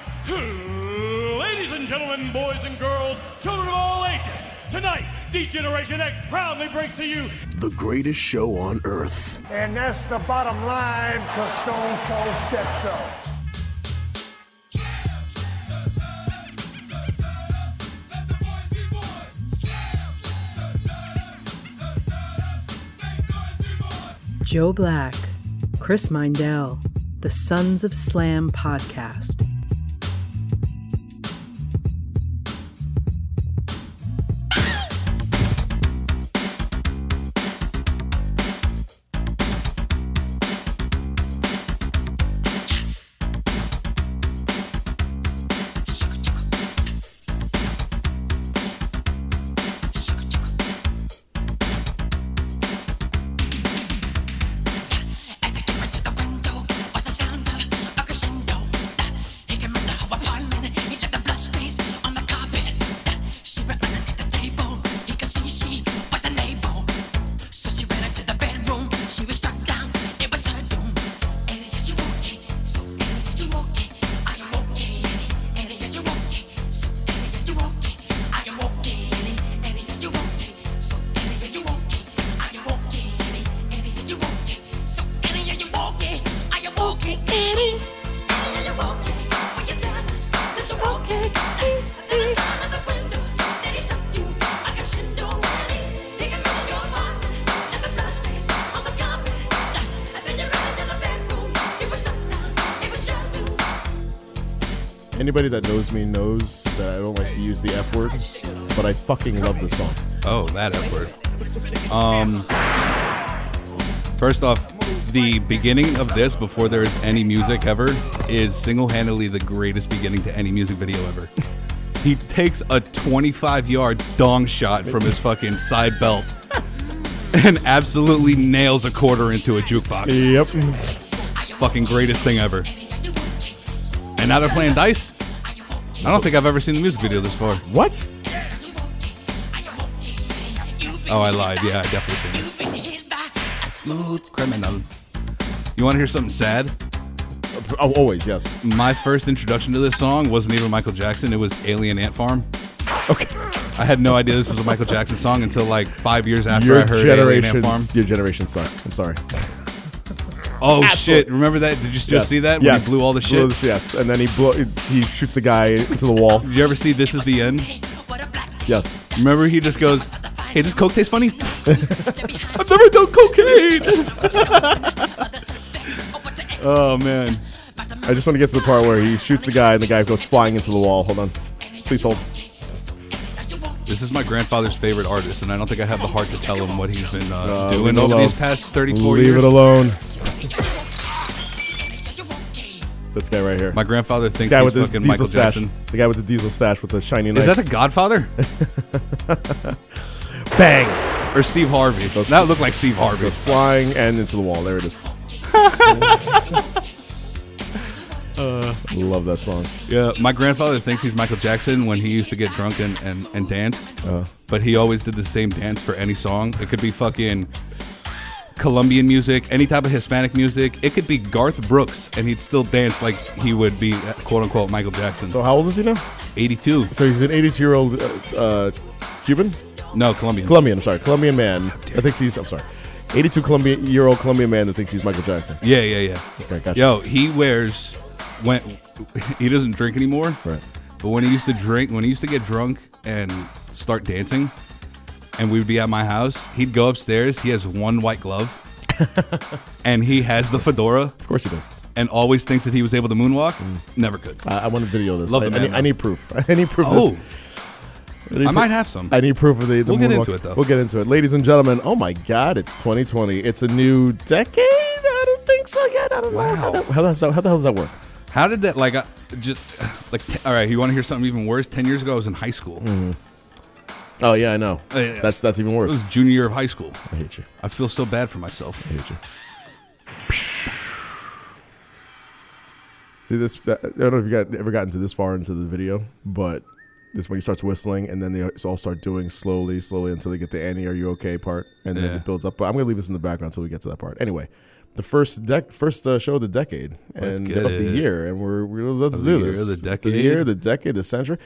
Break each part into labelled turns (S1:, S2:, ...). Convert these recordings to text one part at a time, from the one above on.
S1: Hmm, and gentlemen, boys and girls, children of all ages, tonight, D-Generation X proudly brings to you
S2: The greatest show on earth.
S3: And that's the bottom line, because Stone Cold said so.
S4: Joe Black, Chris Mindell, the Sons of Slam podcast.
S5: Anybody that knows me knows that I don't like to use the F word, but I fucking love this song.
S6: Oh, that F word. Um, first off, the beginning of this, before there is any music ever, is single handedly the greatest beginning to any music video ever. He takes a 25 yard dong shot from his fucking side belt and absolutely nails a quarter into a jukebox.
S5: Yep.
S6: Fucking greatest thing ever. And now they're playing dice. I don't think I've ever seen the music video this far.
S5: What?
S6: Oh, I lied. Yeah, I definitely seen this. Smooth criminal. You want to hear something sad?
S5: Oh, always, yes.
S6: My first introduction to this song wasn't even Michael Jackson. It was Alien Ant Farm.
S5: Okay.
S6: I had no idea this was a Michael Jackson song until like five years after
S5: your
S6: I heard Alien
S5: generation,
S6: Ant Farm.
S5: your generation sucks. I'm sorry.
S6: Oh shit! Remember that? Did you still see that when he blew all the shit?
S5: Blew yes, and then he blew, he shoots the guy into the wall.
S6: Did you ever see This Is the End?
S5: Yes.
S6: Remember he just goes, "Hey, this coke tastes funny." I've never done cocaine. oh man.
S5: Uh, I just want to get to the part where he shoots the guy and the guy goes flying into the wall. Hold on. Please hold.
S6: This is my grandfather's favorite artist, and I don't think I have the heart to tell him what he's been uh,
S5: leave
S6: doing
S5: it
S6: over
S5: alone.
S6: these past 34
S5: Leave
S6: years.
S5: it alone. This guy right here.
S6: My grandfather thinks
S5: this guy
S6: he's
S5: with the
S6: fucking
S5: diesel
S6: Michael
S5: stash.
S6: Jackson.
S5: The guy with the diesel stash with the shiny knife.
S6: Is that the Godfather
S5: bang?
S6: or Steve Harvey? That looked like Steve Harvey.
S5: Goes flying and into the wall. There it is. Uh, Love that song.
S6: Yeah, my grandfather thinks he's Michael Jackson when he used to get drunk and, and, and dance,
S5: Uh-huh.
S6: but he always did the same dance for any song. It could be fucking Colombian music, any type of Hispanic music. It could be Garth Brooks, and he'd still dance like he would be uh, quote unquote Michael Jackson.
S5: So how old is he now?
S6: 82.
S5: So he's an 82 year old uh, uh, Cuban,
S6: No, Colombian.
S5: Colombian. I'm sorry, Colombian man. I think he's. I'm sorry, 82 Colombian year old Colombian man that thinks he's Michael Jackson.
S6: Yeah, yeah, yeah.
S5: Okay, gotcha.
S6: Yo, he wears when he doesn't drink anymore.
S5: Right.
S6: But when he used to drink, when he used to get drunk and start dancing, and we'd be at my house, he'd go upstairs. He has one white glove, and he has the fedora,
S5: Of course he does.
S6: and always thinks that he was able to moonwalk.
S5: Mm.
S6: Never could.
S5: I, I want to video this.
S6: Love
S5: I,
S6: the
S5: I,
S6: man,
S5: need, I
S6: though.
S5: need proof. I need proof. of
S6: Oh,
S5: this. I, need
S6: I
S5: proof-
S6: might have some.
S5: I need proof of the. the
S6: We'll get
S5: moonwalk.
S6: into it, though.
S5: We'll get into it, ladies and gentlemen. Oh my God, it's 2020. It's a new decade. I don't think so yet. I don't know. How,
S6: Wow.
S5: the- how, the- how, the hell does that work?
S6: How did that like I, just like? T- all right, you want to hear something even worse? Ten years ago, I was in high school.
S5: Mm. Oh yeah, I know.
S6: yeah.
S5: That's that's even
S6: It
S5: worse.
S6: was junior year of high school.
S5: I hate you.
S6: I feel so bad for myself.
S5: I hate you. See this? that- I don't know if you got ever gotten to this far into the video, but this when he starts whistling, and then they all start doing slowly, slowly until they get the "Annie, are you okay?" part, and then
S6: Yeah.
S5: it builds up. But I'm gonna leave this in the background until we get to that part. Anyway, the first dec- first uh, show of the decade
S6: Let's
S5: and
S6: get
S5: of the
S6: it.
S5: year, and we're, we're let's
S6: Of the
S5: do
S6: year,
S5: this.
S6: the
S5: the year,
S6: decade.
S5: the decade, the century.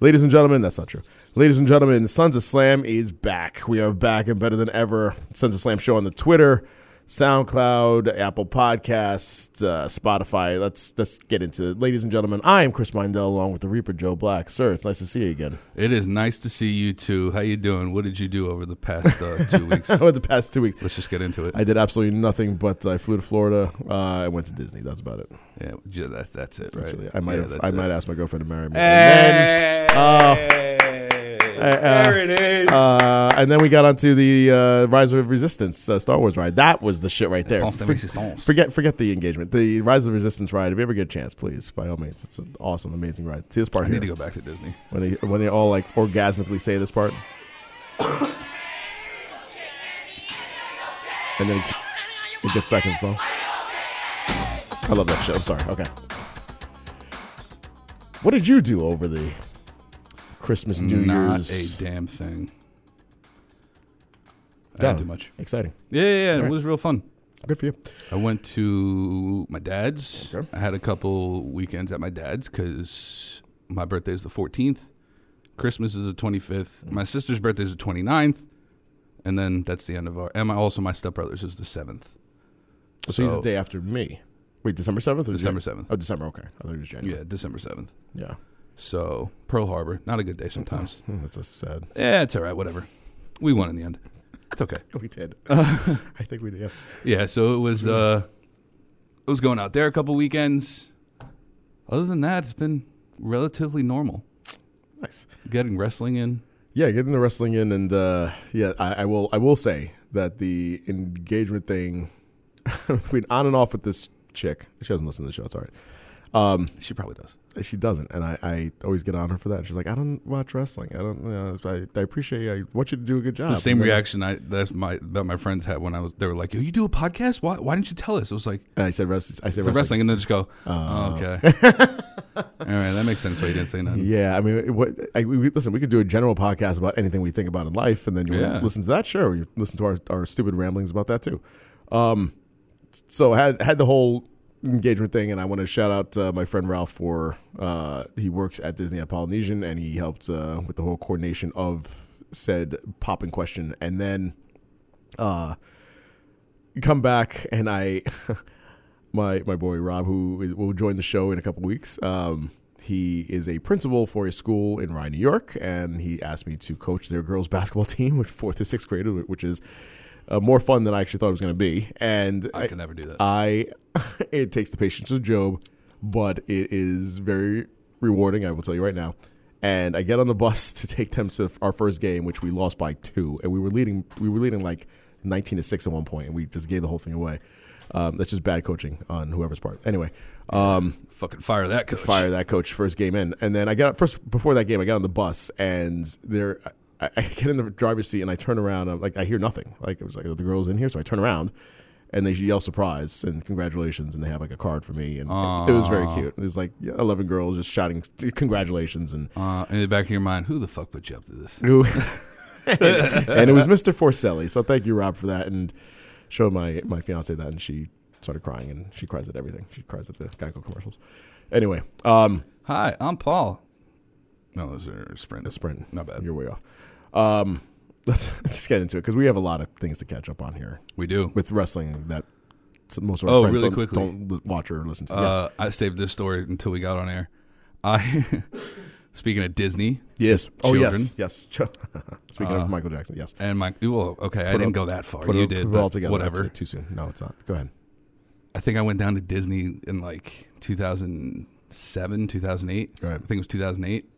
S5: Ladies and gentlemen, that's not true. Ladies and gentlemen, Sons of Slam is back. We are back and better than ever. Sons of Slam show on the Twitter, SoundCloud, Apple Podcasts, uh, Spotify. Let's let's get into it. Ladies and gentlemen, I am Chris Mindell along with the Reaper Joe Black. Sir, it's nice to see you again.
S6: It is nice to see you too. How you doing? What did you do over the past uh, two weeks?
S5: Over the past two weeks.
S6: Let's just get into it.
S5: I did absolutely nothing, but I flew to Florida. Uh, I went to Disney. That's about it.
S6: yeah, yeah, that's that's it, right?
S5: Actually, I might
S6: Yeah,
S5: have,
S6: that's
S5: I
S6: it.
S5: might ask my girlfriend to marry me.
S6: Hey!
S5: uh,
S6: there it is.
S5: And then, uh, and then we got onto the uh, Rise of Resistance uh, Star Wars ride. That was the shit right there.
S6: Ponce de
S5: For-
S6: Resistance.
S5: forget forget the engagement. The Rise of Resistance ride. If you ever get a chance, please by all means, it's an awesome, amazing ride. See this part
S6: I
S5: here.
S6: need to go back to Disney.
S5: When they when they all like orgasmically say this part. and then it, it gets back in the song. I love that shit. I'm sorry. Okay. What did you do over the Christmas New
S6: Not
S5: Year's?
S6: a damn thing. I
S5: Yeah.
S6: didn't do much.
S5: Exciting.
S6: Yeah, yeah, yeah. It
S5: Alright.
S6: was real fun.
S5: Good for you.
S6: I went to my dad's.
S5: Okay.
S6: I had a couple weekends at my dad's because my birthday is the 14th. Christmas is the 25th.
S5: Mm.
S6: My sister's birthday is the 29th. And then that's the end of our. And my, also, my stepbrother's is the 7th.
S5: So, he's the day after me. Wait, December seventh.
S6: December 7th.
S5: Oh, December. Okay, I thought it was January.
S6: Yeah, December 7th.
S5: Yeah,
S6: So, Pearl Harbor, not a good day sometimes.
S5: Hmm, that's so sad.
S6: Yeah, it's all right, whatever. We won in the end. It's okay.
S5: We did. I think we did. Yes.
S6: Yeah, so it was
S5: Mm-hmm.
S6: uh I was going out there a couple weekends. Other than that, it's been relatively normal.
S5: Nice.
S6: Getting wrestling in.
S5: Yeah, getting the wrestling in, and uh, yeah, I, I will. I will say that the engagement thing, between on and off with this chick, she doesn't listen to the show. It's all right.
S6: She probably does.
S5: She doesn't, and I, I always get on her for that. She's like, I don't watch wrestling. I don't. You know, I, I appreciate. I want you to do a good job.
S6: The same
S5: And then-
S6: reaction I that's my that my friends had when I was they were like, Yo, you do a podcast? Why why didn't you tell us? It was like
S5: And I said, "Wrestling." I said,
S6: it's
S5: wrestling.
S6: wrestling. wrestling and then just go, oh, okay. All right, that makes sense why you didn't say nothing.
S5: Yeah, I mean, it- what? I, we, we- listen, we could do a general podcast about anything we think about in life, and then you wanna
S6: Yeah.
S5: listen to that. Sure, you listen to our, our stupid ramblings about that too. Um, so had had the whole engagement thing, and I want to shout out uh, my friend Ralph for uh, he works at Disney at Polynesian, and he helped uh, with the whole coordination of said pop in question, and then uh, come back, and I. my my boy Rob, who is- will join the show in a couple weeks. Um, he is a principal for a school in Rye, New York, and he asked me to coach their girls basketball team with fourth to sixth grade, which is uh, more fun than I actually thought it was going to be. And
S6: I could never do that.
S5: I it takes the patience of Job, but it is very rewarding. I will tell you right now. And I get on the bus to take them to our first game, which we lost by two, and we were leading. We were leading like nineteen to six at one point, and we just gave the whole thing away. Um, that's just bad coaching on whoever's part. Anyway, um,
S6: Fucking fire that coach.
S5: fire that coach first game in, and then I got first before that game. I got on the bus and there, I, I get in the driver's seat and I turn around. I'm like, I hear nothing. Like it was like the girl's in here, so I turn around, and they yell surprise and congratulations, and they have like a card for me, and it was very cute. It was like yeah, eleven girls just shouting congratulations and
S6: Uh, in the back of your mind, who the fuck put you up to this?
S5: who- and it was Mr. Forcelli. So thank you, Rob, for that. And showed my my fiance that, and she started crying, and she cries at everything. She cries at the Geico commercials. Anyway, um,
S6: Hi, I'm Paul. No, those are sprint.
S5: a sprint.
S6: Not bad.
S5: You're way off. Um, let's, let's just get into it because we have a lot of things to catch up on here
S6: We do.
S5: with wrestling that s- most of our
S6: Oh,
S5: friends
S6: really
S5: don't,
S6: quickly.
S5: don't li- watch or listen to.
S6: Uh, I saved this story until we got on air. I speaking of Disney
S5: yes. Yes. Oh,
S6: children.
S5: yes. Yes. Ch- Speaking of Michael Jackson, yes.
S6: and my well, okay,
S5: Put
S6: I didn't
S5: it-
S6: go that far.
S5: Put
S6: you
S5: it,
S6: did,
S5: put it
S6: but
S5: all together. That's
S6: whatever.
S5: it. Too soon. No, it's not. Go ahead.
S6: I think I went down to Disney in like 2007, 2008.
S5: Right.
S6: I think it was 2008.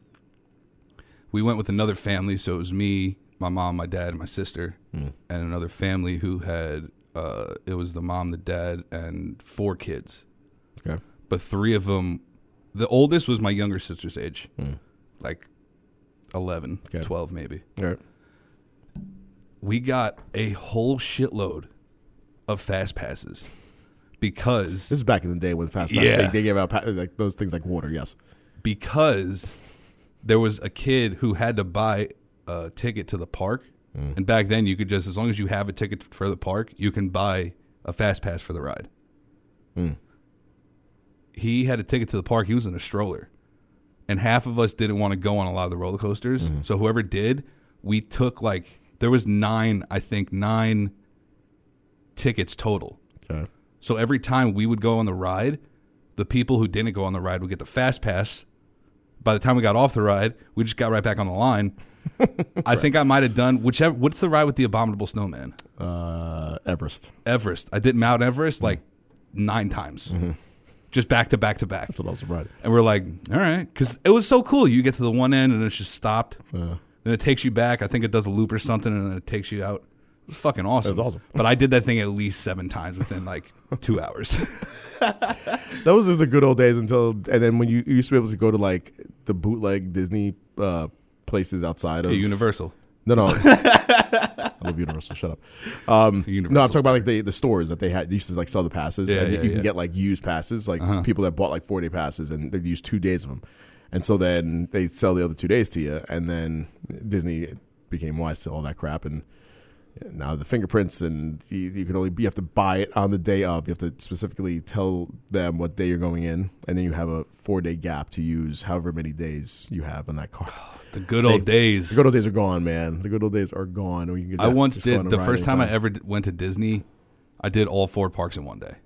S6: We went with another family, so it was me, my mom, my dad, and my sister,
S5: Hmm.
S6: and another family who had uh, it was the mom, the dad, and four kids.
S5: Okay.
S6: but three of them the oldest was my younger sister's age like 11
S5: Okay.
S6: 12 maybe
S5: All right.
S6: we got a whole shitload of fast passes because
S5: This is back in the day when Fast Pass,
S6: Yeah.
S5: they, they gave out pa- like those things like water. Yes.
S6: because there was a kid who had to buy a ticket to the park and back then you could just as long as you have a ticket for the park you can buy a a fast pass for the ride. He had a ticket to the park. He was in a stroller, and half of us didn't want to go on a lot of the roller coasters. So whoever did, we took like there was nine, I think nine tickets total.
S5: Okay.
S6: So every time we would go on the ride, the people who didn't go on the ride would get the fast pass. By the time we got off the ride, we just got right back on the line. I think I might have done whichever. What's the ride with the abominable snowman?
S5: Uh, Everest.
S6: Everest. I did Mount Everest like nine times, just back to back to back.
S5: Mm-hmm. That's an awesome ride.
S6: And we're like, all right, because it was so cool. You get to the one end and it's just stopped. Then it takes you back. I think it does a loop or something, and then it takes you out. It was fucking awesome.
S5: That's awesome.
S6: But I did that thing at least seven times within like two hours.
S5: Those are the good old days until, and then when you, you used to be able to go to like the bootleg Disney uh, places outside of
S6: at Universal.
S5: No, no. I love Universal. Shut up. Um,
S6: Universal's
S5: no, I'm talking about like the, the stores that they had. They used to like sell the passes,
S6: Yeah,
S5: and
S6: yeah,
S5: you
S6: yeah. Uh-huh.
S5: can get like used passes, like people that bought like four day passes, and they'd use two days of them, and so then they sell the other two days to you, and then Disney became wise to all that crap, and now the fingerprints, and you, you can only you have to buy it on the day of. You have to specifically tell them what day you're going in, and then you have a four day gap to use however many days you have on that card.
S6: The good old days.
S5: The good old days are gone, man. The good old days are gone. Or you can
S6: I once
S5: just go on
S6: did
S5: a
S6: the
S5: ride
S6: first time I
S5: anytime.
S6: ever d- went to Disney. I did all four parks in one day.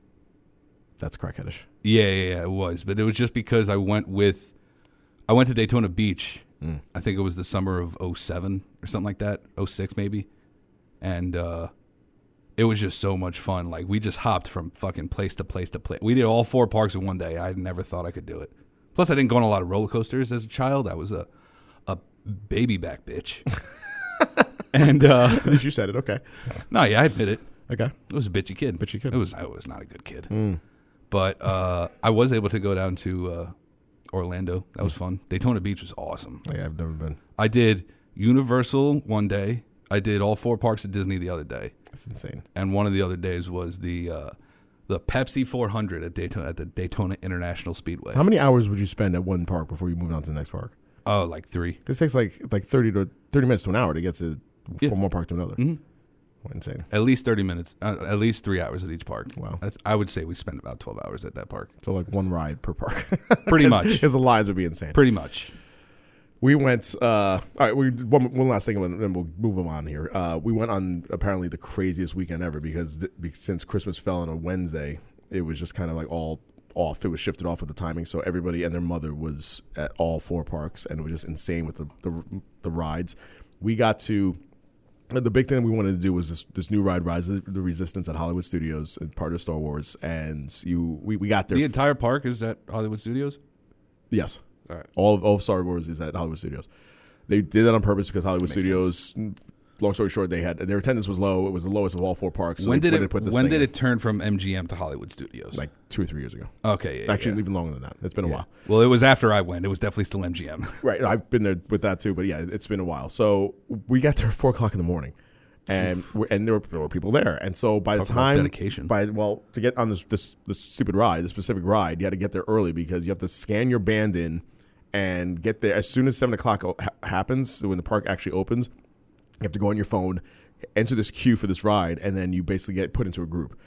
S5: That's crackheadish.
S6: Yeah, yeah, yeah, it was, but it was just because I went with, I went to Daytona Beach. I think it was the summer of 07 or something like that, 06 maybe, and uh, it was just so much fun. Like we just hopped from fucking place to place to place. We did all four parks in one day. I never thought I could do it. Plus, I didn't go on a lot of roller coasters as a child. I was a a baby back bitch. and uh,
S5: At least you said it. Okay.
S6: no, yeah, I admit it.
S5: Okay.
S6: It was a bitchy kid.
S5: Bitchy kid.
S6: It was. I was not a good kid.
S5: Hmm.
S6: But uh, I was able to go down to uh, Orlando. That was fun. Daytona Beach was awesome.
S5: Yeah, I've never been.
S6: I did Universal one day. I did all four parks at Disney the other day,
S5: That's insane.
S6: and one of the other days was the uh, the Pepsi 400 at Daytona at the Daytona International Speedway.
S5: How many hours would you spend at one park before you moved on to the next park?
S6: Oh, like three.
S5: 'Cause it takes like like thirty to thirty minutes to an hour to get to
S6: Yeah.
S5: from one park to another. Insane.
S6: At least thirty minutes. Uh, at least three hours at each park.
S5: Wow.
S6: I, I would say we spent about twelve hours at that park.
S5: So like one ride per park.
S6: Pretty much.
S5: Because the lines would be insane.
S6: Pretty much.
S5: we went. Uh, all right, we one, one last thing, and then we'll move them on here. Uh, we went on apparently the craziest weekend ever because th- be- since Christmas fell on a Wednesday, it was just kind of like all off. It was shifted off with the timing, so everybody and their mother was at all four parks, and it was just insane with the the, the rides. We got to the big thing we wanted to do was this, this new ride, Rise of the Resistance, at Hollywood Studios, and part of Star Wars. And you, we, we got there.
S6: The entire park is at Hollywood Studios.
S5: Yes.
S6: All right.
S5: All of, all of Star Wars is at Hollywood Studios. They did that on purpose because Hollywood Studios. Long story short, they had their attendance was low. It was the lowest of all four parks. So
S6: when
S5: they
S6: did
S5: wanted
S6: it?
S5: to put this
S6: when
S5: thing
S6: did
S5: in,
S6: it turn from MGM to Hollywood Studios?
S5: Like two or three years ago.
S6: okay, yeah,
S5: Actually,
S6: yeah.
S5: even longer than that. It's been a while.
S6: Well, it was after I went. It was definitely still MGM.
S5: Right. I've been there with that too. But yeah, it's been a while. So we got there at four o'clock in the morning, and we and there were, there were people there. And so by the
S6: Talk about
S5: time
S6: dedication.
S5: by well to get on this this this stupid ride, this specific ride, you had to get there early because you have to scan your band in and get there as soon as seven o'clock o- ha- happens when the park actually opens. You have to go on your phone, enter this queue for this ride, and then you basically get put into a group.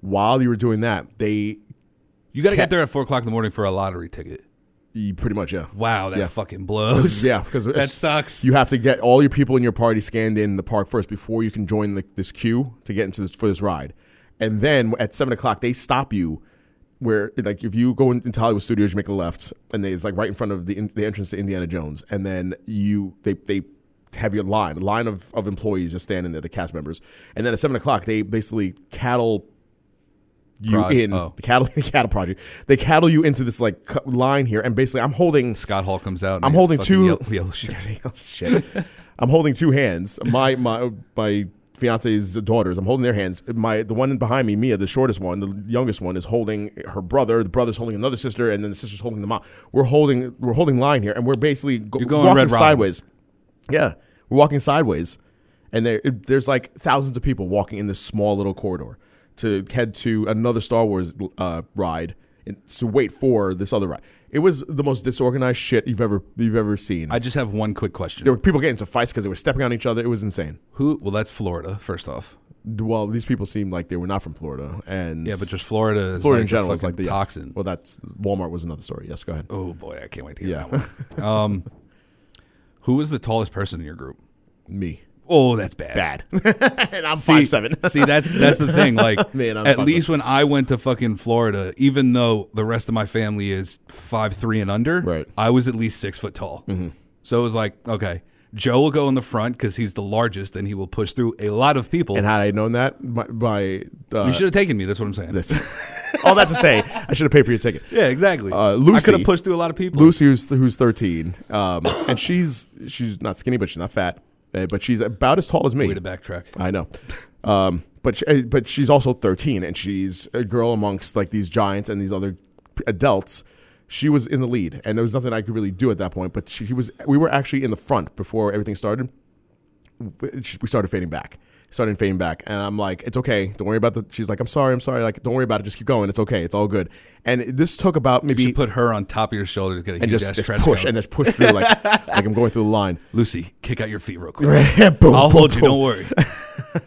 S5: While you were doing that, they
S6: You got to get there at four o'clock in the morning for a lottery ticket.
S5: you pretty much yeah.
S6: Wow, that
S5: Yeah.
S6: fucking
S5: Because-
S6: blows.
S5: yeah, because
S6: That
S5: it's-
S6: sucks.
S5: You have to get all your people in your party scanned in the park first before you can join the, this queue to get into this for this ride, and then at seven o'clock they stop you. Where like if you go in- into Hollywood Studios, you make a left, and they, it's like right in front of the in, the entrance to Indiana Jones, and then you they they have your line, a line of, of employees just standing there, the cast members, and then at seven o'clock they basically cattle you
S6: Prod-
S5: in
S6: oh.
S5: the cattle cattle project. They cattle you into this like cu- line here, and basically I'm holding
S6: Scott Hall comes out. and
S5: I'm
S6: he
S5: holding
S6: fucking
S5: two-
S6: yell- yellow shirt.
S5: Oh, shit. I'm holding two hands. My my my fiance's daughters. I'm holding their hands. My the one behind me, Mia, the shortest one, the youngest one, is holding her brother. The brother's holding another sister, and then the sister's holding the mom. We're holding we're holding line here, and we're basically go,
S6: You're going
S5: walking
S6: Red Robin.
S5: sideways. Yeah, we're walking sideways, and there it- there's like thousands of people walking in this small little corridor to head to another Star Wars uh, ride. And to wait for this other ride, it was the most disorganized shit you've ever you've ever seen
S6: I just have one quick question.
S5: there were people getting into fights because they were stepping on each other. It was insane.
S6: Who? Well, that's Florida. First off,
S5: well, these people seem like they were not from Florida, and
S6: Yeah, but just Florida. Is
S5: Florida
S6: like
S5: in general
S6: the
S5: is like the yes.
S6: toxin.
S5: Well, that's Walmart was another story. Yes, go ahead.
S6: oh boy, I can't wait to hear
S5: Yeah.
S6: that one. Um, who was the tallest person in your group?
S5: Me,
S6: Oh, that's bad.
S5: bad, and I'm five seven.
S6: see, that's that's the thing. Like,
S5: Man, I'm
S6: at
S5: fucking-
S6: least when I went to fucking Florida, even though the rest of my family is five three and under,
S5: Right. Mm-hmm.
S6: I was at least six foot tall. So it was like, okay, Joe will go in the front because he's the largest, and he will push through a lot of people.
S5: and had I known that, my, my uh,
S6: you should have taken me. That's what I'm saying.
S5: this. All that to say, I should have paid for your ticket.
S6: Yeah, exactly.
S5: Uh,
S6: I could
S5: Lucy-
S6: have pushed through a lot of people.
S5: Lucy, who's who's thirteen, um, and she's she's not skinny, but she's not fat, uh, but she's about as tall as me.
S6: Way to backtrack.
S5: I know. Um, but she, uh, but she's also 13 and she's a girl amongst like these giants and these other p- adults. She was in the lead and there was nothing I could really do at that point, but she, she was we were actually in the front before everything started. We she- we started fading back. Started fading back and I'm like, "It's okay. Don't worry about the She's like, "I'm sorry. I'm sorry. Like, don't worry about it. Just keep going. It's okay. It's all good." And this took about
S6: You
S5: maybe
S6: should put her on top of your shoulder to get a
S5: and
S6: huge
S5: just,
S6: ass
S5: just
S6: trench
S5: push
S6: coat.
S5: and just push through like like I'm going through the line.
S6: Lucy, kick out your feet real quick.
S5: Boom,
S6: I'll
S5: boom,
S6: hold you.
S5: boom.
S6: Don't worry.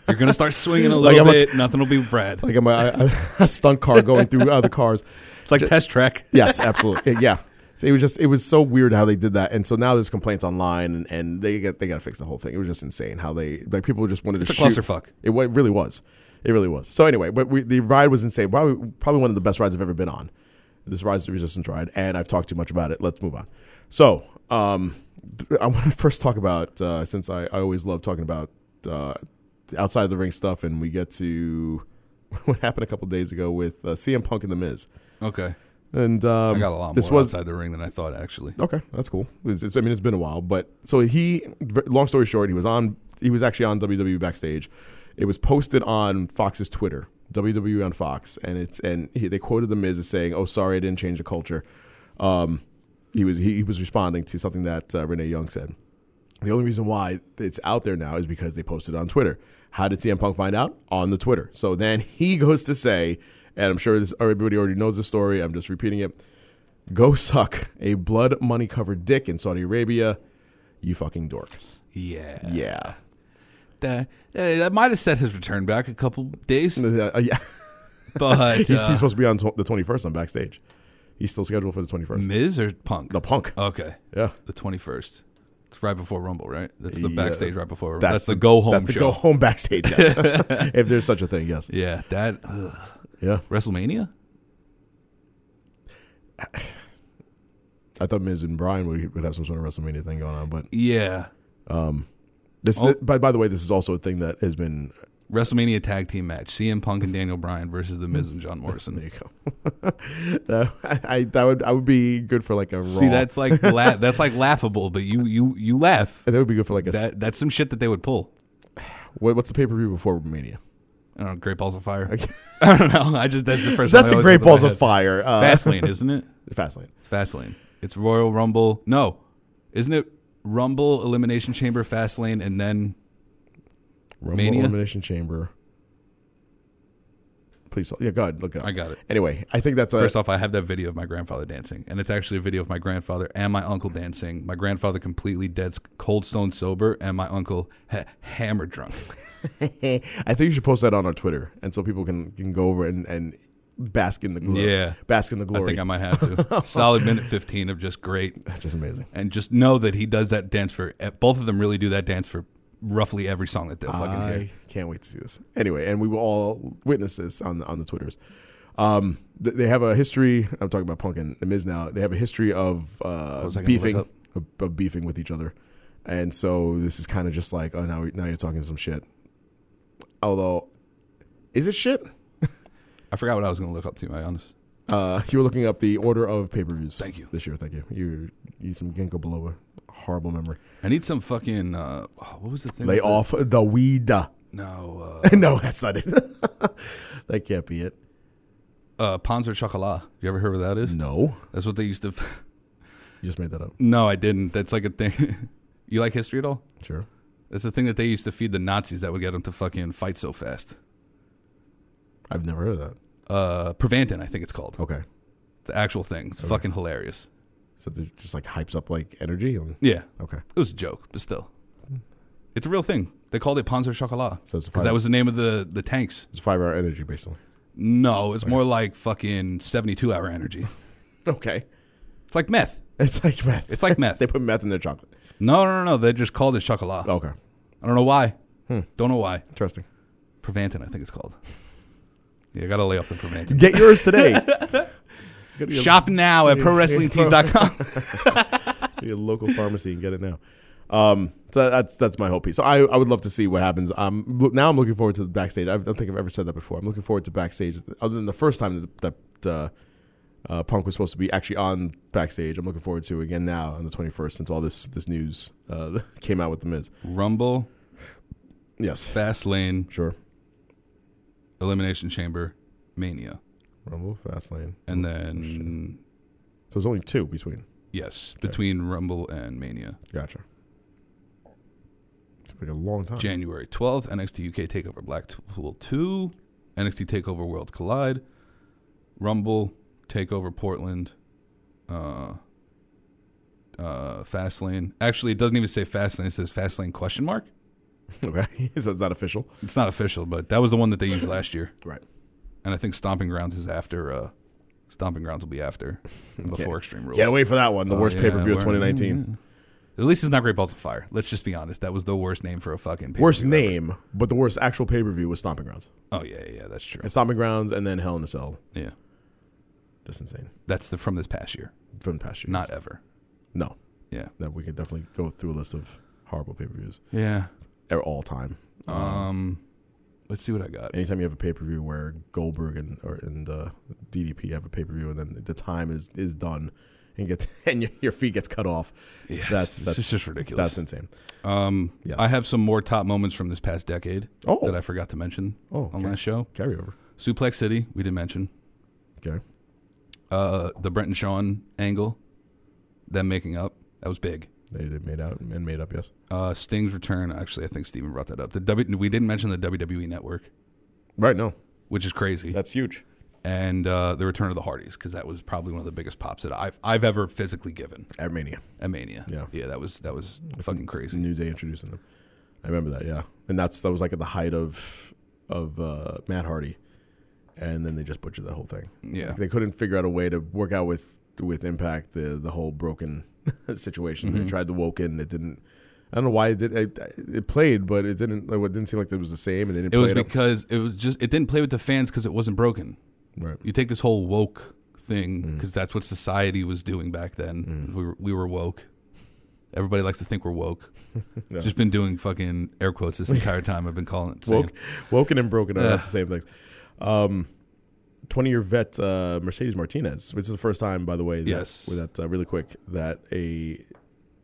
S6: You're gonna start swinging a
S5: Like
S6: little
S5: I'm a-
S6: bit. nothing will be Brad.
S5: Like I'm a, a, a stunt car going through other cars.
S6: it's like test track.
S5: Yes, absolutely. yeah. So it was just it was so weird how they did that, and so now there's complaints online, and, and they get they got to fix the whole thing. It was just insane how they like people just wanted
S6: It's
S5: to
S6: a
S5: shoot.
S6: clusterfuck.
S5: It, wa- it really was, it really was. So anyway, but we, the ride was insane. Probably probably one of the best rides I've ever been on. This Rise of Resistance ride, and I've talked too much about it. Let's move on. So um, th- I want to first talk about uh, since I, I always love talking about uh, outside of the ring stuff, and we get to what happened a couple days ago with uh, CM Punk and The Miz.
S6: Okay,
S5: And um,
S6: I got a lot
S5: this
S6: more
S5: was
S6: outside the ring than I thought. Actually,
S5: Okay, that's cool. It's, it's, I mean, it's been a while, but so he. v- Long story short, he was on. He was actually on WWE backstage. It was posted on Fox's Twitter, WWE on Fox, and it's and he, they quoted the Miz as saying, "Oh, sorry, I didn't change the culture." Um, he was he, he was responding to something that uh, Renee Young said. The only reason why it's out there now is because they posted it on Twitter. How did CM Punk find out? On the Twitter. So then he goes to say, and I'm sure this everybody already knows the story. I'm just repeating it. Go suck a blood money covered dick in Saudi Arabia, you fucking dork.
S6: yeah,
S5: Yeah.
S6: That, that might have set his return back a couple days,
S5: Uh, yeah.
S6: but
S5: He's, he's
S6: uh,
S5: supposed to be on tw- the 21st on backstage. He's still scheduled for the 21st.
S6: Miz or Punk?
S5: The Punk.
S6: Okay,
S5: Yeah.
S6: the 21st. It's right before Rumble, right? That's the
S5: Yeah.
S6: backstage right before. Rumble. That's, the go home
S5: That's
S6: show.
S5: the go home backstage, yes. if there's such a thing, yes.
S6: Yeah, that ugh.
S5: Yeah.
S6: WrestleMania.
S5: I thought Miz and Brian would, would have some sort of WrestleMania thing going on, but
S6: Yeah,
S5: this.
S6: Oh.
S5: by, by the way, this is also a thing that has been.
S6: WrestleMania tag team match: CM Punk and Daniel Bryan versus The Miz and John Morrison.
S5: There you go. Uh, I, I that would I would be good for like a
S6: See,
S5: Raw.
S6: that's like la- that's like laughable, but you you you laugh.
S5: that would be good for like a s-
S6: That that's some shit that they would pull.
S5: what, what's the pay per view before Mania?
S6: I don't know, Great Balls of Fire.
S5: Okay.
S6: I don't know. I just that's the first.
S5: That's
S6: one
S5: a
S6: that
S5: great balls
S6: always comes
S5: of
S6: to my
S5: fire. Uh,
S6: head. Fastlane, isn't it?
S5: Fastlane.
S6: It's Fastlane. It's Royal Rumble. No, isn't it Rumble Elimination Chamber Fastlane and then
S5: Rumble
S6: Mania?
S5: Elimination Chamber. Please, yeah, go ahead, look it up.
S6: I got it.
S5: Anyway, I think that's a,
S6: First off, I have that video of my grandfather dancing, and it's actually a video of my grandfather and my uncle dancing. My grandfather completely dead, cold stone sober, and my uncle ha- hammer drunk.
S5: I think you should post that on our Twitter, and so people can, can go over and, and bask in the glory.
S6: Yeah.
S5: bask in the glory.
S6: I think I might have to. Solid minute fifteen of just great,
S5: That's just amazing.
S6: and just know that he does that dance for. eh, Both of them really do that dance for roughly every song that they'll fucking
S5: I
S6: hear.
S5: can't wait to see this. Anyway, and we will all witness this on the, on the Twitters. Um, th- they have a history. I'm talking about Punk and The Miz now. They have a history of uh,
S6: was I gonna look
S5: beefing,
S6: up?
S5: of, of beefing with each other, and so this is kind of just like, oh, now we- now you're talking some shit. Although, is it shit?
S6: I forgot what I was going to look up to. My honest.
S5: Uh, you were looking up the order of pay per views.
S6: Thank you.
S5: This year, thank you. You need some ginkgo biloba. Horrible memory.
S6: I need some fucking. Uh, oh, what was the thing?
S5: Lay
S6: with the-
S5: off the weed.
S6: No, uh,
S5: no, that's not it. that can't be it.
S6: uh, Pons or Chocolat. You ever heard what that is?
S5: No.
S6: That's what they used to.
S5: You just made that up.
S6: no, I didn't. That's like a thing. you like history at all?
S5: Sure.
S6: That's the thing that they used to feed the Nazis that would get them to fucking fight so fast.
S5: I've never heard of that.
S6: Uh, Prevantin, I think it's called.
S5: Okay.
S6: It's the actual thing. It's fucking hilarious.
S5: So it just like hypes up like energy. and-
S6: Yeah,
S5: Okay.
S6: it was a joke, but still. It's a real thing. They called it Panzer Chocolat
S5: So it's a
S6: because
S5: fire-
S6: that was the name of the the tanks.
S5: It's five hour energy, basically.
S6: No, it's more like fucking seventy-two hour energy.
S5: Okay.
S6: It's like meth.
S5: It's like meth.
S6: It's like meth.
S5: they put meth in their chocolate.
S6: No, no, no, no. They just called it Chocolat.
S5: Okay.
S6: I don't know why. Don't know why.
S5: Interesting.
S6: Preventin, I think it's called. Yeah, I gotta lay off the Preventin.
S5: Get yours today. Go to your,
S6: Shop now at prowrestlingtees.com.
S5: your local pharmacy and get it now. Um, so that- that's that's my whole piece. So I, I would love to see what happens. Um, look, now I'm looking forward to the backstage. I don't think I've ever said that before. I'm looking forward to backstage. Other than the first time that, that uh, uh, Punk was supposed to be actually on backstage, I'm looking forward to again now on the 21st since all this this news uh, came out with the Miz.
S6: Rumble,
S5: Yes,
S6: Fast Lane,
S5: sure.
S6: Elimination Chamber, Mania.
S5: Rumble, Fastlane.
S6: And then,
S5: So there's only two between.
S6: yes, between Rumble and Mania.
S5: Gotcha. Took like a long time.
S6: January 12th, NXT UK TakeOver Blackpool 2, NXT TakeOver World Collide, Rumble, TakeOver Portland, uh, uh, Fastlane. Actually, it doesn't even say Fastlane. It says Fastlane question mark.
S5: okay, so it's not official.
S6: It's not official, but that was the one that they used last year.
S5: Right.
S6: And I think Stomping Grounds is after, uh, Stomping Grounds will be after, before Extreme Rules.
S5: Can't wait for that one. The
S6: Oh,
S5: worst
S6: yeah,
S5: pay per view
S6: we're-
S5: of 2019.
S6: At least it's not Great Balls of Fire. Let's just be honest. That was the worst name for a fucking pay-per-view
S5: Worst
S6: ever.
S5: name, but the worst actual pay per view was Stomping Grounds.
S6: Oh, yeah, yeah, yeah, that's true.
S5: And Stomping Grounds and then Hell in a Cell.
S6: Yeah.
S5: Just insane.
S6: That's the from this past year.
S5: From past years.
S6: Not ever.
S5: No.
S6: Yeah.
S5: No, we could definitely go through a list of horrible pay per views
S6: Yeah.
S5: at all time.
S6: Um, let's see what I got.
S5: Anytime you have a pay per view where Goldberg and or and uh, DDP have a pay per view and then the time is, is done and get and your, your feet gets cut off,
S6: Yeah,
S5: that's-
S6: it's
S5: that's-
S6: just- just ridiculous.
S5: that's insane.
S6: um,
S5: Yes.
S6: I have some more top moments from this past decade
S5: Oh.
S6: that I forgot to mention
S5: Oh, okay.
S6: on last show.
S5: Carryover.
S6: Suplex City, we didn't mention.
S5: Okay.
S6: Uh, the Brent and Sean angle, them making up, that was big.
S5: They, they made out and made up, yes.
S6: Uh, Sting's return, actually, I think Steven brought that up. The w- we didn't mention the WWE Network,
S5: Right, no.
S6: which is crazy,
S5: That's huge.
S6: and uh, the return of the Hardys because that was probably one of the biggest pops that I've I've ever physically given
S5: At Mania.
S6: at Mania.
S5: Yeah.
S6: yeah, that was that was fucking crazy.
S5: New Day introducing them. I remember that, yeah. And that's that was like at the height of of uh, Matt Hardy. And then they just butchered the whole thing.
S6: Yeah.
S5: Like, they couldn't figure out a way to work out with with Impact the the whole broken situation.
S6: Mm-hmm.
S5: They tried the Woken, it didn't I don't know why it did it, it played, but it didn't like, it didn't seem like it was the same and they didn't
S6: It
S5: play
S6: was
S5: it up-
S6: because it was just it didn't play with the fans because it wasn't broken.
S5: right.
S6: You take this whole woke
S5: Mm.
S6: thing because that's what society was doing back then. We were, we were woke. Everybody likes to think we're woke. Just been doing fucking air quotes this entire time. I've been calling it saying-
S5: Woke, woken and broken are
S6: Yeah.
S5: not the same things. Um, Twenty-year vet uh, Mercedes Martinez, which is the first time, by the way, that,
S6: Yes.
S5: with that uh, really quick that a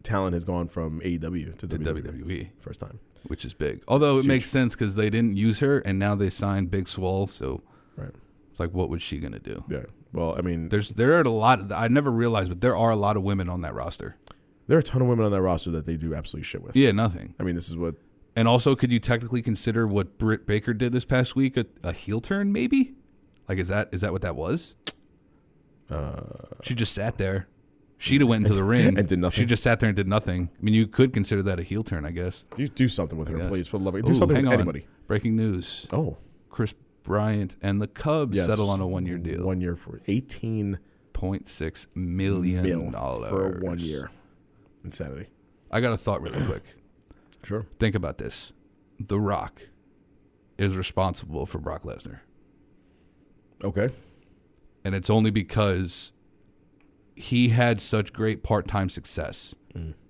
S5: talent has gone from AEW to,
S6: to
S5: WWE.
S6: WWE,
S5: First time,
S6: E, which is big. Although it makes sense because they didn't use her and now they signed Big Swole. So
S5: right?
S6: it's like, what was she gonna do?
S5: Yeah. Well, I mean,
S6: There's there are a lot. I never realized, but there are a lot of women on that roster.
S5: there are a ton of women on that roster that they do absolutely shit with.
S6: Yeah, nothing.
S5: I mean, this is what
S6: And also, could you technically consider what Britt Baker did this past week a, a heel turn? Maybe, like is that is that what that was? she just sat there. She'd have went into the ring
S5: and did nothing.
S6: She just sat there and did nothing. I mean, you could consider that a heel turn, I guess.
S5: do. Do something with her,
S6: Yes.
S5: please, for the love of
S6: Ooh,
S5: Do something
S6: hang
S5: with
S6: on.
S5: anybody.
S6: Breaking news:
S5: Oh,
S6: Chris Bryant and the Cubs
S5: yes.
S6: settle on a one-year deal,
S5: One year for eighteen
S6: point six million
S5: mil
S6: dollars
S5: for one year. Insanity.
S6: I got a thought really quick.
S5: Sure.
S6: Think about this: The Rock is responsible for Brock Lesnar.
S5: Okay.
S6: and it's only because he had such great part-time success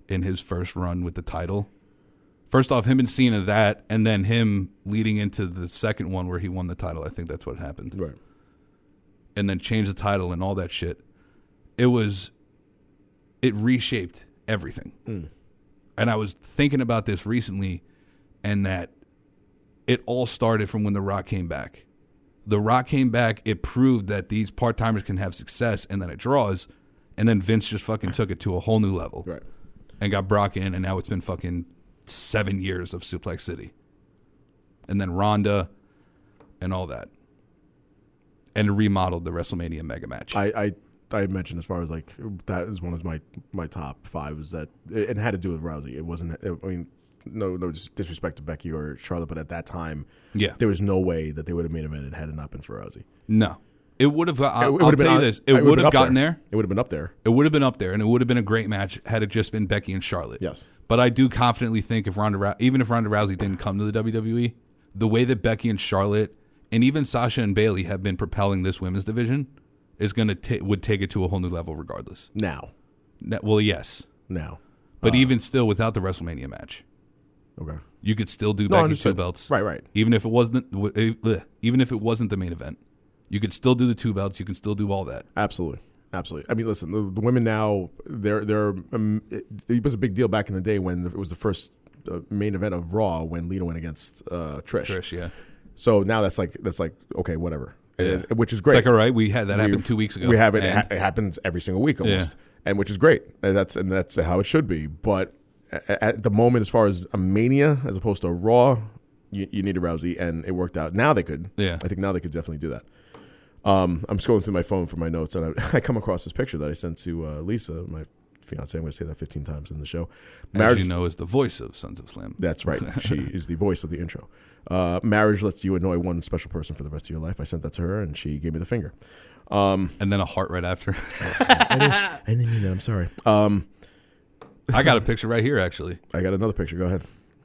S6: in his first run with the title. First off, him and Cena that, and then him leading into the second one where he won the title. I think that's what happened,
S5: Right.
S6: and then changed the title and all that shit. It was, it reshaped everything. And I was thinking about this recently, and that it all started from when The Rock came back. The Rock came back, it proved that these part timers can have success, and then it draws. And then Vince just fucking took it to a whole new level.
S5: Right.
S6: And got Brock in, and now it's been fucking seven years of Suplex City. And then Ronda and all that. And remodeled the WrestleMania mega match.
S5: I, I I mentioned as far as like that is one of my my top five is that it, it had to do with Rousey. It wasn't. It, I mean, no no dis- disrespect to Becky or Charlotte, but at that time,
S6: Yeah.
S5: there was no way that they would have made a minute had it not been for Rousey.
S6: No, it would have.
S5: It
S6: I'll,
S5: would
S6: I'll
S5: have been
S6: tell you
S5: on-
S6: this. It
S5: would've
S6: would
S5: been
S6: have
S5: up
S6: gotten there.
S5: It would have been up there.
S6: It would have been up there, and it would have been a great match had it just been Becky and Charlotte.
S5: Yes.
S6: but I do confidently think if Ronda, Rou- even if Ronda Rousey didn't come to the WWE, the way that Becky and Charlotte, and even Sasha and Bailey have been propelling this women's division, is going to would take it to a whole new level, regardless.
S5: Now,
S6: Ne- Well, yes,
S5: now,
S6: but even still, without the WrestleMania match,
S5: okay,
S6: you could still do
S5: No,
S6: Becky two
S5: understood.
S6: belts,
S5: Right, right.
S6: Even if it wasn't, w- eh, bleh. even if it wasn't the main event, you could still do the two belts. You can still do all that.
S5: absolutely, absolutely. I mean, listen, the, the women now they're they're um, it, it was a big deal back in the day when it was the first uh, main event of Raw when Lita went against uh, Trish.
S6: Trish, yeah.
S5: So now that's like that's like okay, whatever,
S6: Yeah.
S5: And- which is great.
S6: It's like, all right, we had that happen
S5: We've-
S6: two weeks ago.
S5: We have it.
S6: and-
S5: ha- it happens every single week almost, and which is great. And that's and that's how it should be. But a- at the moment, as far as a mania as opposed to a Raw, you, you need a Rousey, and it worked out. Now they could.
S6: Yeah.
S5: I think now they could definitely do that. Um, I'm scrolling through my phone for my notes, and I, I come across this picture that I sent to uh, Lisa, my fiance. I'm going to say that 15 times in the show.
S6: as you know, is the voice of Sons of Slam.
S5: That's right. She is the voice of the intro. Uh, marriage lets you annoy one special person for the rest of your life. I sent that to her, and she gave me the finger.
S6: and then a heart right after.
S5: I didn't mean that. I'm sorry. Um,
S6: I got a picture right here, actually.
S5: I got another picture. Go ahead.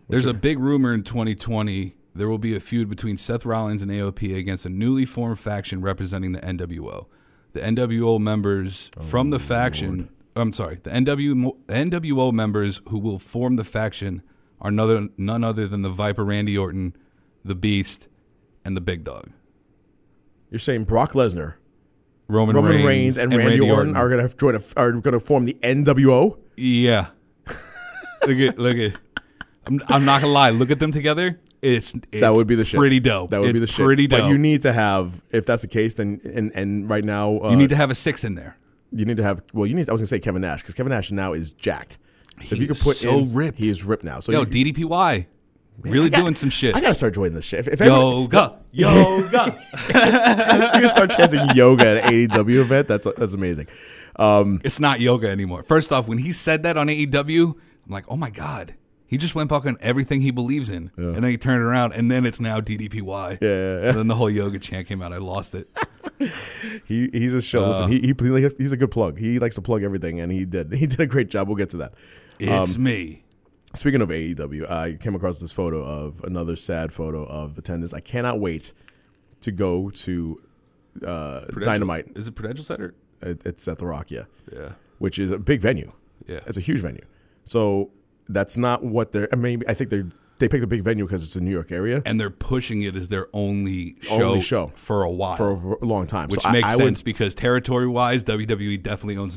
S6: There's a big rumor in 2020 there will be a feud between Seth Rollins and AOP against a newly formed faction representing the NWO. The NWO members from
S5: Oh,
S6: the faction, I'm sorry, the NW, NWO members who will form the faction are none, none other than the Viper Randy Orton, the Beast, and the Big Dog.
S5: You're saying Brock Lesnar,
S6: Roman,
S5: Roman Reigns, and, Randy, Orton, are going to join. A, are going to form the NWO.
S6: Yeah. look at look at. I'm, I'm not gonna lie. Look at them together. It's, it's
S5: that would be the shit.
S6: pretty dope.
S5: That would be the
S6: It's
S5: shit.
S6: Pretty dope.
S5: But you need to have, if that's the case, then and and right now uh,
S6: you need to have a six in there.
S5: you need to have. Well, you need. I was going to say Kevin Nash because Kevin Nash now is jacked. So if you
S6: He
S5: could
S6: is
S5: put
S6: so
S5: in,
S6: ripped.
S5: he is ripped now. So
S6: Yo,
S5: you,
S6: DDPY, really doing some shit.
S5: I got to start joining this shit. If, if everyone-
S6: Yoga, yoga.
S5: you can start chanting yoga at an AEW event. That's that's amazing. Um,
S6: it's not yoga anymore. First off, when he said that on AEW, I'm like, oh my god, he just went back on everything he believes in, and then he turned around, and then it's now DDPY. Yeah. And then the whole yoga chant came out. I lost it.
S5: Um, He he's a show. Listen, he, he he's a good plug. He likes to plug everything, and he did. He did a great job. We'll get to that.
S6: It's me.
S5: Speaking of AEW, I came across this photo of another sad photo of attendance. I cannot wait to go to uh, Dynamite.
S6: Is it Prudential Center?
S5: It- It's at the Rock, yeah,
S6: Yeah.
S5: which is a big venue.
S6: Yeah.
S5: it's a huge venue. So that's not what they're. I mean, I think they they picked a big venue because it's a New York area
S6: and they're pushing it as their only show,
S5: Only show.
S6: for a while,
S5: for a v- long time,
S6: which
S5: So I-
S6: makes
S5: I would-
S6: sense because territory wise, WWE E definitely owns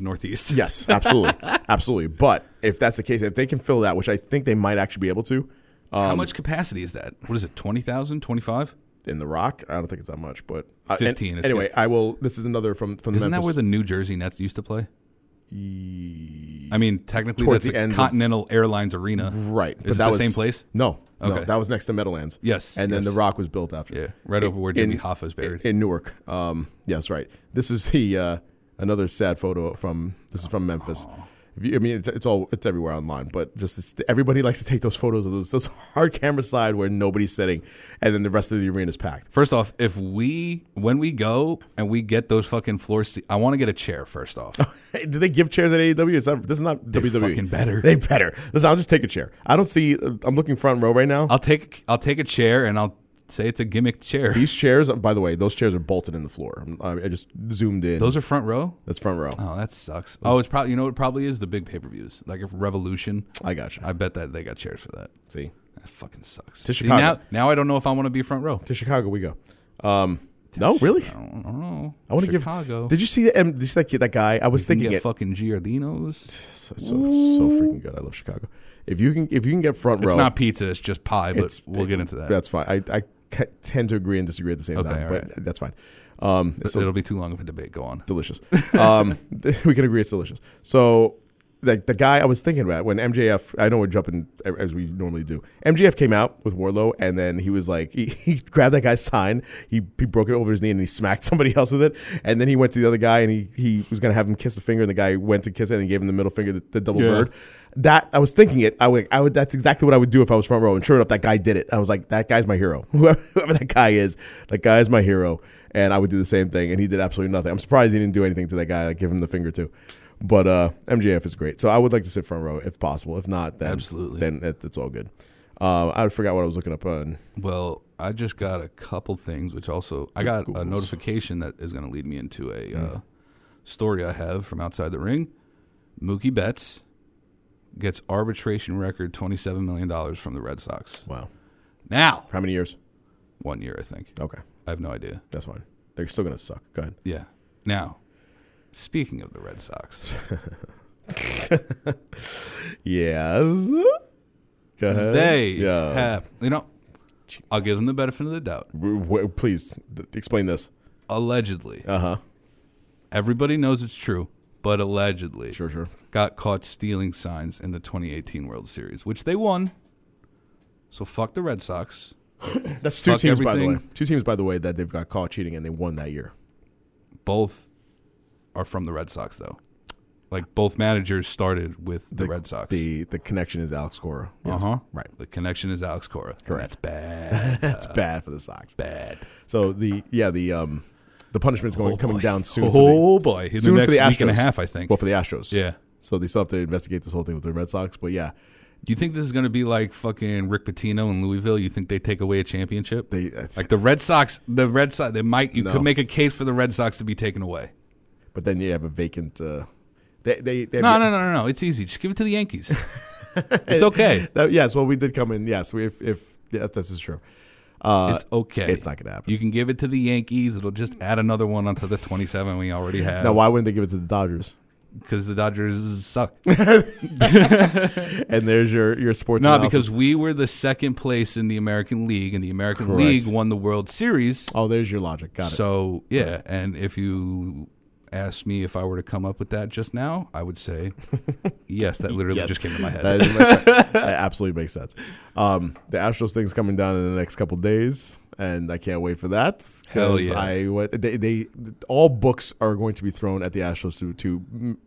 S6: Northeast.
S5: Yes, absolutely, absolutely. But if that's the case, if they can fill that, which I think they might actually be able to, uh,
S6: How much capacity is that? What is it? 20,000? 25?
S5: in the Rock, I don't think it's that much. But uh, and-
S6: 15 is
S5: anyway,
S6: good.
S5: I will. This is another from from
S6: Isn't that
S5: Memphis.
S6: where the New Jersey Nets used to play? I mean, technically,
S5: Towards
S6: that's the,
S5: the end of-
S6: Continental Airlines Arena.
S5: right?
S6: Is
S5: but
S6: it
S5: that
S6: the
S5: was
S6: same place?
S5: No, no,
S6: Okay.
S5: that was next to Meadowlands.
S6: Yes,
S5: and then
S6: yes.
S5: the Rock was built after.
S6: Yeah, right over where Jimmy Hoffa is buried.
S5: in Newark. Um, yes, right. This is the uh, another sad photo from this is from Memphis. If you- I mean, it's, it's all it's everywhere online, but just it's, everybody likes to take those photos of those those hard camera side where nobody's sitting, and then the rest of the arena is packed.
S6: First off, if we when we go and we get those fucking floor seats, I want to get a chair. First off,
S5: Hey, do they give chairs at AEW? Is that this is not WWE?
S6: fucking better.
S5: E. They better. Listen, I'll just take a chair. I don't see. I'm looking front row right now.
S6: I'll take I'll take a chair and I'll say it's a gimmick chair.
S5: These chairs, by the way, those chairs are bolted in the floor. I'm- I, I just zoomed in.
S6: Those are front row.
S5: that's front row.
S6: Oh, that sucks. Oh, it's probably you know what it probably is the big pay per views like if Revolution.
S5: I got you.
S6: I bet that they got chairs for that.
S5: see
S6: That fucking sucks.
S5: To
S6: See,
S5: Chicago.
S6: now, now I don't know if I want to be front row.
S5: to Chicago we go. Um, no, really.
S6: I don't, I don't know.
S5: I want to give.
S6: Chicago.
S5: Did you see the? M, did you see that kid? That guy. I was
S6: you can
S5: thinking
S6: get
S5: it.
S6: fucking Giardino's.
S5: so, so so freaking good. I love Chicago. If you can, if you can get front row,
S6: It's not pizza. It's just pie. But
S5: it's-
S6: we'll get into that.
S5: That's fine. I, I ca- tend to agree and disagree at the same
S6: Okay,
S5: time,
S6: all
S5: but
S6: right.
S5: that's fine. Um, it's
S6: It'll be too long of a debate. Go on.
S5: delicious. Um, we can agree it's delicious. So, like the guy I was thinking about when MJF, I know we're jumping e, as we normally do. MJF came out with Warlow, and then he was like, he, he grabbed that guy's sign, he, he broke it over his knee, and he smacked somebody else with it. And then he went to the other guy, and he, he was gonna have him kiss the finger, and the guy went to kiss it, and he gave him the middle finger, the, the double
S6: Yeah.
S5: bird. that I was thinking it. I would, I would. That's exactly what I would do if I was front row. And sure enough, that guy did it. I was like, that guy's my hero. Whoever whoever that guy is, that guy is my hero. And I would do the same thing. And he did absolutely nothing. I'm surprised he didn't do anything to that guy. Like give him the finger too. But uh, MJF is great. So I would like to sit front row if possible. If not, then
S6: Absolutely.
S5: then it, it's all good. Uh, I forgot what I was looking up on.
S6: Well, I just got a couple things, which also I got a
S5: Googles. Hmm.
S6: notification that is going to lead me into a uh, story I have from outside the ring. Mookie Betts gets arbitration record twenty seven million dollars from the Red Sox.
S5: Wow,
S6: Now,
S5: how many years?
S6: one year, I think.
S5: Okay,
S6: I have no idea.
S5: that's fine. They're still gonna suck. Go ahead.
S6: Yeah. Now, speaking of the Red Sox,
S5: Yes. Go ahead.
S6: they
S5: Yeah.
S6: have you know, I'll give them the benefit of the doubt.
S5: W- w- please th- explain this.
S6: Allegedly,
S5: Uh huh.
S6: everybody knows it's true, but allegedly,
S5: Sure, sure.
S6: got caught stealing signs in the 2018 World Series, which they won. So fuck the Red Sox.
S5: That's two
S6: Fuck
S5: teams, by the way.
S6: everything.
S5: Two teams, by the way, that they've got caught cheating and they won that year.
S6: Both are from the Red Sox, though. Like both managers started with the, Red Sox.
S5: The the connection is Alex Cora. Yes.
S6: uh huh.
S5: Right.
S6: The connection is Alex Cora. And
S5: Correct.
S6: That's bad.
S5: That's bad for the Sox.
S6: bad.
S5: So the yeah the um the punishment's going coming
S6: boy.
S5: down soon.
S6: Oh,
S5: for the,
S6: boy. In the
S5: soon for
S6: next
S5: the Astros.
S6: week and a half, I think.
S5: Well, for the Astros.
S6: Yeah.
S5: So they still have to investigate this whole thing with the Red Sox. But yeah,
S6: Do you think this is going to be like fucking Rick Pitino in Louisville? You think they take away a championship?
S5: They- that's-
S6: like the Red Sox, the Red Sox, they might. You
S5: No.
S6: could make a case for the Red Sox to be taken away.
S5: but then you have a vacant. Uh, they they, they have
S6: No, no, no, no, no. It's easy. Just give it to the Yankees. it's okay.
S5: That, yes, well, we did come in. Yes, we, if if yes, this is true. Uh,
S6: It's okay.
S5: It's not gonna happen.
S6: You can give it to the Yankees. It'll just add another one onto the 27 we already have.
S5: now, why wouldn't they give it to the Dodgers?
S6: Because the Dodgers suck.
S5: And there's your your sports.
S6: no,
S5: analysis.
S6: because we were the second place in the American League, and the American
S5: Correct.
S6: League won the World Series.
S5: oh, there's your logic. Got it.
S6: So, yeah. And if you asked me if I were to come up with that just now, I would say yes. That literally
S5: Yes.
S6: just came to my head.
S5: That, is- that absolutely makes sense. Um, the Astros thing's coming down in the next couple days, and I can't wait for that. 'cause
S6: Hell yeah.
S5: I went, they, they all books are going to be thrown at the Astros to to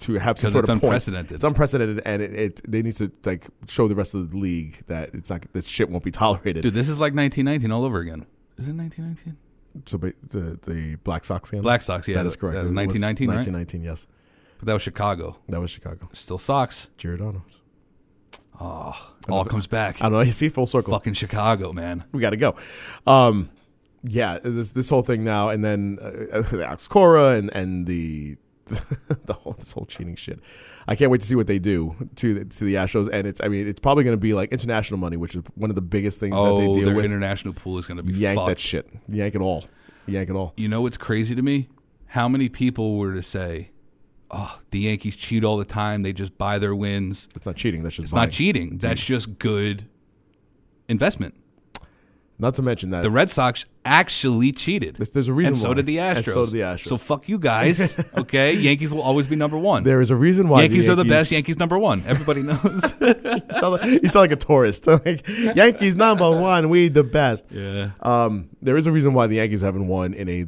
S5: to have some
S6: 'Cause
S5: sort
S6: it's
S5: of point.
S6: unprecedented.
S5: It's unprecedented, and it, it they need to like show the rest of the league that it's not that shit won't be tolerated.
S6: Dude, this is like 1919 all over again. Is it 1919?
S5: So ba- the the Black Sox scandal.
S6: Black Sox, yeah.
S5: that is correct.
S6: That
S5: It
S6: was
S5: was
S6: 1919, right?
S5: 1919, yes.
S6: But that was Chicago.
S5: That was Chicago.
S6: Still socks.
S5: Jared Arnold.
S6: All comes back.
S5: I don't know. You see full circle.
S6: Fucking Chicago, man.
S5: we got to go. Um, yeah, this this whole thing now, and then uh, the Alex Cora and and the the whole this whole cheating shit. I can't wait to see what they do to to the Astros, and it's I mean it's probably going to be like international money, which is one of the biggest things
S6: Oh,
S5: that they deal
S6: their
S5: with.
S6: international pool is going to be
S5: Yank
S6: fucked.
S5: that shit. Yank it all. Yank it all.
S6: You know what's crazy to me? How many people were to say, "Oh, the Yankees cheat all the time. They just buy their wins.
S5: It's not cheating. That's just
S6: It's
S5: buying.
S6: not cheating.
S5: Mm.
S6: That's just good investment."
S5: Not to mention that
S6: The Red Sox actually cheated.
S5: There's- there's a reason
S6: And so
S5: why.
S6: did the Astros.
S5: And so did the Astros.
S6: So fuck you guys. Okay, Yankees will always be number one.
S5: there is a reason why
S6: Yankees,
S5: the
S6: are the best.
S5: Yankees.
S6: Yankees number one. Everybody knows.
S5: You sound like, you sound like a tourist. like, Yankees number one, we the best. Yeah. Um, there is a reason why the Yankees haven't won in a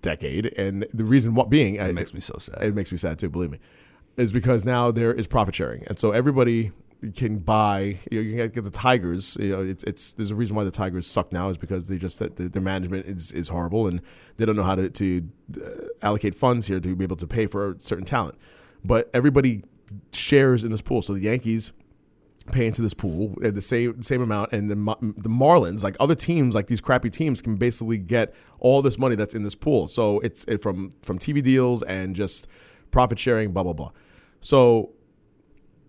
S5: decade, and the reason why being uh,
S6: it makes me so sad.
S5: It makes me sad too. Believe me, is because now there is profit sharing, and so everybody can buy. You, know, you can get the Tigers. You know, it's it's there's a reason why the Tigers suck now is because they just that the, their management is, is horrible and they don't know how to to uh, allocate funds here to be able to pay for certain talent. But everybody shares in this pool. So the Yankees pay into this pool at the same same amount, and the Ma- the Marlins, like other teams, like these crappy teams, can basically get all this money that's in this pool. So it's it, from from TV deals and just profit sharing, blah blah blah. So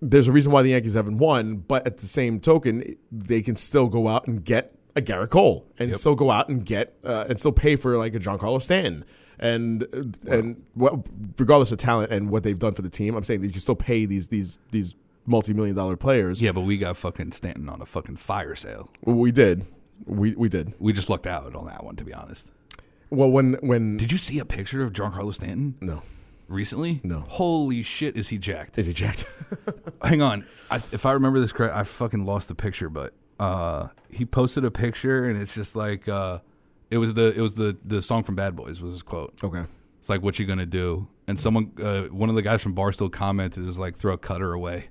S5: there's a reason why the Yankees haven't won, but at the same token, they can still go out and get a Garrett Cole, and still go out and get uh, and still pay for like a John Carlos Stanton, and uh, and well, regardless of talent and what they've done for the team, I'm saying that you can still pay these these these multi-million dollar players.
S6: yeah, but we got fucking Stanton on a fucking fire sale.
S5: We did. We we did.
S6: We just lucked out on that one, to be honest.
S5: Well, when when
S6: Did you see a picture of Giancarlo Stanton
S5: no,
S6: recently?
S5: No.
S6: Holy shit, is he jacked?
S5: is he jacked?
S6: Hang on. I, if I remember this correct, I fucking lost the picture, but uh, he posted a picture and it's just like uh, it was the it was the the song from Bad Boys was his quote.
S5: okay.
S6: It's like what you gonna do? And someone uh, one of the guys from Barstool commented is like throw a cutter away.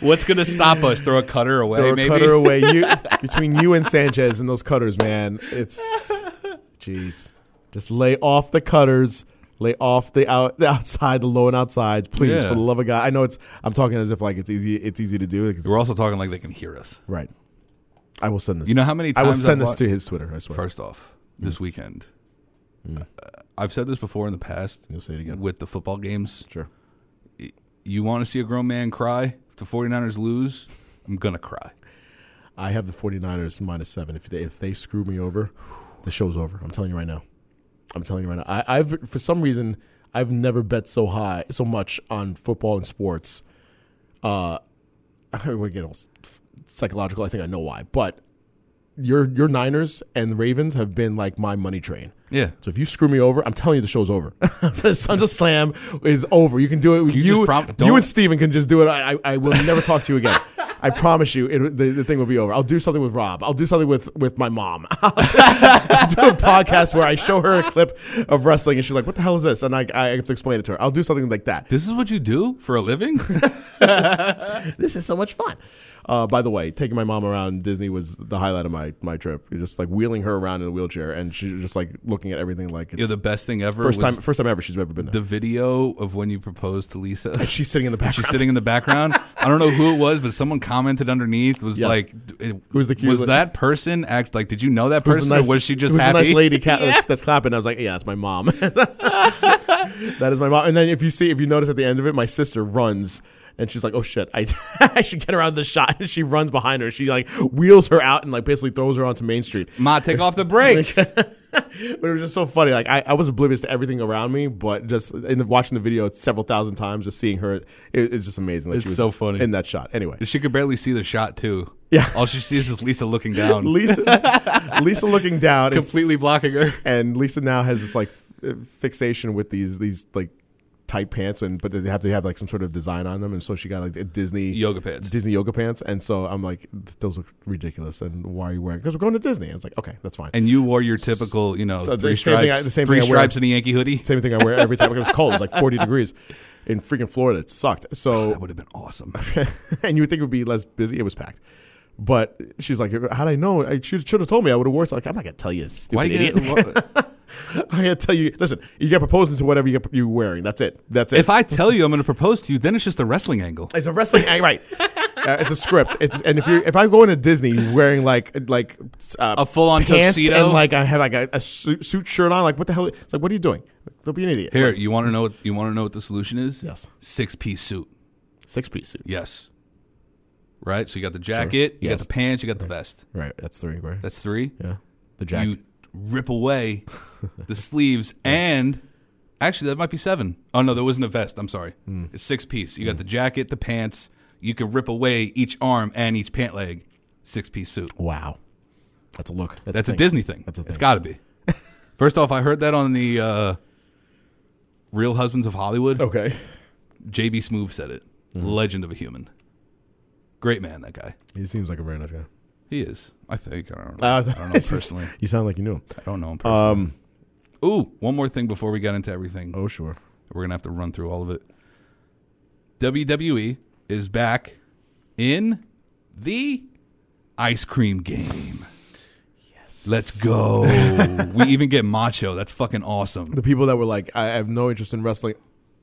S6: What's gonna stop us? Throw a cutter away,
S5: Throw a
S6: maybe.
S5: cutter away. You between you and Sanchez and those cutters, man. It's jeez. Just lay off the cutters. Lay off the out the outside, the low and outsides, please,
S6: Yeah.
S5: for the love of God. I know it's. I'm talking as if like it's easy. It's easy to do. Like, it's-
S6: We're also talking like they can hear us.
S5: right. I will send this.
S6: You know how many
S5: I will
S6: times I've
S5: send this
S6: wa-
S5: to his Twitter. I swear.
S6: First off,
S5: Mm.
S6: this weekend, uh, I've said this before in the past.
S5: You'll say it again.
S6: with the football games.
S5: Sure.
S6: You want to see a grown man cry? If the 49ers lose, I'm gonna cry.
S5: I have the 49ers minus seven. If they, if they screw me over, the show's over. I'm telling you right now. I'm telling you right now. I, I've for some reason I've never bet so high so much on football and sports. Uh, we get all s- psychological. I think I know why, but your your Niners and Ravens have been like my money train.
S6: Yeah.
S5: So if you screw me over, I'm telling you the show's over. the Sons of Slam is over. You can do it. with
S6: You
S5: You,
S6: just
S5: you,
S6: prom- don't-
S5: and Steven can just do it. I, I, I will never talk to you again. I promise you, it, the, the thing will be over. I'll do something with Rob. I'll do something with, with my mom. I'll do a podcast where I show her a clip of wrestling and she's like, what the hell is this? And I, I have to explain it to her. I'll do something like that.
S6: This is what you do for a living?
S5: This is so much fun. Uh, by the way, taking my mom around Disney was the highlight of my, my trip. Just like wheeling her around in a wheelchair and she's just like looking at everything like it's
S6: You're the best thing ever.
S5: first
S6: was
S5: time first time ever she's ever been there.
S6: The video of when you proposed to Lisa.
S5: She's sitting in the background.
S6: She's sitting in the background. I don't know who it was, but someone commented underneath was
S5: Yes.
S6: like, it-
S5: Who's the cute
S6: was
S5: li-
S6: that person act like? Did you know that
S5: Who's the
S6: person,
S5: nice-
S6: or was she just
S5: who's the
S6: happy?
S5: nice lady cat that's, that's clapping. I was like, yeah, that's my mom. that is my mom. And then if you see, if you notice at the end of it, my sister runs. And she's like, "Oh shit! I, I should get her out of the shot." And she runs behind her. She like wheels her out and like basically throws her onto Main Street.
S6: Ma, take off the brake.
S5: But it was just so funny. Like I, I was oblivious to everything around me, but just in the, watching the video several thousand times, just seeing her, it, it's just amazing. Like
S6: It's
S5: she was
S6: so funny.
S5: in that shot. Anyway,
S6: she could barely see the shot too.
S5: Yeah.
S6: all she sees is Lisa looking down,
S5: Lisa's, Lisa looking down, it's-
S6: completely blocking her.
S5: and Lisa now has this like f- fixation with these these like tight pants and but they have to have like some sort of design on them and so she got like a Disney
S6: Yoga pants.
S5: Disney yoga pants and so I'm like those look ridiculous and why are you wearing because we're going to Disney I was like okay that's fine
S6: And you wore your typical, you know,
S5: So the
S6: three
S5: same thing I-
S6: stripes,
S5: the same
S6: three
S5: thing I wear.
S6: stripes and a Yankee hoodie.
S5: same thing I wear every time because it's cold it was like 40 degrees in freaking Florida it sucked
S6: That
S5: so
S6: would have been awesome.
S5: and you would think it would be less busy it was packed but she's like how'd I know I should have told me I would have wore it So, like I'm not gonna tell you stupid
S6: Why
S5: idiot
S6: you get,
S5: I gotta tell you listen you get proposing to whatever you get, you wearing that's it that's it
S6: if I tell you I'm going to propose to you, then it's just a wrestling angle.
S5: It's a wrestling ang- right? Uh, it's a script. It's and if you if I go into Disney wearing like like uh,
S6: A full-on
S5: pants
S6: tuxedo?
S5: and like I have like a, a suit, suit shirt on, like what the hell? It's like what are you doing? Don't be an idiot.
S6: Here, you want to know what you want to know what the solution is?
S5: Yes.
S6: six piece suit.
S5: six piece suit.
S6: Yes. Right? So you got the jacket, you
S5: Yes.
S6: got the pants, you got the vest.
S5: Right, that's three. Right?
S6: That's three.
S5: yeah, the jacket.
S6: You rip away the sleeves and actually that might be seven. Oh no, there wasn't a vest. I'm sorry.
S5: Hmm.
S6: It's six piece. You got the jacket, the pants, you could rip away each arm and each pant leg. Six piece suit.
S5: wow, that's a look.
S6: That's a,
S5: thing.
S6: Disney thing.
S5: That's a
S6: It's
S5: thing.
S6: got to be. First off, I heard that on the uh, Real Husbands of Hollywood.
S5: Okay,
S6: JB Smoove said it.
S5: Mm-hmm.
S6: Legend of a human. Great man, that guy.
S5: he seems like a very nice guy.
S6: He is. I think. I don't know.
S5: Uh,
S6: I don't know him personally.
S5: you sound like you knew him.
S6: I don't know him personally. Um, Ooh, one more thing before we get into everything.
S5: Oh sure.
S6: We're going to have to run through all of it. WWE is back in the ice cream game. Yes. Let's go. we even get Macho. That's fucking awesome.
S5: the people that were like, I have no interest in wrestling,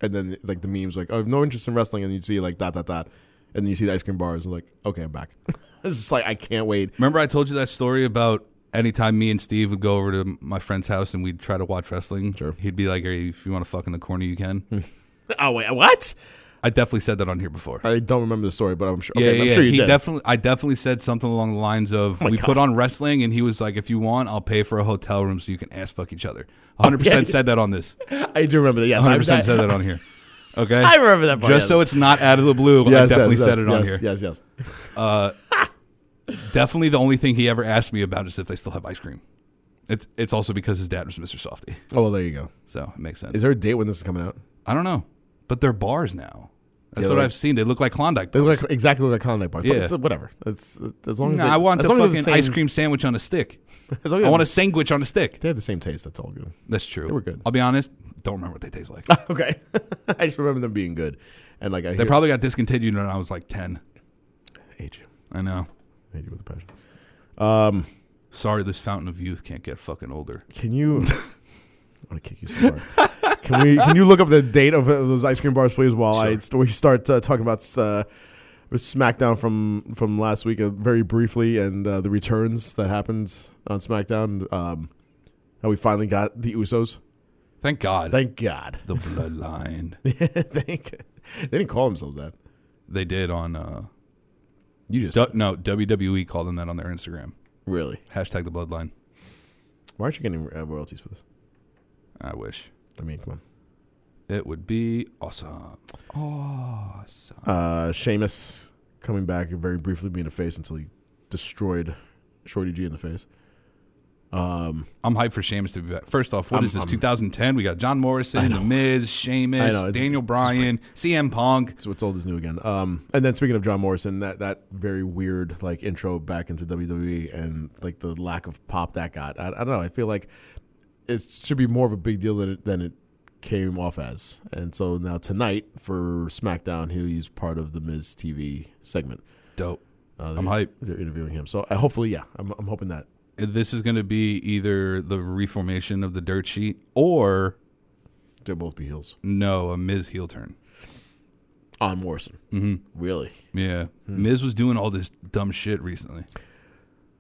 S5: and then like the memes like, "Oh, I have no interest in wrestling, and you'd see like dot dot dot, and then you see the ice cream bars like, okay, I'm back. it's just like I can't wait.
S6: Remember I told you that story about anytime me and Steve would go over to my friend's house and we'd try to watch wrestling,
S5: Sure.
S6: he'd be like, hey, if you want to fuck in the corner, you can.
S5: Oh wait, what?
S6: I definitely said that on here before.
S5: I don't remember the story, but I'm sure.
S6: yeah,
S5: okay,
S6: yeah,
S5: I'm
S6: yeah.
S5: sure Oh you
S6: he
S5: did.
S6: definitely. I definitely said something along the lines of, "We put on wrestling," and he was like, "If you want, I'll pay for a hotel room so you can ass fuck each other." 100 percent said that on this.
S5: I do remember that. Yes,
S6: 100 percent
S5: I-
S6: said that on here. Okay,
S5: I remember that part,
S6: Just
S5: yes.
S6: so it's not out of the blue, I
S5: Yes,
S6: definitely
S5: yes,
S6: said
S5: yes,
S6: it on
S5: yes,
S6: here.
S5: Yes, yes.
S6: Definitely, the only thing he ever asked me about is if they still have ice cream. It's it's also because his dad was Mr. Softy,
S5: Oh, well, there you go.
S6: so it makes sense.
S5: Is there a date when this is coming out?
S6: I don't know, but they're bars now. That's
S5: Yeah,
S6: what
S5: like-
S6: I've seen. They look like Klondike.
S5: They
S6: Bars.
S5: look like, exactly like Klondike Bar.
S6: Yeah.
S5: Yeah. It's, uh, whatever. It's as long as
S6: Nah,
S5: they,
S6: I want
S5: as
S6: the
S5: long as
S6: fucking
S5: it's the same-
S6: ice cream sandwich on a stick.
S5: As long as
S6: I want a
S5: it's-
S6: sandwich on a stick.
S5: They have the same taste. That's all good.
S6: That's true.
S5: They were good.
S6: I'll be honest. Don't remember what they taste like.
S5: Okay, I just remember them being good. And like I
S6: They
S5: hear
S6: probably got discontinued when I was like 10.
S5: age,
S6: I know.
S5: age with a passion.
S6: Sorry, this fountain of youth can't get fucking older.
S5: Can you? I want to kick you so hard. Can we? Can you look up the date of uh, those ice cream bars, please? While I
S6: Sure.
S5: st- we start uh, talking about uh, SmackDown from from last week, uh, very briefly, and uh, the returns that happened on SmackDown. Um, how we finally got the Usos.
S6: Thank God.
S5: Thank God.
S6: the bloodline.
S5: Thank. They didn't call themselves that.
S6: they did on uh
S5: You just
S6: du- no WWE called them that on their Instagram.
S5: really.
S6: Hashtag the bloodline.
S5: Why aren't you getting uh, royalties for this?
S6: I wish
S5: I mean, come
S6: it would be awesome. Awesome.
S5: on. Uh, Sheamus coming back and very briefly being a face until he destroyed Shorty G in the face.
S6: I'm hyped for Sheamus to be back. First off, what
S5: I'm-
S6: is this?
S5: I'm-
S6: 2010. We got John Morrison, The Miz, Sheamus,
S5: I know, it's-
S6: Daniel Bryan, CM Punk.
S5: So what's old is new again. Um, and then speaking of John Morrison, that that very weird like intro back into WWE and like the lack of pop that got. I, I don't know. I feel like it should be more of a big deal than it, than it came off as. And so now tonight for SmackDown, he's part of the Miz TV segment.
S6: Dope.
S5: Uh,
S6: I'm
S5: they're-
S6: hyped.
S5: They're interviewing him. So uh, hopefully, yeah, I'm, I'm hoping that
S6: This is going to be either the reformation of the dirt sheet or
S5: they'll both be heels
S6: no, a Miz heel turn.
S5: on Morrison. Mm-hmm. Really?
S6: Yeah.
S5: Hmm.
S6: Miz was doing all this dumb shit recently.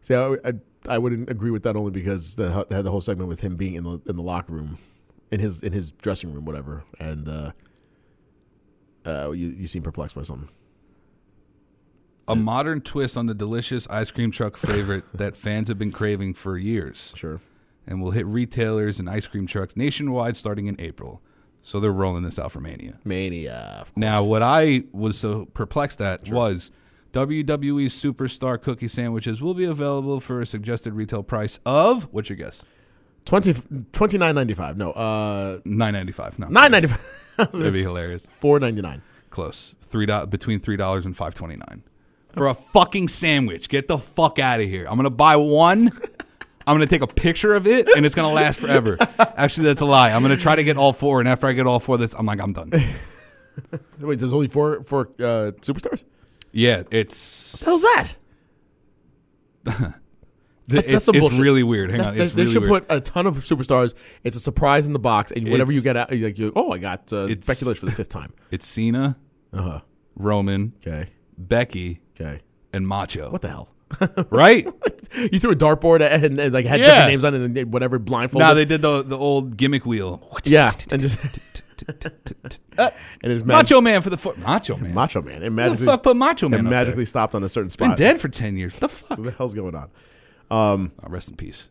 S5: See, I, I, I wouldn't agree with that only because the, they had the whole segment with him being in the in the locker room, in his in his dressing room, whatever, and uh, uh, you you seem perplexed by something.
S6: A modern twist on the delicious ice cream truck favorite that fans have been craving for years
S5: Sure.
S6: and will hit retailers and ice cream trucks nationwide starting in April. So they're rolling this out for Mania.
S5: Mania. Of course.
S6: Now, what I was so perplexed at was WWE Superstar cookie sandwiches will be available for a suggested retail price of what's your guess?
S5: 20, 29.95. No, uh,
S6: Nine ninety five. No,
S5: 9.95.
S6: That'd be hilarious.
S5: 4.99.
S6: Close. Three do- between three dollars and five twenty nine for a fucking sandwich. Get the fuck out of here. I'm gonna buy one. I'm gonna take a picture of it, and it's gonna last forever. Actually, that's a lie. I'm gonna try to get all four, and after I get all four, this I'm like I'm done.
S5: Wait, there's only four four uh, superstars.
S6: Yeah, it's
S5: hell's that?
S6: it's,
S5: That's some
S6: it's
S5: bullshit.
S6: really weird. Hang
S5: That's-
S6: on,
S5: they,
S6: it's
S5: they
S6: really
S5: should
S6: weird.
S5: put a ton of superstars. It's a surprise in the box, and whatever you
S6: It's-
S5: get out, you're like you, oh, I got uh,
S6: It's-
S5: Becky Lynch for the fifth time.
S6: It's Cena,
S5: Uh huh.
S6: Roman,
S5: Okay.
S6: Becky,
S5: Okay.
S6: and Macho.
S5: What the hell?
S6: Right?
S5: You threw a dartboard at and, and like had
S6: Yeah.
S5: different names on it and they- whatever blindfolded.
S6: now they did the the old gimmick wheel.
S5: yeah, Uh. and just and it's mag-
S6: Macho Man for the foot. Macho Man.
S5: Macho Man. It
S6: Who the
S5: magically,
S6: fuck put Macho Man
S5: it
S6: up there?
S5: magically stopped on a certain
S6: Been
S5: spot.
S6: dead for ten years. The fuck.
S5: What the hell's going on?
S6: Oh, rest in peace.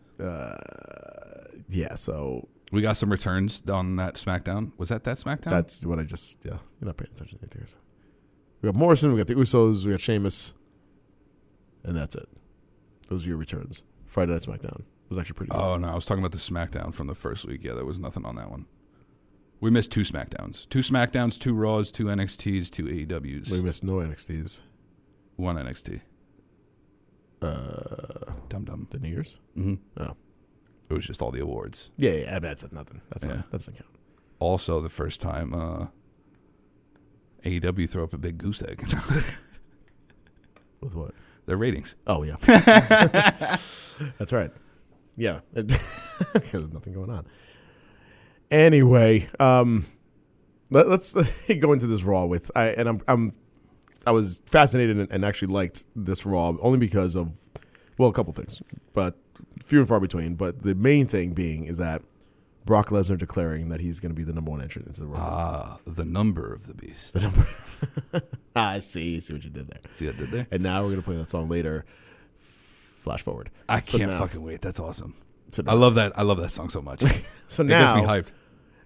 S5: Yeah, so
S6: We got some returns on that SmackDown. Was that that SmackDown?
S5: that's what I just yeah. You're not paying attention to anything. else. We got Morrison, we got the Usos, we got Sheamus, and that's it. Those are your returns. Friday Night SmackDown was actually pretty good.
S6: oh no, I was talking about the SmackDown from the first week. Yeah, there was nothing on that one. We missed two SmackDowns, two SmackDowns, two Raws, two NXTs, two AEWs,
S5: we missed no NXTs.
S6: one NXT. Uh, dum dum.
S5: The New Year's. Mm-hmm. Oh,
S6: It was just all the awards.
S5: yeah, yeah. That's nothing. That's
S6: Yeah.
S5: not, that's not count.
S6: Also, the first time uh, AEW threw up a big goose egg.
S5: With what?
S6: Their ratings.
S5: Oh yeah, that's right. Yeah, there's nothing going on. Anyway, um, let, us go into this Raw with I and I'm I'm I was fascinated and, and actually liked this Raw only because of well a couple things, but few and far between. But the main thing being is that Brock Lesnar declaring that he's going to be the number one entrant into the Raw.
S6: Ah, the number of the beast.
S5: I see, see what you did there.
S6: Ah. See what I did there?
S5: And now we're going to play that song later. Flash forward.
S6: I
S5: So
S6: can't
S5: now-
S6: fucking wait. That's awesome.
S5: So
S6: I
S5: now-
S6: love that. I love that song so much.
S5: So
S6: it
S5: now
S6: gets me hyped.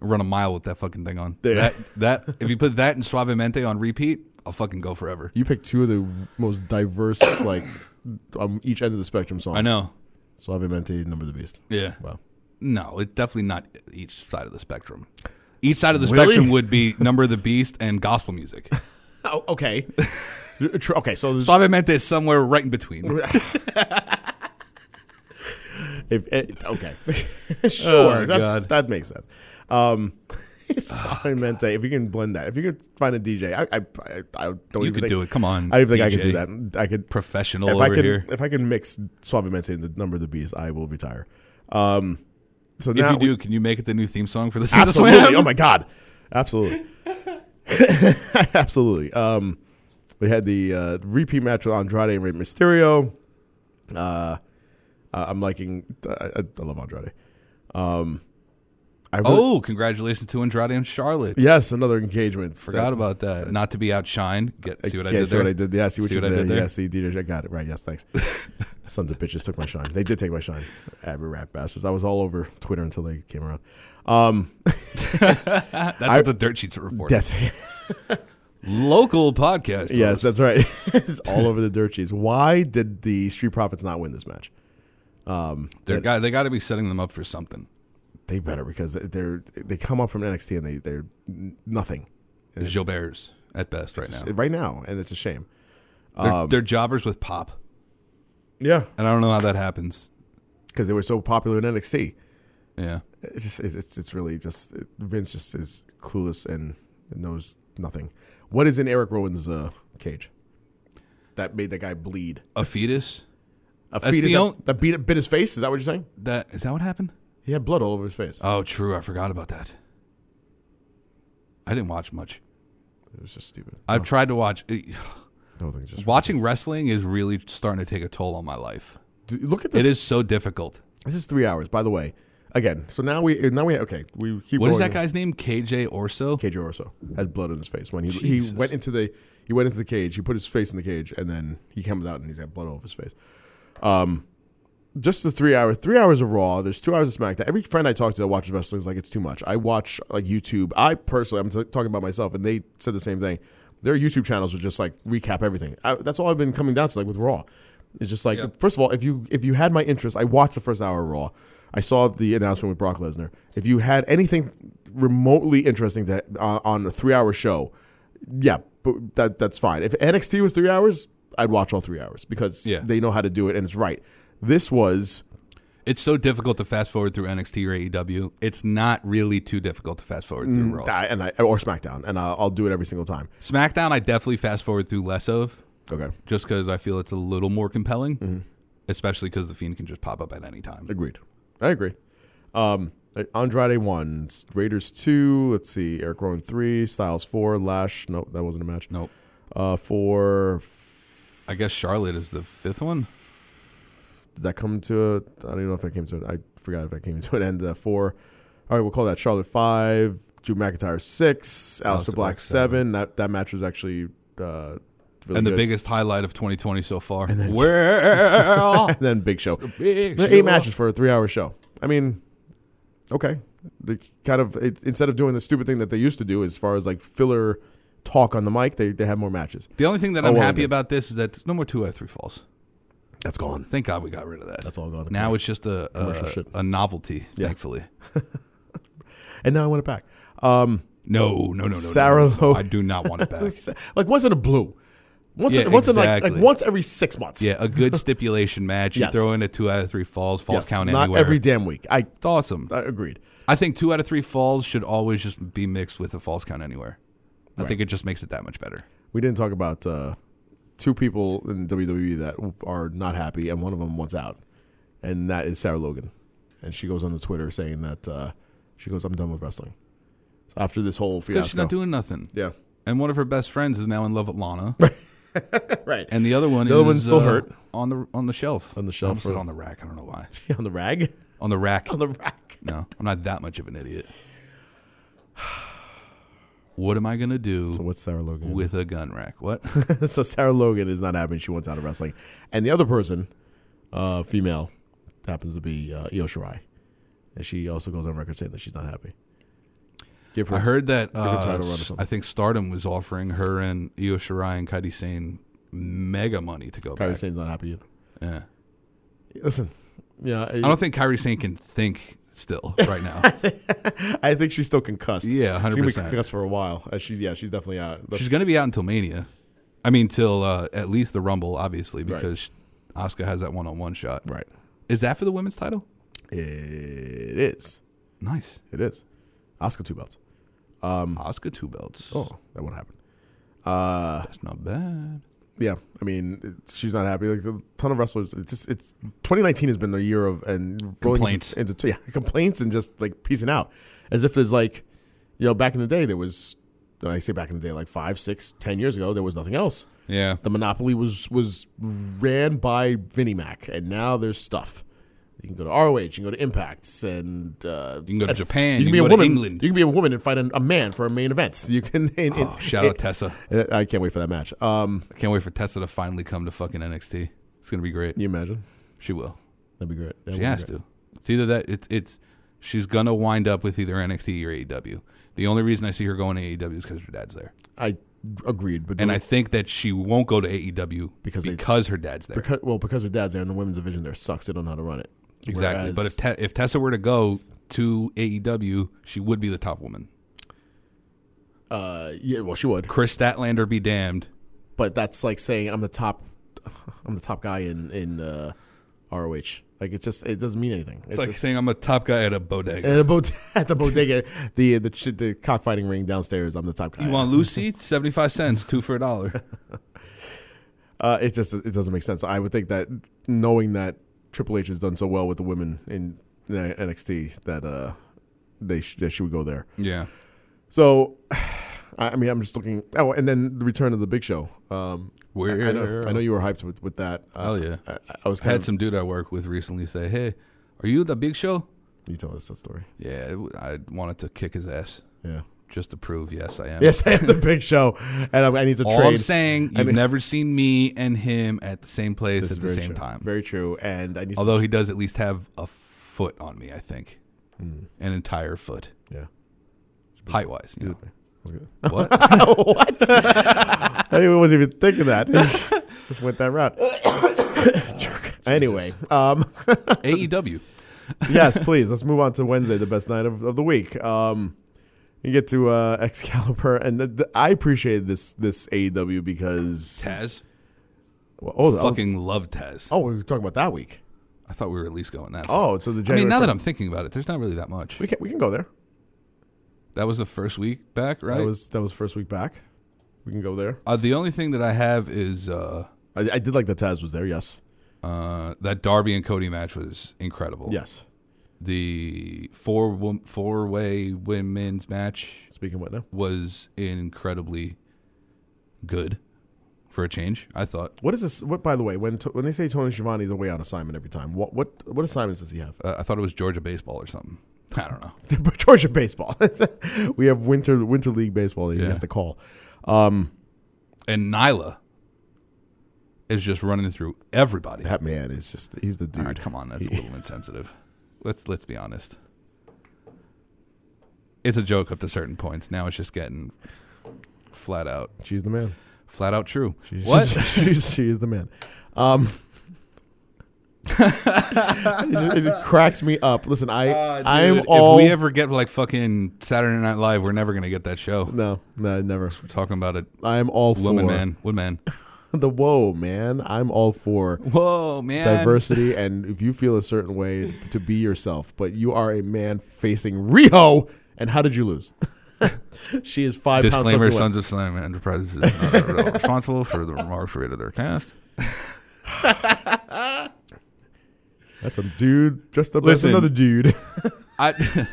S6: Run a mile with that fucking thing on.
S5: There.
S6: That that if you put that and Suavemente on repeat, I'll fucking go forever.
S5: You picked two of the most diverse, like, on each end of the spectrum songs.
S6: I know.
S5: Suavemente, Number of the Beast.
S6: Yeah.
S5: Wow.
S6: No, it's definitely not each side of the spectrum. Each side of the
S5: Really?
S6: spectrum would be Number of the Beast and gospel music.
S5: Oh, okay. Tr- okay, so there's-
S6: Suavemente is somewhere right in between.
S5: if, eh, okay, Oh, sure, that's,
S6: God.
S5: that makes sense. Um, Sorry, Mente. If you can blend that, if you can find a DJ, I, I, I, I don't
S6: You
S5: even
S6: could
S5: think,
S6: do it. Come on,
S5: I don't even think I could
S6: DJ.
S5: do that. I could
S6: Professional
S5: if
S6: over
S5: I could,
S6: here.
S5: If I can mix Suavemente and the number of the beast, I will retire. Um, so
S6: If
S5: now
S6: you do, can you make it the new theme song for the Sins of
S5: absolutely.
S6: Slam?
S5: Oh my god, absolutely, absolutely. Um, we had the uh, repeat match with Andrade and Rey Mysterio. Uh, uh, I'm liking. I, I I love Andrade. Um, I really-
S6: Oh, congratulations to Andrade and Charlotte.
S5: yes, another engagement.
S6: Forgot about that. Not to be outshined. Get, see what I
S5: Yeah,
S6: did
S5: see
S6: there?
S5: what I did. Yeah, see what you
S6: I
S5: did.
S6: did there?
S5: Yeah, see, DJ, I got it right. Yes, thanks. Sons of bitches took my shine. They did take my shine. Abby rap bastards. I was all over Twitter until they came around. Um,
S6: That's what the dirt sheets are reporting.
S5: yes,
S6: Local podcast.
S5: yes, that's right. it's all over the dirt sheets. Why did the Street Profits not win this match?
S6: They're got, they got to be setting them up for something.
S5: They better because they're they come up from NXT and they they're nothing
S6: Gilbert's at best right now.
S5: right um, now, and it's a shame.
S6: They're, they're jobbers with pop.
S5: Yeah,
S6: And I don't know how that happens.
S5: because they were so popular in NXT.
S6: Yeah.
S5: it's just it's it's, it's really just Vince just is clueless and knows nothing. What is in Eric Rowan's uh, cage that made that guy bleed?
S6: A fetus?
S5: A
S6: That's
S5: fetus
S6: the
S5: that,
S6: on-
S5: that beat, bit his face. Is that what you're saying?
S6: That is that what happened?
S5: He had blood all over his face.
S6: Oh, true. I forgot about that. I didn't watch much.
S5: it was just stupid.
S6: I've tried to watch. eh,
S5: No, thing just
S6: Watching wrestling is really starting to take a toll on my life.
S5: Dude, Look at this.
S6: It is so difficult.
S5: This is three hours. By the way, again. So now we now we okay. We keep.
S6: What is
S5: rolling.
S6: that guy's name? KJ Orso?
S5: Cage Orso has blood on his face when he
S6: Jesus.
S5: he went into the he went into the cage. He put his face in the cage, and then he comes out and he's got blood all over his face. Um, just the three hours, three hours of Raw. There's two hours of SmackDown. Every friend I talk to that watches wrestling is like it's too much. I watch like YouTube. I personally, I'm t- talking about myself, and they said the same thing. Their YouTube channels would just like recap everything. I, that's all I've been coming down to, like with Raw. It's just like
S6: Yeah.
S5: first of all, if you if you had my interest, I watched the first hour of Raw. I saw the announcement with Brock Lesnar. If you had anything remotely interesting to, on on a three hour show, yeah, but that that's fine. If NXT was three hours, I'd watch all three hours because
S6: Yeah.
S5: they know how to do it and it's right. This was
S6: It's so difficult to fast forward through NXT or AEW. It's not really too difficult to fast forward through Raw.
S5: I, and I or SmackDown, and I'll, I'll do it every single time.
S6: SmackDown, I definitely fast forward through less of,
S5: Okay,
S6: just because I feel it's a little more compelling,
S5: Mm-hmm.
S6: especially because the Fiend can just pop up at any time.
S5: agreed. I agree. Um, Andrade one, Raiders two. Let's see, Eric Rowan three, Styles four, Lash. Nope, that wasn't a match.
S6: Nope.
S5: Uh, four.
S6: I guess Charlotte is the fifth one.
S5: Did that come to? A, I don't even know if that came to. An, I forgot if that came to an end. Uh, four. All right, we'll call that Charlotte five. Drew McIntyre six. Alistair
S6: Aleister
S5: Black
S6: Black,
S5: seven. That that match was actually uh, really
S6: and the
S5: good.
S6: biggest highlight of 2020 so far. well,
S5: and then Big Show.
S6: big
S5: Eight
S6: show.
S5: matches for a three-hour show. I mean, okay, they kind of it, instead of doing the stupid thing that they used to do, as far as like filler talk on the mic, they they have more matches.
S6: the only thing that
S5: Oh,
S6: I'm
S5: well,
S6: happy
S5: then.
S6: about this is that there's no more two out of three falls.
S5: That's gone.
S6: Thank God we got rid of that.
S5: That's all gone.
S6: Now it's just a
S5: Commercial
S6: a,
S5: shit.
S6: a novelty,
S5: Yeah.
S6: thankfully.
S5: And now I want it back. Um,
S6: No, no, no, no, no.
S5: Sarah
S6: no, no.
S5: Lowe.
S6: I do not want it back.
S5: like once in a blue, once
S6: Yeah,
S5: in, once in like,
S6: exactly.
S5: like once every six months.
S6: yeah, a good stipulation match.
S5: Yes.
S6: You throw in a two out of three falls, falls
S5: Yes,
S6: count
S5: not
S6: anywhere.
S5: every damn week. I,
S6: it's awesome.
S5: I agreed.
S6: I think two out of three falls should always just be mixed with a falls count anywhere. I think it just makes it that much better.
S5: We didn't talk about uh, two people in WWE that are not happy, and one of them wants out, and that is Sarah Logan, and she goes on to Twitter saying that uh, she goes, "I'm done with wrestling." So after this whole
S6: Because
S5: fiasco,
S6: she's not doing nothing.
S5: yeah,
S6: And one of her best friends is now in love with Lana.
S5: right, and
S6: And the other one
S5: The
S6: is
S5: other one's still
S6: uh,
S5: hurt.
S6: on the on the shelf.
S5: On the shelf
S6: I almost said
S5: for-
S6: on the rack. I don't know why.
S5: on the rag,
S6: On the rack.
S5: on the rack.
S6: no, I'm not that much of an idiot. What am I gonna do
S5: So what's Sarah Logan?
S6: with a gun rack? What?
S5: so Sarah Logan is not happy; she wants out of wrestling, and the other person, uh, female, happens to be uh, Io Shirai, and she also goes on record saying that she's not happy. Give her
S6: I
S5: a-
S6: heard that
S5: give her a
S6: uh,
S5: title run or something.
S6: I think Stardom was offering her and Io Shirai and Kairi Sane mega money to go
S5: Kyrie
S6: back.
S5: Sane's not happy either.
S6: Yeah.
S5: Listen, yeah, I,
S6: I don't think Kairi Sane can think still right now.
S5: I think she's still concussed.
S6: Yeah,
S5: She's gonna be
S6: 100%.
S5: concussed for a while. Uh, she's yeah, she's definitely out. But
S6: She's going to be out until Mania. I mean, till uh, at least the Rumble, obviously,
S5: Right.
S6: because Oscar has that one-on-one shot.
S5: right,
S6: Is that for the women's title?
S5: it is.
S6: Nice.
S5: It is. Oscar two belts.
S6: Oscar two belts.
S5: Mm. Oh, that won't happen. Uh,
S6: that's not bad.
S5: yeah, I mean, it- she's not happy. Like a ton of wrestlers. It's just it's 2019 has been a year of and rolling
S6: Complaints.
S5: into, into- yeah complaints and just like piecing out, as if there's like, you know, back in the day there was. when I say back in the day, like five, six, ten years ago, there was nothing else.
S6: Yeah.
S5: The monopoly was was ran by Vinnie Mac, and now there's stuff. You can go to ROH, you can go to Impacts, and uh,
S6: You can go to
S5: and-
S6: Japan, you
S5: You can,
S6: can
S5: be
S6: go
S5: a
S6: to
S5: woman.
S6: England.
S5: You can be a woman and fight a, a man for a main event. You can. and- and-
S6: Oh, shout out Tessa.
S5: and I can't wait for that match. Um,
S6: I can't wait for Tessa to finally come to fucking NXT. It's gonna be great.
S5: can you imagine?
S6: She will.
S5: That'd be great. That
S6: She
S5: would be
S6: has
S5: great.
S6: to. It's either that it's it's she's gonna wind up with either NXT or AEW. The only reason I see her going to AEW is because her dad's there,
S5: I agreed, but
S6: and I think that she won't go to AEW
S5: Because
S6: because
S5: they-
S6: her dad's there.
S5: because well because her dad's there and the women's division there sucks. They don't know how to run it.
S6: exactly.
S5: Whereas-
S6: but if Te- if Tessa were to go to AEW, she would be the top woman.
S5: uh, yeah, well she would.
S6: Chris Statlander be damned.
S5: But that's like saying I'm the top, I'm the top guy in in uh, ROH. Like it's just it doesn't mean anything.
S6: It's, like saying I'm a top guy at a bodega.
S5: At the, bod- at the bodega, the the ch- the cockfighting ring downstairs. I'm the top guy.
S6: you want Lucy? Seventy five cents, two for a dollar.
S5: Uh, it just it doesn't make sense. I would think that knowing that Triple H has done so well with the women in uh, NXT that uh, they sh- that she would go there.
S6: yeah.
S5: So, I I mean, I'm just looking. Oh, and then the return of the Big Show. Um,
S6: Where-
S5: I, I know, I know you were hyped with, with that. Uh,
S6: Hell yeah.
S5: I, I was
S6: I
S5: kind
S6: had
S5: of,
S6: some dude I work with recently say, "Hey, are you the Big Show?"
S5: You told us that story.
S6: Yeah, it w- I wanted to kick his ass
S5: Yeah.
S6: just to prove, yes, I am.
S5: Yes, I have the Big Show, and I'm, I need to
S6: All
S5: trade.
S6: I'm saying,
S5: I
S6: you've
S5: mean-
S6: never seen me and him at the same place
S5: This is
S6: at the
S5: very
S6: same
S5: true.
S6: time.
S5: Very true. And I need.
S6: Although he does at least have a foot on me, I think,
S5: Hmm.
S6: an entire foot,
S5: to, yeah.
S6: height wise. You know.
S5: Okay.
S6: What?
S5: what? I didn't- wasn't even thinking that. Just went that route. Jerk. Anyway, um,
S6: AEW.
S5: yes, please. Let's move on to Wednesday, the best night of, of the week. Um, you get to uh, Excalibur, and the, the, I appreciated this this AEW because
S6: Taz.
S5: well, oh, oh,
S6: Fucking love Taz.
S5: oh, we were talking about that week.
S6: I thought we were at least going that. far.
S5: Oh, so the
S6: I
S5: January
S6: mean, now that
S5: first-
S6: I'm thinking about it, there's not really that much.
S5: we can we can go there.
S6: That was the first week back, right?
S5: That was that was first week back. We can go there.
S6: uh, the only thing that I have is uh,
S5: I, I did like that Taz was there. Yes,
S6: uh, that Darby and Cody match was incredible.
S5: yes.
S6: the four wo- four way women's match
S5: Speaking of what now?
S6: was incredibly good for a change. I thought.
S5: What is this? What by the way, when to, when they say Tony Schiavone's away on assignment every time, what what what assignments does he have?
S6: Uh, I thought it was Georgia baseball or something. I don't know.
S5: Georgia baseball. we have winter winter league baseball. That He
S6: Yeah.
S5: has to call. Um,
S6: And Nyla is just running through everybody.
S5: that man is just he's the dude.
S6: All right, come on, that's a little insensitive. Let's let's be honest. It's a joke up to certain points. Now it's just getting flat out,
S5: She's the man.
S6: flat out true.
S5: She's,
S6: what?
S5: She's, she's, she is the man. Um, it, just- it just cracks me up. Listen, I I'm
S6: Ah, Dude,
S5: all
S6: If we ever get like fucking Saturday Night Live, we're never gonna get that show.
S5: no no never.
S6: We're talking about a
S5: I'm all
S6: woman
S5: for
S6: man, woman man.
S5: the whoa man. I'm all for
S6: Whoa, man!
S5: diversity and if you feel a certain way to be yourself but you are a man facing rio and how did you lose she is five
S6: Disclaimer:
S5: pounds
S6: Sons
S5: something
S6: of Slam Enterprises is not at all responsible for the remarks related to their cast.
S5: away. that's a dude dressed up
S6: Listen.
S5: as another dude
S6: I,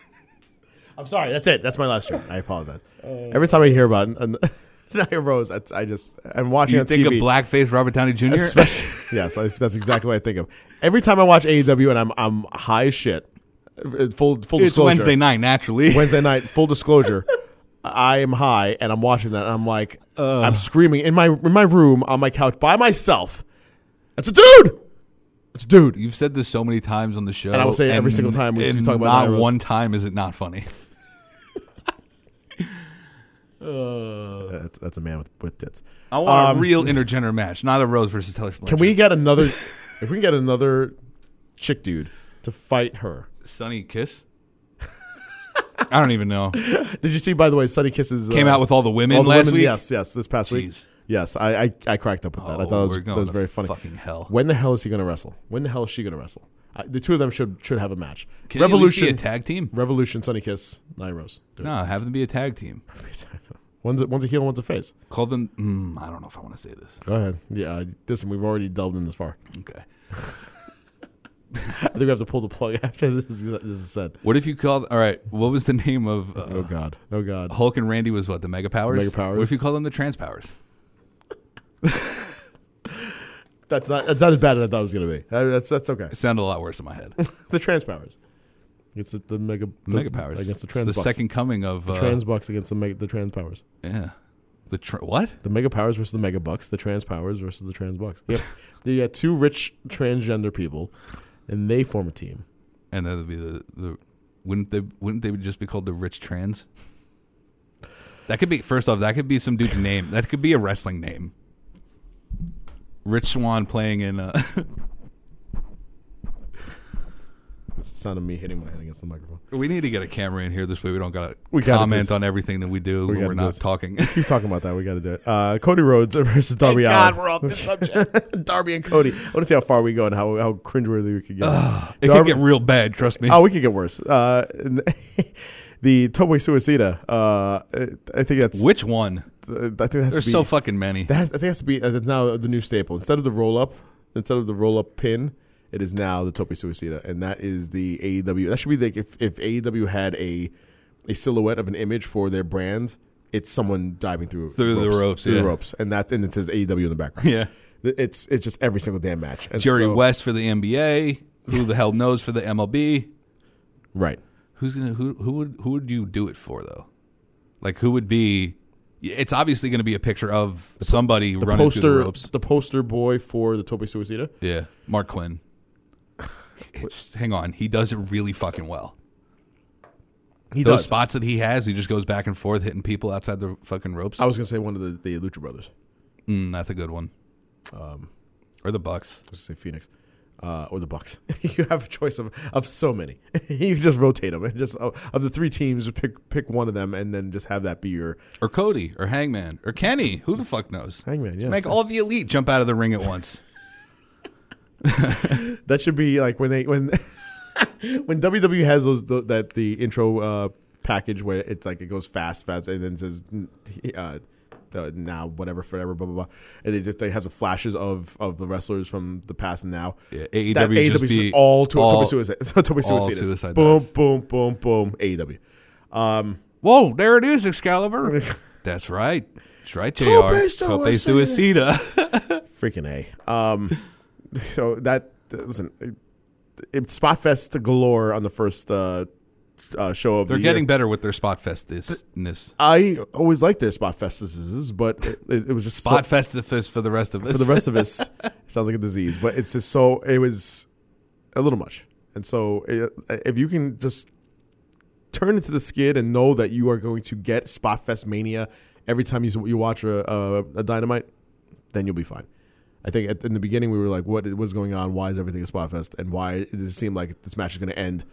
S5: i'm sorry that's it that's my last year i apologize every time i hear about an, an rose that's i just i'm watching
S6: you
S5: on
S6: think
S5: TV,
S6: of blackface Robert Downey Jr.
S5: especially- yes I, that's exactly what i think of every time i watch aew and i'm i'm high as shit Uh, full full
S6: it's
S5: disclosure
S6: Wednesday night, naturally.
S5: Wednesday night, full disclosure, I am high and I'm watching that and I'm like I'm screaming in my in my room on my couch by myself. That's a dude. That's a dude.
S6: You've said this so many times on the show,
S5: And I will say it every single time we- we
S6: and
S5: talk about
S6: not
S5: Nyla's-
S6: one time is it not funny.
S5: That's, that's a man with, with tits.
S6: I want
S5: Um,
S6: a real intergender match, not a Rose versus Taylor Blanchard.
S5: Can we get another? if we can get another chick dude to fight her.
S6: Sunny kiss? I don't even know.
S5: Did you see? By the way, Sunny Kisses
S6: Came out with all the women
S5: all the
S6: last
S5: women-
S6: week.
S5: Yes, yes, this past week.
S6: Jeez.
S5: Yes, I, I I cracked up with that. I
S6: Oh,
S5: thought it was,
S6: we're
S5: that
S6: going
S5: was
S6: to
S5: very funny.
S6: fucking hell.
S5: When the hell is he going to wrestle? When the hell is she going to wrestle? I, the two of them should should have a match.
S6: Can they at least be a tag team?
S5: Revolution, Sunny Kiss, Nyla Rose. Do it.
S6: No, have them be a tag team.
S5: one's a, one's a heel, one's a face.
S6: Call them. Mm, I don't know if I want to say this.
S5: Go ahead. Yeah, I- listen, we've already delved in this far.
S6: Okay.
S5: I think we have to pull the plug after this. This is said.
S6: What if you called? All right. What was the name of uh,
S5: Oh God. Oh God.
S6: Hulk and Randy? Was what the Mega Powers?
S5: Mega Powers.
S6: What if you call them the Trans Powers?
S5: That's not that's not as bad as I thought it was gonna be. Uh, That's that's okay.
S6: It sounded a lot worse in my head.
S5: The trans powers. It's the, the mega the,
S6: Mega Powers.
S5: against the
S6: It's
S5: trans.
S6: the
S5: bucks.
S6: second coming of uh,
S5: trans bucks against the mega, the trans powers.
S6: Yeah. The tr- what?
S5: The mega powers versus the mega bucks. The trans powers versus the trans bucks. Yep. you got two rich transgender people, and they form a team.
S6: And that would be the, the wouldn't they wouldn't they just be called the rich trans? That could be first off, that could be some dude's name. That could be a wrestling name. Rich Swan playing in uh
S5: That's the sound of me hitting my head against the microphone.
S6: we need to get a camera in here this way we don't gotta
S5: We gotta do
S6: comment
S5: this.
S6: on everything that we do when
S5: gotta
S6: we're
S5: do
S6: not
S5: this.
S6: talking.
S5: Keep talking about that. We got to do it. Uh, Cody Rhodes versus Darby
S6: God,
S5: Allin.
S6: we're off this
S5: subject. Darby and Cody. I want to see how far we go and how how cringeworthy we could get.
S6: it could
S5: Darby-
S6: get real bad, trust me.
S5: Oh, we could get worse. Uh, and the Toboy Suicida. Uh, I think that's. uh,
S6: Which one?
S5: I think that's.
S6: There's so fucking many.
S5: That has, I think that's to be uh, that's now the new staple. Instead of the roll up, instead of the roll up pin, it is now the Tope Suicida, and that is the AEW. That should be like if, if AEW had a a silhouette of an image for their brand, it's someone diving through
S6: Through the ropes,
S5: through the
S6: yeah.
S5: ropes, and that's and it says AEW in the background.
S6: Yeah.
S5: Th- it's it's just every single damn match. And
S6: Jerry
S5: so-
S6: West for the NBA. Who the hell knows for the MLB?
S5: right?
S6: Who's gonna who who would who would you do it for though? Like who would be? It's obviously gonna be a picture of somebody
S5: The
S6: running through
S5: poster, the,
S6: the ropes.
S5: poster boy for the Tope Suicida.
S6: yeah, Mark Quinn. It's- hang on, he does it really fucking well.
S5: He
S6: Those
S5: does.
S6: spots that he has, he just goes back and forth hitting people outside the fucking ropes.
S5: I was gonna say one of the, the Lucha Brothers.
S6: Mm, that's a good one. Um, or the Bucks.
S5: I was gonna say Phoenix uh, or the Bucks. you have a choice of, of so many. you just rotate them and just of of the three teams, pick pick one of them and then just have that be your
S6: Or Cody, or Hangman, or Kenny. Who the fuck knows?
S5: Hangman,
S6: Just
S5: yeah,
S6: make
S5: that's-
S6: all the elite jump out of the ring at once.
S5: That should be like when they when when WWE has those tho- that the intro uh, package where it's like it goes fast, fast, and then it says mm, uh, the now whatever forever blah blah blah, and they just they have the flashes of of the wrestlers from the past and now.
S6: Yeah, AEW
S5: that
S6: just
S5: AEW
S6: be
S5: all to
S6: all-
S5: all, suicide. Toby
S6: all
S5: suicide.
S6: suicide
S5: boom,
S6: dives.
S5: boom, boom, boom. E AEW. Um,
S6: Whoa, there it is, Excalibur. That's right. That's right, JR. Tope
S5: Suicida.
S6: Suicida.
S5: Freaking a. Um, so that listen, it, it, Spotfest galore on the first uh, uh, show of
S6: They're
S5: the
S6: getting
S5: year.
S6: better with their spot festisness.
S5: I always liked their spot festuses, but it, it was just so-
S6: Spot festivus for the rest of us.
S5: for the rest of us. it sounds like a disease, but it's just so it was a little much. And so it, if you can just turn into the skid and know that you are going to get Spotfest mania every time you you watch a, a, a Dynamite, then you'll be fine. I think at, in the beginning we were like, what was going on? Why is everything a Spotfest? And why does it seem like this match is going to end?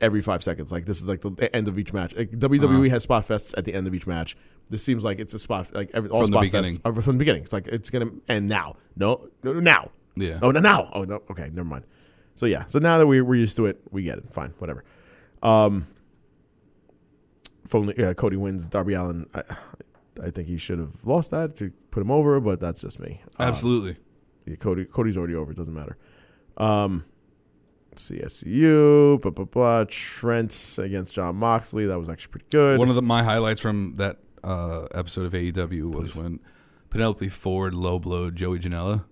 S5: Every five seconds, like this is like the end of each match. Like,
S6: Uh-huh.
S5: WWE has spot fests at the end of each match. This seems like it's a spot like every, all
S6: From the
S5: spot
S6: beginning.
S5: fests uh, from the beginning. It's like it's gonna end now. No, no, no, now.
S6: Yeah.
S5: Oh no, now. Oh no. Okay, never mind. So yeah. So now that we, we're used to it, we get it. Fine, whatever. Um, if only uh, Cody wins, Darby Allen. I, I think he should have lost that to put him over, but that's just me. Uh,
S6: Absolutely.
S5: yeah, Cody. Cody's already over. It doesn't matter. Um, CSU. Blah blah blah. Trent against John Moxley. That was actually pretty good.
S6: One of the, my highlights from that uh, episode of AEW was when Penelope Ford low blowed Joey Janela.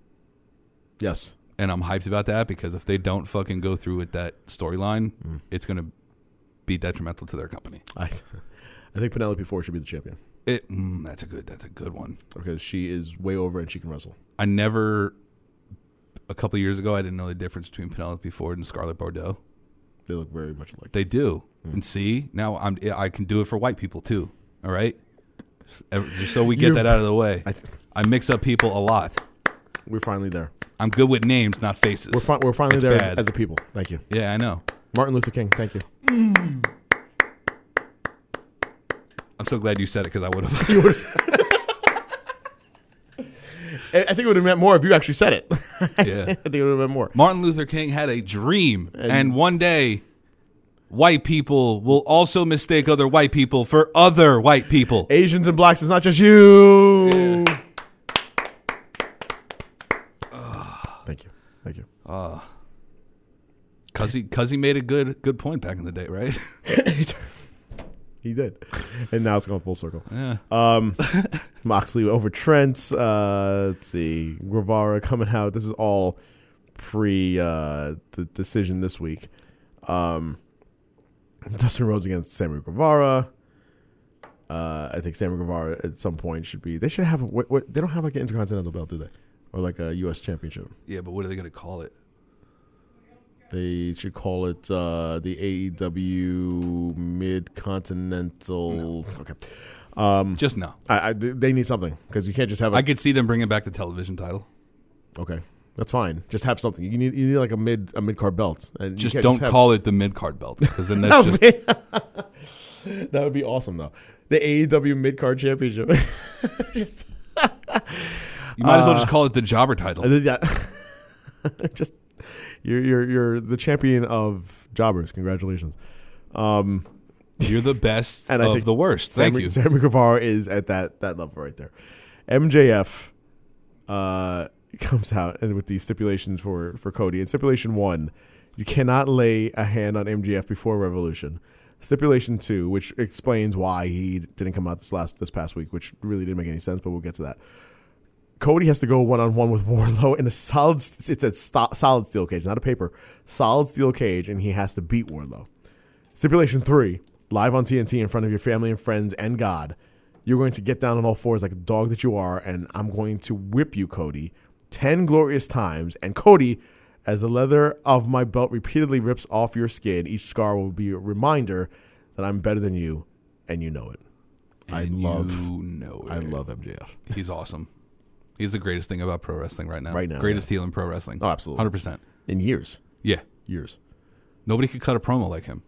S5: yes.
S6: And I'm hyped about that because if they don't fucking go through with that storyline,
S5: Mm.
S6: it's going to be detrimental to their company.
S5: I, I think Penelope Ford should be the champion.
S6: It, mm, that's a good. That's a good one.
S5: because she is way over and she can wrestle.
S6: I never a couple years ago I didn't know the difference between Penelope Ford and Scarlett Bordeaux.
S5: They look very much alike.
S6: They do.
S5: Mm.
S6: And see, now I'm I can do it for white people too. All right? Ev- Just so we get
S5: You're-
S6: that out of the way. I,
S5: I th-
S6: mix up people a lot.
S5: We're finally there.
S6: I'm good with names, not faces.
S5: We're fi- we're finally
S6: It's
S5: there as,
S6: bad.
S5: as a people. Thank you,
S6: yeah, I know.
S5: Martin Luther King. Thank you.
S6: I'm so glad you said it cuz I would have.
S5: You would've- I I think it would have meant more if you actually said it. I
S6: Yeah.
S5: think it would have meant more.
S6: Martin Luther King had a dream, and one day, white people will also mistake other white people for other white people.
S5: Asians and blacks, it's not just you. Thank you. Thank you.
S6: Cause he, cause he made a good, good point back in the day, right?
S5: He did. And now it's going full circle. Yeah. Um, Moxley over Trent. Uh, let's see. Guevara coming out. This is all pre uh, the decision this week. Um, Dustin Rhodes against Sammy Guevara. Uh, I think Sammy Guevara at some point should be. They should have. A, what, what, they don't have like an intercontinental belt, do they? Or like a U.S. championship.
S6: yeah, but what are they gonna call it?
S5: They should call it uh, the AEW Mid Continental. Okay. Um,
S6: Just no.
S5: I, I they need something because you can't just have a
S6: I could see them bringing back the television title.
S5: okay. That's fine. Just have something. You need you need like a mid a mid card belt. And you
S6: Just
S5: can't
S6: don't
S5: have- Oh,
S6: call it the mid card belt, because then that's just
S5: that would be awesome though. The AEW mid card championship. just
S6: you might as
S5: Uh,
S6: well just call it the jobber title.
S5: yeah. just you're you're you're the champion of jobbers. Congratulations. Um,
S6: You're the best
S5: and I
S6: of
S5: think
S6: the worst. Thank
S5: Sammy,
S6: you.
S5: Sammy Guevara is at that that level right there. MJF uh, comes out and with these stipulations for for Cody. In stipulation one, you cannot lay a hand on MJF before Revolution. Stipulation two, which explains why he didn't come out this last this past week, which really didn't make any sense, but we'll get to that. Cody has to go one on one with Warlow in a solid. It's a sto- solid steel cage, not a paper. Solid steel cage, and he has to beat Warlow. Stipulation three, live on TNT in front of your family and friends and God. You're going to get down on all fours like the dog that you are, and I'm going to whip you, Cody, 10 glorious times. And Cody, as the leather of my belt repeatedly rips off your skin, each scar will be a reminder that I'm better than you, and you know it. I
S6: And
S5: love,
S6: you know
S5: I
S6: it.
S5: love MJF.
S6: He's awesome. He's the greatest thing about pro wrestling right now.
S5: Right now,
S6: greatest heel in pro wrestling.
S5: Oh, absolutely.
S6: hundred percent.
S5: In years,
S6: Yeah,
S5: years.
S6: nobody could cut a promo like him.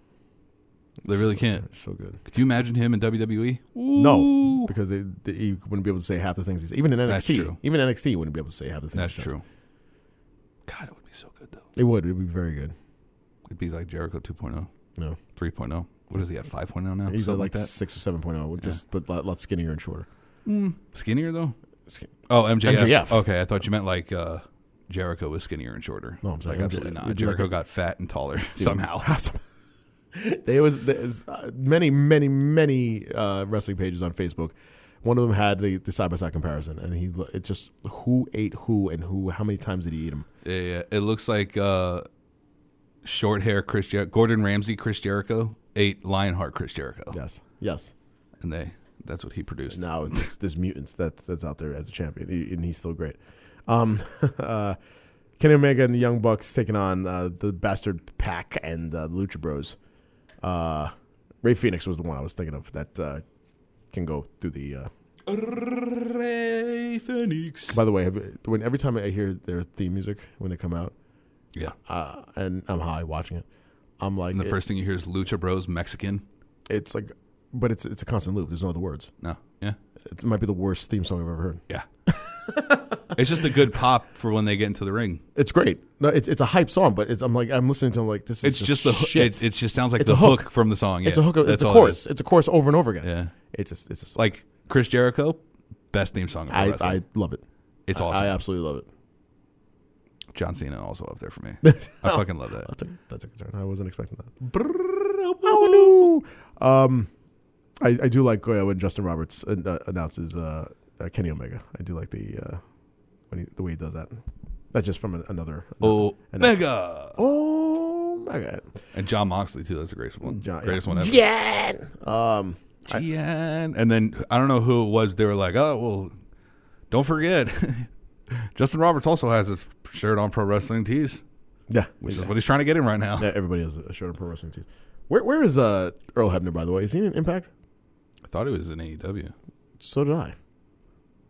S6: They really can't.
S5: So good.
S6: Could you imagine him in E? WWE?
S5: No, because they, they, he wouldn't be able to say half the things he's even in NXT.
S6: That's true.
S5: Even NXT wouldn't be able to say half the things.
S6: That's
S5: he says.
S6: true. God, it would be so good though.
S5: It would. It would be very good.
S6: It'd be like Jericho oh, 2.0,
S5: No.
S6: 3.0 oh. What is he at? 5.0 now?
S5: He's
S6: Something
S5: like,
S6: like that.
S5: six or seven point oh, just but a lot skinnier and shorter.
S6: Skinnier though.
S5: Skin-
S6: Oh, MJF.
S5: MJF.
S6: Okay, I thought you meant like uh, Jericho was skinnier and shorter.
S5: No, I'm
S6: It's
S5: saying
S6: like
S5: MJF.
S6: absolutely not.
S5: It'd be like
S6: Jericho
S5: a-
S6: got fat and taller somehow.
S5: there was there's uh, many, many, many uh, wrestling pages on Facebook. One of them had the the side by side comparison, and he it just who ate who and who how many times did he eat him?
S6: Yeah, yeah. It looks like uh, short hair Chris Jer- Gordon Ramsay, Chris Jericho ate Lionheart Chris Jericho,
S5: Yes, yes.
S6: and they that's what he produced.
S5: Now it's just this mutants that's that's out there as a champion, he- and he's still great. Um, uh, Kenny Omega and the Young Bucks taking on uh, the Bastard Pack and uh, the Lucha Bros. Uh, Ray Phoenix was the one I was thinking of that uh, can go through the. Uh,
S6: Ray Phoenix.
S5: by the way, have- when every time I hear their theme music when they come out,
S6: Yeah,
S5: uh, and I'm high watching it, I'm like,
S6: and the
S5: it-
S6: first thing you hear is Lucha Bros Mexican.
S5: it's like, but it's it's a constant loop. There's no other words.
S6: No, yeah,
S5: It might be the worst theme song I've ever heard.
S6: yeah. it's just a good pop for when they get into the ring.
S5: It's great. No, it's it's a hype song, but it's I'm like I'm listening to it, I'm like this is
S6: It's just, the hoo-
S5: shit.
S6: it, it just sounds like
S5: It's
S6: the
S5: a hook.
S6: hook. from the song. Yeah,
S5: it's a hook. It's
S6: That's
S5: a
S6: all it
S5: chorus.
S6: is.
S5: it's a chorus over and over again.
S6: Yeah.
S5: It's just it's just
S6: like Chris Jericho, best theme song. Of pro
S5: I,
S6: wrestling.
S5: I love it.
S6: it's
S5: I- uh,
S6: awesome.
S5: I, absolutely love it.
S6: John Cena also up there for me. I fucking love that.
S5: That took, that took a turn. I wasn't expecting that. um, I, I do like uh, when Justin Roberts an- uh, announces uh, uh, Kenny Omega. I do like the uh, when he, the way he does that. That's just from an, another.
S6: Oh,
S5: another-
S6: mega.
S5: oh my god!
S6: And John Moxley too. That's the greatest one.
S5: John-
S6: greatest
S5: yeah.
S6: one ever.
S5: Jan! Um,
S6: Gian. And then I don't know who it was. They were like, oh well, don't forget, Justin Roberts also has his shirt on pro wrestling tees,
S5: yeah,
S6: which is what he's trying to get in right now.
S5: Yeah, everybody has a short on pro wrestling tees. Where where is uh, Earl Hebner by the way? Is he in Impact?
S6: I thought it was in E AEW.
S5: So did I.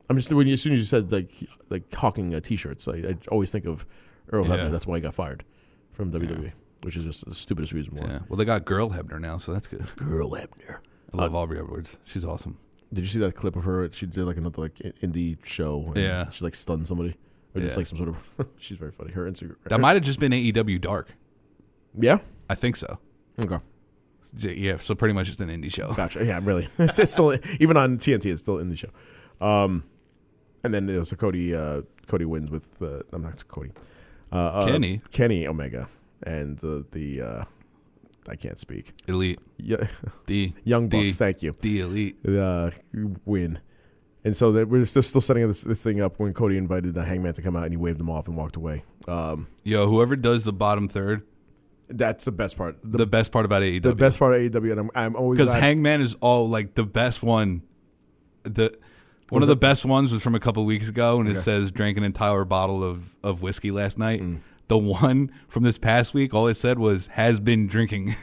S5: I'm just when you, as soon as you said like like hawking uh, t-shirts, I, I always think of Earl
S6: Yeah.
S5: Hebner. That's why he got fired from WWE, which is just the stupidest reason why.
S6: Yeah. Well, they got Girl Hebner now, so that's good.
S5: Earl Hebner.
S6: I love Aubrey Edwards. She's awesome.
S5: Did you see that clip of her? She did like another like i- indie show. and
S6: Yeah.
S5: she like stunned somebody or just
S6: Yeah.
S5: like some sort of. she's very funny. Her Instagram.
S6: That might have just been AEW Dark.
S5: yeah.
S6: I think so.
S5: Okay.
S6: J- Yeah, so pretty much it's an indie show.
S5: Gotcha. Yeah, really. It's, it's still even on TNT. It's still in the show. Um, and then you know, so Cody uh, Cody wins with uh, I'm not Cody. Uh, uh,
S6: Kenny.
S5: Kenny Omega and the the uh, I can't speak.
S6: Elite.
S5: Yeah,
S6: The
S5: Young
S6: the-
S5: Bucks. Thank you.
S6: The Elite.
S5: Uh, win. And so that we're still, still setting this, this thing up when Cody invited the Hangman to come out and he waved him off and walked away. Um,
S6: Yo, whoever does the bottom third,
S5: that's the best part. The,
S6: the, best part about E AEW.
S5: the best part of AEW, and I'm, I'm always
S6: because
S5: glad-
S6: Hangman is all like the best one. The one of the best ones was from a couple weeks ago, and it says drank an entire bottle of of whiskey last night.
S5: Mm.
S6: The one from this past week, all it said was has been drinking.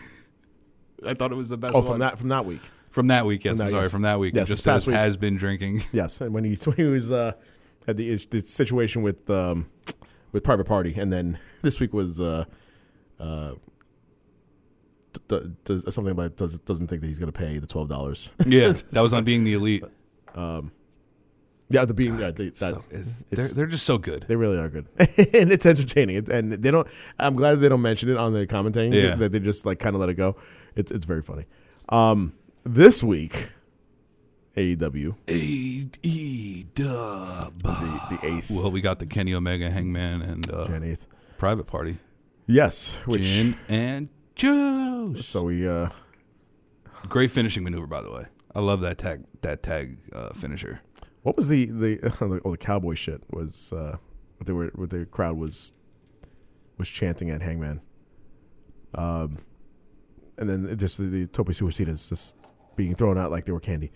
S6: I thought it was the best
S5: Oh,
S6: one
S5: from that from that week.
S6: from that week. Yes,
S5: that-
S6: I'm sorry,
S5: yes.
S6: from that week.
S5: Yes,
S6: it just
S5: this past
S6: says
S5: week.
S6: has been drinking.
S5: Yes, and when he when he was uh, had the, is- the situation with um, with Private Party, and then this week was uh, uh, d- d- does, uh, something about does, doesn't think that he's going to pay the twelve dollars.
S6: Yeah, that was on being the elite.
S5: yeah, the being yeah, they, that,
S6: So, it's- they're,
S5: it's-
S6: they're just so good.
S5: they really are good, and it's entertaining. It's, and they don't. I'm glad they don't mention it on the commentating.
S6: Yeah.
S5: that they just like kind of let it go. It's it's very funny. Um, this week, E AEW
S6: A E Dub.
S5: the eighth
S6: Well, we got the Kenny Omega, Hangman, and uh,
S5: Jan eighth.
S6: Private Party.
S5: Yes, which
S6: Gin and juice.
S5: so we uh.
S6: Great finishing maneuver, by the way. I love that tag. That tag uh, finisher.
S5: What was the the oh the cowboy shit was uh, what they were what the crowd was was chanting at Hangman, um, and then just the, the tope suicidas just being thrown out like they were candy,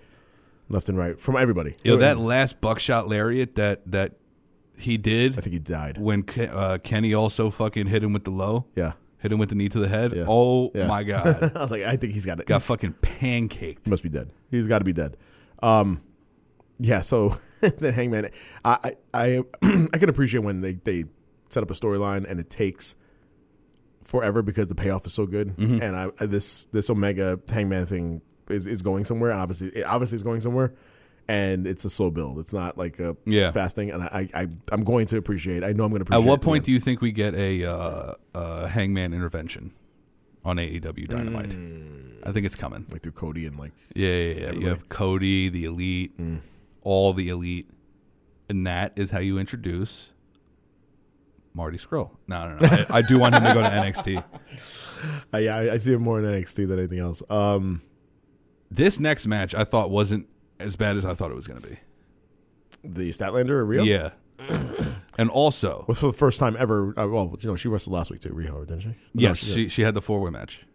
S5: left and right from everybody.
S6: Yo, that last buckshot lariat that that he
S5: I
S6: did
S5: think he died.
S6: when Ke- uh, Kenny also fucking hit him with the low,
S5: Yeah,
S6: hit him with the knee to the head.
S5: Yeah.
S6: Oh
S5: Yeah.
S6: my god,
S5: I was like, I think he's got it.
S6: got fucking pancaked.
S5: He must be dead. He's got to be dead. Um, yeah. So the Hangman, I I I, I can appreciate when they they set up a storyline and it takes forever because the payoff is so good.
S6: Mm-hmm.
S5: And I, I this this Omega Hangman thing is is going somewhere. and Obviously, it obviously is going somewhere. And it's a slow build. It's not like a
S6: Yeah.
S5: fast thing. And I, I, I'm going to appreciate. I know I'm going to appreciate.
S6: At what point do you think we get a uh, uh, Hangman intervention on AEW Dynamite?
S5: Mm.
S6: I think it's coming.
S5: like through Cody and like Mm.
S6: Yeah, yeah, yeah. You have Cody, the elite, all the elite, and that is how you introduce Marty Skrull. No, no, no. I, I do want him to go to NXT.
S5: I, I, I see it more in NXT than anything else. Um,
S6: This next match, I thought wasn't as bad as I thought it was going to be.
S5: the Statlander or Rio?
S6: Yeah, and also,
S5: Well, for the first time ever. Uh, well, you know, she wrestled last week too, Rhea Howard, didn't she?
S6: yes,
S5: No,
S6: she she had the four way match.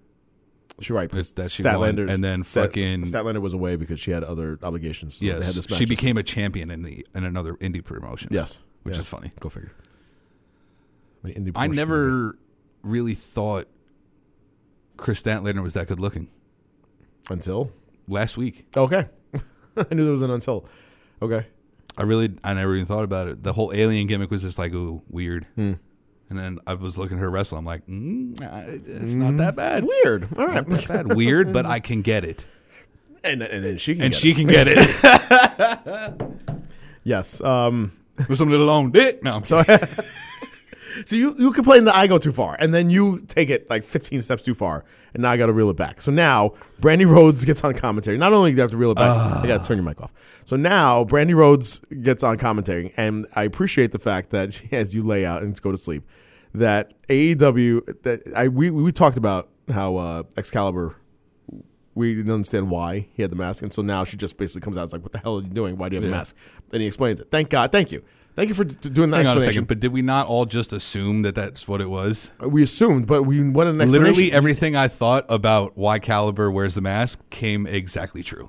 S5: she right. because
S6: that she won,
S5: Statlander-
S6: and then
S5: Stat-
S6: fucking-
S5: Statlander was away because she had other obligations. So they had
S6: Yes,
S5: this
S6: she
S5: match.
S6: became a champion in the in another indie promotion.
S5: Yes,
S6: which
S5: yeah.
S6: is funny.
S5: Go figure. I, mean, indie
S6: I
S5: promotion-
S6: never really thought Chris Statlander was that good looking.
S5: until
S6: Last week,
S5: okay. I knew there was an until. Okay,
S6: I really, I never even thought about it. The whole alien gimmick was just like, ooh, weird.
S5: Hmm.
S6: And then I was looking at her wrestle. I'm like, mm, I- it's not that bad.
S5: Hmm. weird. All right,
S6: Not that bad. Weird, but I can get it.
S5: and and then she can
S6: And
S5: get
S6: she
S5: it.
S6: can get it.
S5: yes. Um.
S6: With some little own dick. No, I'm sorry.
S5: So you you complain that I go too far, and then you take it like 15 steps too far, and now I got to reel it back. So now Brandy Rhodes gets on commentary. Not only do you have to reel it back,
S6: Ah.
S5: I got to turn your mic off. So now Brandy Rhodes gets on commentary, and I appreciate the fact that she- as you lay out and go to sleep, that AEW that I we we talked about how uh, Excalibur. We didn't understand why he had the mask, and so now she just basically comes out. and is like, "What the hell are you doing? Why do you have a
S6: Yeah.
S5: mask?" And he explains it. Thank God. Thank you. Thank you for d- doing that
S6: Hang on a
S5: explanation
S6: second. But did we not all just assume that that's what it was?
S5: we assumed, but we went an explanation.
S6: Literally uh, everything I thought about why Caliber wears the mask came exactly true.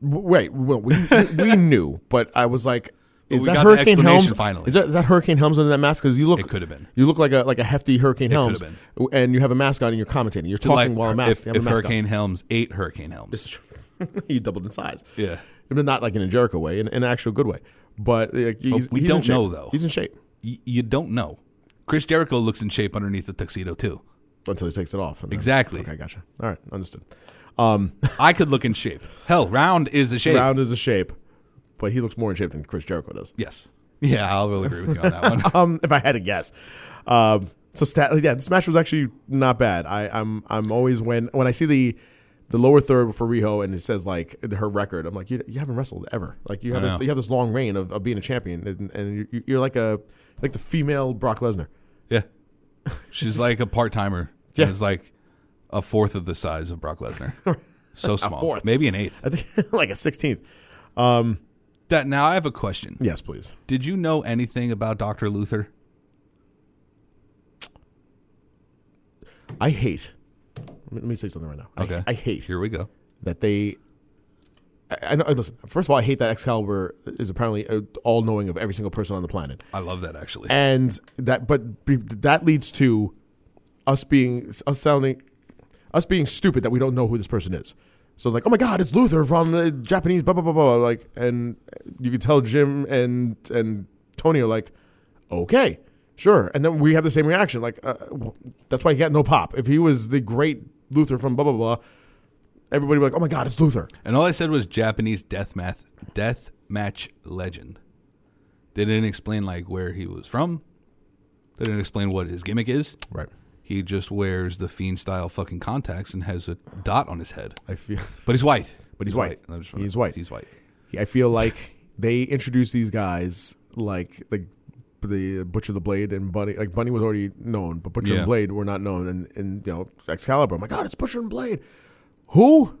S5: W- Wait, well, we we knew, but I was like, is
S6: we
S5: that
S6: got the
S5: Hurricane
S6: explanation
S5: Helms?
S6: finally.
S5: Is that is that Hurricane Helms under that mask? Because you look,
S6: It could have been.
S5: You look like a like a hefty Hurricane Helms,
S6: could have
S5: w- and you have a mask on, and you're commentating. You're
S6: To
S5: talking
S6: like,
S5: while a mask.
S6: if,
S5: you have a
S6: if
S5: mask on.
S6: Hurricane Helms ate Hurricane Helms.
S5: he doubled in size.
S6: Yeah.
S5: but not like in a Jericho way, in, in an actual good way. But uh, like, he's,
S6: we
S5: he's in
S6: don't
S5: shape.
S6: know, though.
S5: He's in shape
S6: Y- you don't know. Chris Jericho looks in shape underneath the tuxedo too.
S5: until he takes it off. and then-
S6: Exactly.
S5: okay, gotcha. All right, understood. Um,
S6: I could look in shape. Hell, round is a shape.
S5: round is a shape, but he looks more in shape than Chris Jericho does.
S6: Yes. Yeah, I'll really agree with you on that one.
S5: Um, if I had to guess. Um, so stat, yeah, this match was actually not bad. I, I'm I'm always when when I see the the lower third for Riho and it says like her record, I'm like you, you haven't wrestled ever. Like you have
S6: I
S5: this,
S6: know.
S5: you have this long reign of, of being a champion, and, and you, you're like a like the female Brock Lesnar.
S6: Yeah. She's like a part timer.
S5: Yeah.
S6: She's like a fourth of the size of Brock Lesnar. So small.
S5: fourth.
S6: Maybe an eighth.
S5: I think like a 16th.
S6: That, now I have a question.
S5: Yes, please.
S6: Did you know anything about Dr. Luther?
S5: I hate. Let me, let me say something right now. I-
S6: Okay.
S5: I, hate
S6: Here we go.
S5: that they. I, I know. Listen. First of all, I hate that Excalibur is apparently uh, all knowing of every single person on the planet.
S6: I love that actually.
S5: and that but be, that leads to us being us sounding us being stupid that we don't know who this person is so like oh my god it's luther from the japanese blah blah blah blah like and you can tell jim and and tony are like okay sure and then we have the same reaction like uh, w- that's why he got no pop if he was the great luther from blah blah blah everybody would be like oh my god it's luther
S6: And all I said was Japanese death math death match legend. They didn't explain like where he was from. They didn't explain what his gimmick is.
S5: right
S6: He just wears the fiend style fucking contacts and has a dot on his head.
S5: i feel
S6: But he's white.
S5: But he's white.
S6: I just wanna-
S5: He's white.
S6: He's white.
S5: I feel like they introduced these guys like like the Butcher the Blade and Bunny. Like Bunny was already known, but Butcher
S6: Yeah.
S5: and Blade were not known. And and you know Excalibur. I'm like, God, it's Butcher and Blade. Who?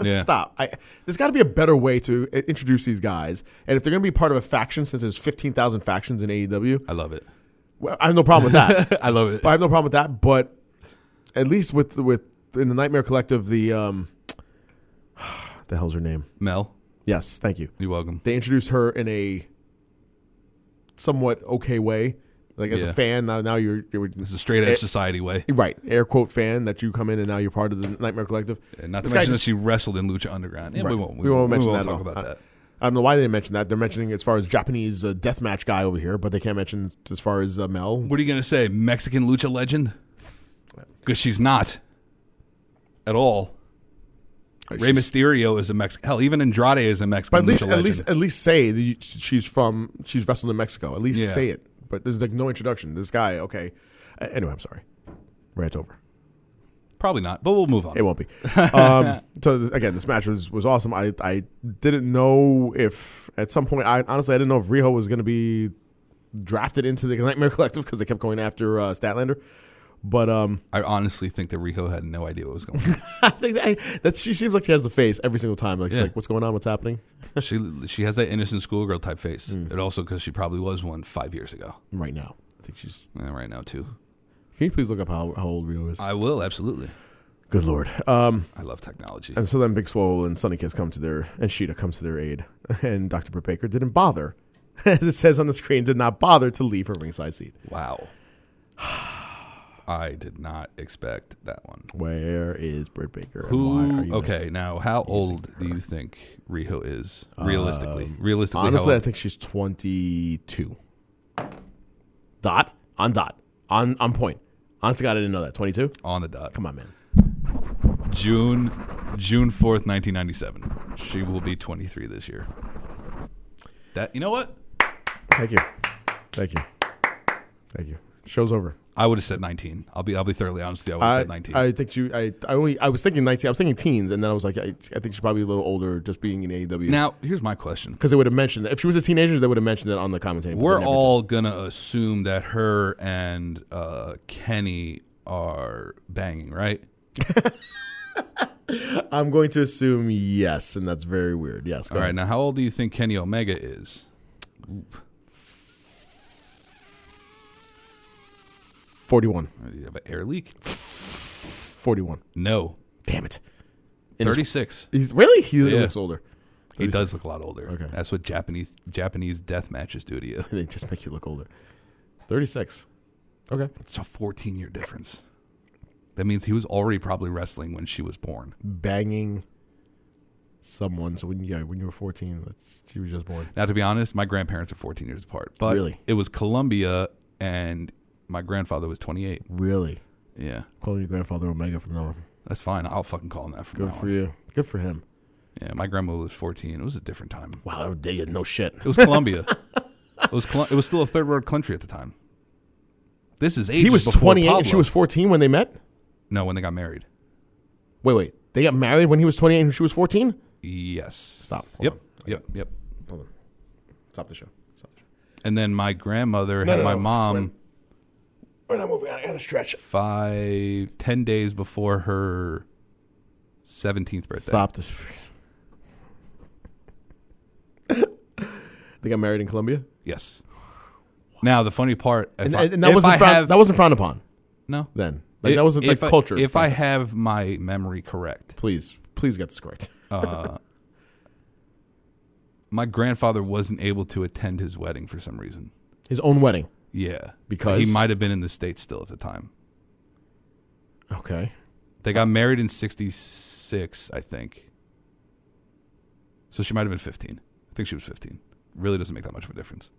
S6: Yeah.
S5: Stop. I, there's got to be a better way to i- introduce these guys. And if they're going to be part of a faction, since there's 15,000 factions in AEW,
S6: I love it.
S5: well, I have no problem with that.
S6: I love it.
S5: I have no problem with that. But at least with with in the Nightmare Collective, the um, the hell's her name?
S6: Mel,
S5: Yes, thank you
S6: you're welcome.
S5: they introduced her in a somewhat okay way. Like as
S6: Yeah.
S5: a fan, now now you're, you're
S6: It's a straight edge society way.
S5: right air quote fan that you come in and now you're part of the Nightmare Collective.
S6: And not to
S5: This guy
S6: mention that
S5: just-
S6: she wrestled in Lucha Underground. Yeah,
S5: right.
S6: we won't.
S5: we won't mention that.
S6: talk
S5: at all. Uh,
S6: about
S5: I,
S6: that.
S5: I don't know why they didn't mention that. They're mentioning as far as Japanese uh, deathmatch guy over here, but they can't mention as far as uh, Mel.
S6: What are you gonna say, Mexican Lucha legend? Because she's not at all.
S5: She's-
S6: Rey Mysterio is a Mexican. Hell, even Andrade is a Mexican
S5: But at least,
S6: Lucha
S5: at
S6: legend.
S5: least, at least say that you, she's from she's wrestled in Mexico. At least
S6: Yeah.
S5: say it. But there's like no introduction. This guy, okay. Uh, anyway, I'm sorry. Rant over.
S6: Probably not, but we'll move on.
S5: It won't be. Um, so th- again, this match was, was awesome. I, I didn't know if at some point I honestly I didn't know if Riho was going to be drafted into the Nightmare Collective because they kept going after uh, Statlander. But um,
S6: I honestly think that Riho had no idea what was going on.
S5: I think that, that she seems like she has the face every single time. Like she's
S6: Yeah.
S5: like, "What's going on? What's happening?"
S6: she she has that innocent schoolgirl type face.
S5: Mm.
S6: It also because she probably was one five years ago,
S5: Right now, I think she's.
S6: and right now too.
S5: Can you please look up how, how old Riho is?
S6: I will absolutely.
S5: Good lord. Um,
S6: I love technology.
S5: And so then Big Swole and Sunny Kiss come to their, and Sheeta comes to their aid. And Dr. Britt Baker didn't bother, as it says on the screen, did not bother to leave her ringside seat.
S6: Wow. I did not expect that one.
S5: Where is Britt Baker? and why are
S6: Who?
S5: you
S6: Okay, now how old do you think Riho is realistically? realistically, how
S5: Uh, Honestly, I
S6: old?
S5: think she's 22. Dot? On dot. On on point. Honestly, God, I didn't know that. 22?
S6: on the dot.
S5: Come on, man.
S6: June June fourth, nineteen ninety seven. She will be twenty three this year. That you know what?
S5: Thank you. Thank you. Thank you. Show's over.
S6: I would have said nineteen. I'll be I'll be thoroughly honest with you. I would have
S5: I,
S6: said nineteen.
S5: I think you. I, I only. I was thinking nineteen. I was thinking teens, and then I was like, I, I think she's probably a little older, just being in AEW.
S6: now here's my question.
S5: because they would have mentioned that. If she was a teenager, they would have mentioned it on the commentary. but they
S6: We're
S5: never
S6: all gonna assume that her and uh, Kenny are banging, right?
S5: did. I'm going to assume yes, and that's very weird. Yes. Go
S6: All right.
S5: ahead.
S6: Now, how old do you think Kenny Omega is?
S5: Forty-one.
S6: Do you have an air leak?
S5: Forty-one.
S6: No,
S5: Damn it. In his-
S6: thirty six.
S5: He's really. He
S6: Yeah.
S5: looks older.
S6: He does look a lot older.
S5: Okay.
S6: That's what Japanese Japanese death matches do to you.
S5: They just make you look older. Thirty-six. Okay.
S6: It's a fourteen year difference. That means he was already probably wrestling when she was born.
S5: Banging someone. So when yeah, when you were fourteen, that's she was just born.
S6: Now, to be honest, my grandparents are fourteen years apart, but
S5: Really?
S6: it was Columbia and my grandfather was twenty eight.
S5: Really.
S6: Yeah,
S5: Calling your grandfather Omega from now on.
S6: That's fine. I'll fucking call him that from
S5: Good
S6: now
S5: for
S6: on.
S5: you. Good for him.
S6: Yeah, my grandma was 14. It was a different time.
S5: Wow, they- no shit.
S6: It was Colombia. it was Col- it was still a third world country at the time. This is ages
S5: He was
S6: before
S5: 28 and she
S6: Pablo.
S5: was 14 when they met?
S6: no when they got married.
S5: Wait, wait. They got married when he was 28 and she was 14?
S6: Yes.
S5: Stop. Hold
S6: Yep.
S5: on.
S6: Yep. Yep.
S5: Stop the show. Stop the show.
S6: And then my grandmother
S5: No,
S6: had
S5: no,
S6: my
S5: no.
S6: mom
S5: We're not moving. I gotta stretch.
S6: five, ten days before her seventeenth birthday.
S5: Stop this. they got married in Colombia?
S6: Yes. Now the funny part, if
S5: And,
S6: I,
S5: and that,
S6: if
S5: wasn't
S6: I
S5: frowned,
S6: have
S5: that wasn't frowned upon
S6: no,
S5: then. Like,
S6: If-
S5: that wasn't like
S6: if I-
S5: culture.
S6: If I have my memory correct,
S5: please, please get this correct.
S6: my grandfather wasn't able to attend his wedding for some reason.
S5: His own wedding.
S6: Yeah,
S5: Because?
S6: he might have been in the states still at the time.
S5: Okay.
S6: They got married in '66, I think. So she might have been 15. I think she was 15. Really doesn't make that much of a difference.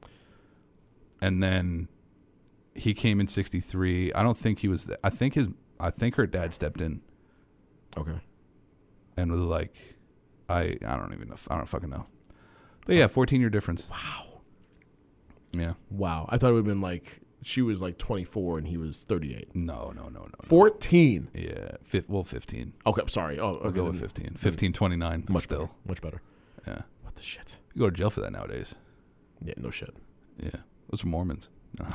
S6: And then he came in '63. I don't think he was. Th- I think his. I think her dad stepped in
S5: Okay.
S6: and was like, I. I don't even know. I don't fucking know. But yeah, 14 year difference. Wow. Yeah.
S5: Wow. I thought it would have been like she was like 24 and he was 38.
S6: No. No. No. No. no.
S5: 14.
S6: Yeah. Fif- well, 15.
S5: Okay, I'm sorry. Oh, okay.
S6: I'll go with
S5: then
S6: 15. 15, 29. But
S5: Much
S6: still,
S5: better. Much better.
S6: Yeah.
S5: What the shit?
S6: you go to jail for that nowadays.
S5: Yeah, no shit.
S6: Yeah, those are Mormons. No,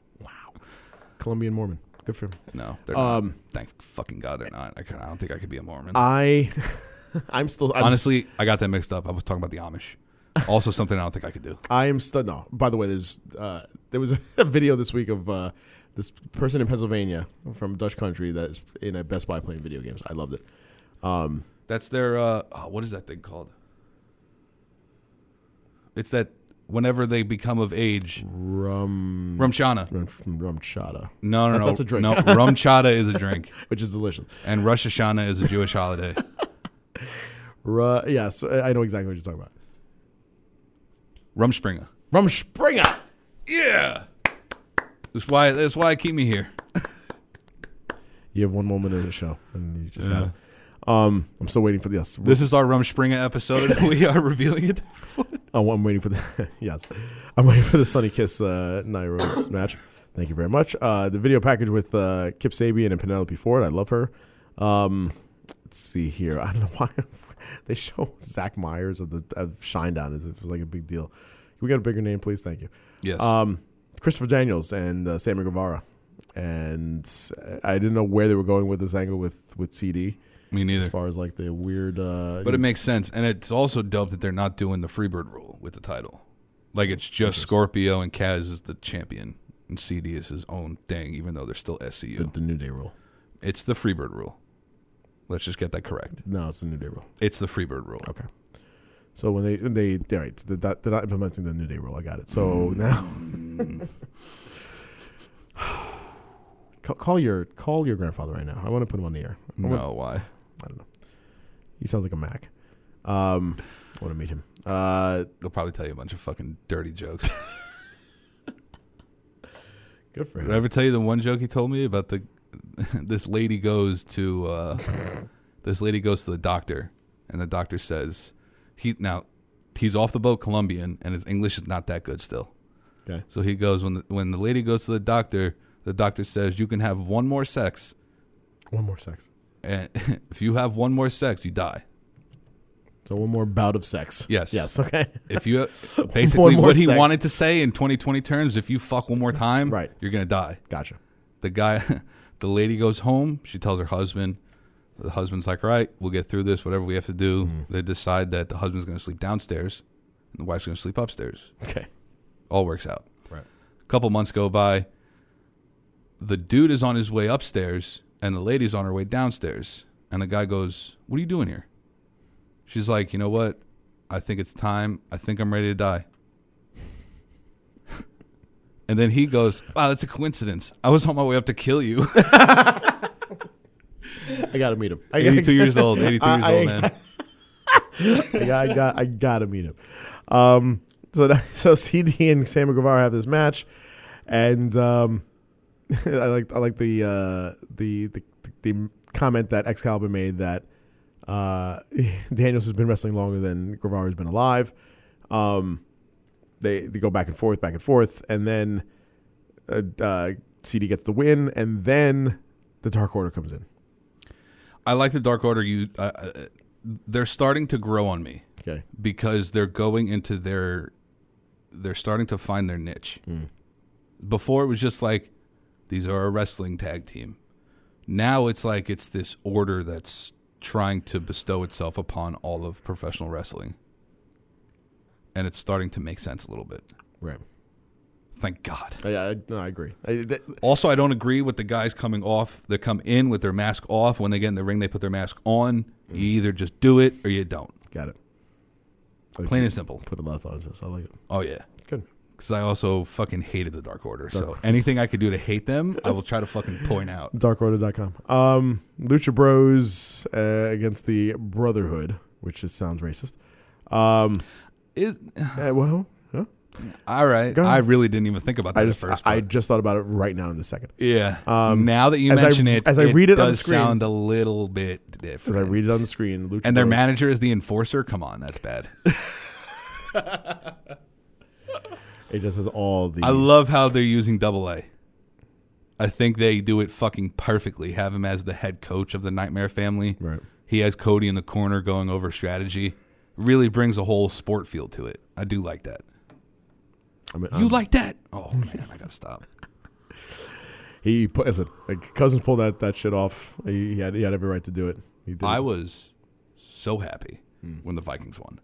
S5: Colombian Mormon. Good for him.
S6: no, they're
S5: Um,
S6: not. Thank fucking God they're not. I, can, I don't think I could be a Mormon.
S5: I, I'm still I'm
S6: Honestly, I got that mixed up. I was talking about the Amish. Also, something I don't think I could do.
S5: I am stunned. No, by the way, there's uh, there was a video this week of uh, this person in Pennsylvania from Dutch country that's in a Best Buy playing video games. I loved it.
S6: That's their. Uh, oh, what is that thing called? It's that whenever they become of age,
S5: Rum
S6: Rumchana.
S5: rum, rum chata,
S6: No, no,
S5: That's-
S6: no.
S5: that's a drink.
S6: No, Rumchata is a drink,
S5: which is delicious.
S6: and Rosh Hashanah is a Jewish holiday.
S5: Ru- yeah, so I I know exactly what you're talking about.
S6: Rumspringa.
S5: Rum Springer.
S6: Yeah. That's why. That's why I keep me here.
S5: You have one moment in the show, and you just got it. Um, I'm still waiting for the yes.
S6: This is our Rumspringa episode. we are revealing it.
S5: Oh, I'm waiting for the yes. I'm waiting for the Sunny Kiss uh, Nairo's match. Thank you very much. Uh, the video package with uh, Kip Sabian and Penelope Ford. I love her. Um, let's see here. I don't know why they show Zach Myers of the of Shinedown. It was like a big deal. Can we got a bigger name, please? Thank you.
S6: Yes.
S5: Um, Christopher Daniels and uh, Sammy Guevara. And uh, I didn't know where they were going with this angle with with CD
S6: me neither.
S5: as far as like the weird. Uh,
S6: But it makes sense, and it's also dope that they're not doing the Freebird rule with the title. Like it's just Scorpio and Kaz is the champion, and CD is his own thing, even though they're still
S5: the,
S6: SCU.
S5: the New Day rule.
S6: It's the Freebird rule. Let's just get that correct.
S5: No, it's the New Day rule.
S6: It's the Freebird rule.
S5: Okay. So when they they they right, they're not, they're not implementing the new day rule. I got it. So now, Mm. Ca- call your call your grandfather right now. I want to put him on the air. I want-
S6: No, why?
S5: I don't know. He sounds like a Mac. Um, I want to meet him. Uh,
S6: They'll probably tell you a bunch of fucking dirty jokes.
S5: good for
S6: Did
S5: him.
S6: I ever tell you the one joke he told me about the this lady goes to uh, this lady goes to the doctor and the doctor says he now he's off the boat Colombian and his English is not that good still.
S5: Okay.
S6: So he goes when the, when the lady goes to the doctor, the doctor says you can have one more sex
S5: One more sex.
S6: and if you have one more sex you die.
S5: So one more bout of sex.
S6: Yes.
S5: Yes. Okay.
S6: If you basically
S5: more
S6: what he
S5: sex.
S6: wanted to say in 2020 terms, if you fuck one more time,
S5: Right.
S6: you're going to die.
S5: Gotcha.
S6: the guy the lady goes home she tells her husband the husband's like all right we'll get through this whatever we have to do they decide that the husband's going to sleep downstairs and the wife's going to sleep upstairs
S5: Okay.
S6: all works out
S5: Right.
S6: a couple months go by the dude is on his way upstairs and the lady's on her way downstairs and the guy goes what are you doing here she's like you know what i think it's time i think i'm ready to die and then he goes wow that's a coincidence i was on my way up to kill you
S5: I gotta meet him. I gotta-
S6: 82 years old 82 years
S5: I-
S6: old man
S5: I got, I got, I gotta meet him. Um, so, that- so CD and Sammy Guevara have this match, and um, I like, I like the, uh, the, the, the comment that Excalibur made that uh, Daniels has been wrestling longer than Guevara has been alive. Um, they they go back and forth, back and forth, and then uh, uh, CD gets the win, and then the Dark Order comes in.
S6: I like the Dark Order. You, uh, uh, they're starting to grow on me
S5: Okay,
S6: because they're going into their, they're starting to find their niche. Before it was just like, these are a wrestling tag team. Now it's like it's this order that's trying to bestow itself upon all of professional wrestling, and it's starting to make sense a little bit.
S5: right?
S6: Thank God.
S5: Yeah, I, no, I agree. I, that,
S6: Also, I don't agree with the guys coming off. They come in with their mask off. When they get in the ring, they put their mask on. You either just do it or you don't.
S5: got it.
S6: Plain and simple.
S5: Put a lot of thought into this. I like it.
S6: Oh yeah.
S5: Good.
S6: Because I also fucking hated the Dark Order. so anything I could do to hate them, I will try to fucking point out.
S5: darkorder.com. Um, Lucha Bros uh, against the Brotherhood, which just sounds racist. Um,
S6: Is
S5: eh, well, huh?
S6: all right.
S5: Go ahead.
S6: I really didn't even think about that
S5: I just
S6: at first.
S5: I, I
S6: but-
S5: just thought about it right now in the second.
S6: yeah. now that you
S5: as I-
S6: mention it,
S5: as I read it on
S6: does
S5: the screen-
S6: sound a little bit
S5: As
S6: different.
S5: I read it on the screen, Lucha
S6: and their
S5: Bros-
S6: manager is the enforcer. Come on, that's bad.
S5: it just has all the
S6: I love how they're using double A. I think they do it fucking perfectly. Have him as the head coach of the Nightmare family.
S5: Right.
S6: He has Cody in the corner going over strategy. Really brings a whole sport feel to it. I do like that.
S5: I mean, um,
S6: you
S5: I'm-
S6: like that? Oh man, I gotta stop.
S5: he put listen, like cousins pulled that that shit off. He, he had he had every right to do it. He did.
S6: I
S5: it.
S6: was so happy
S5: Hmm.
S6: when the Vikings won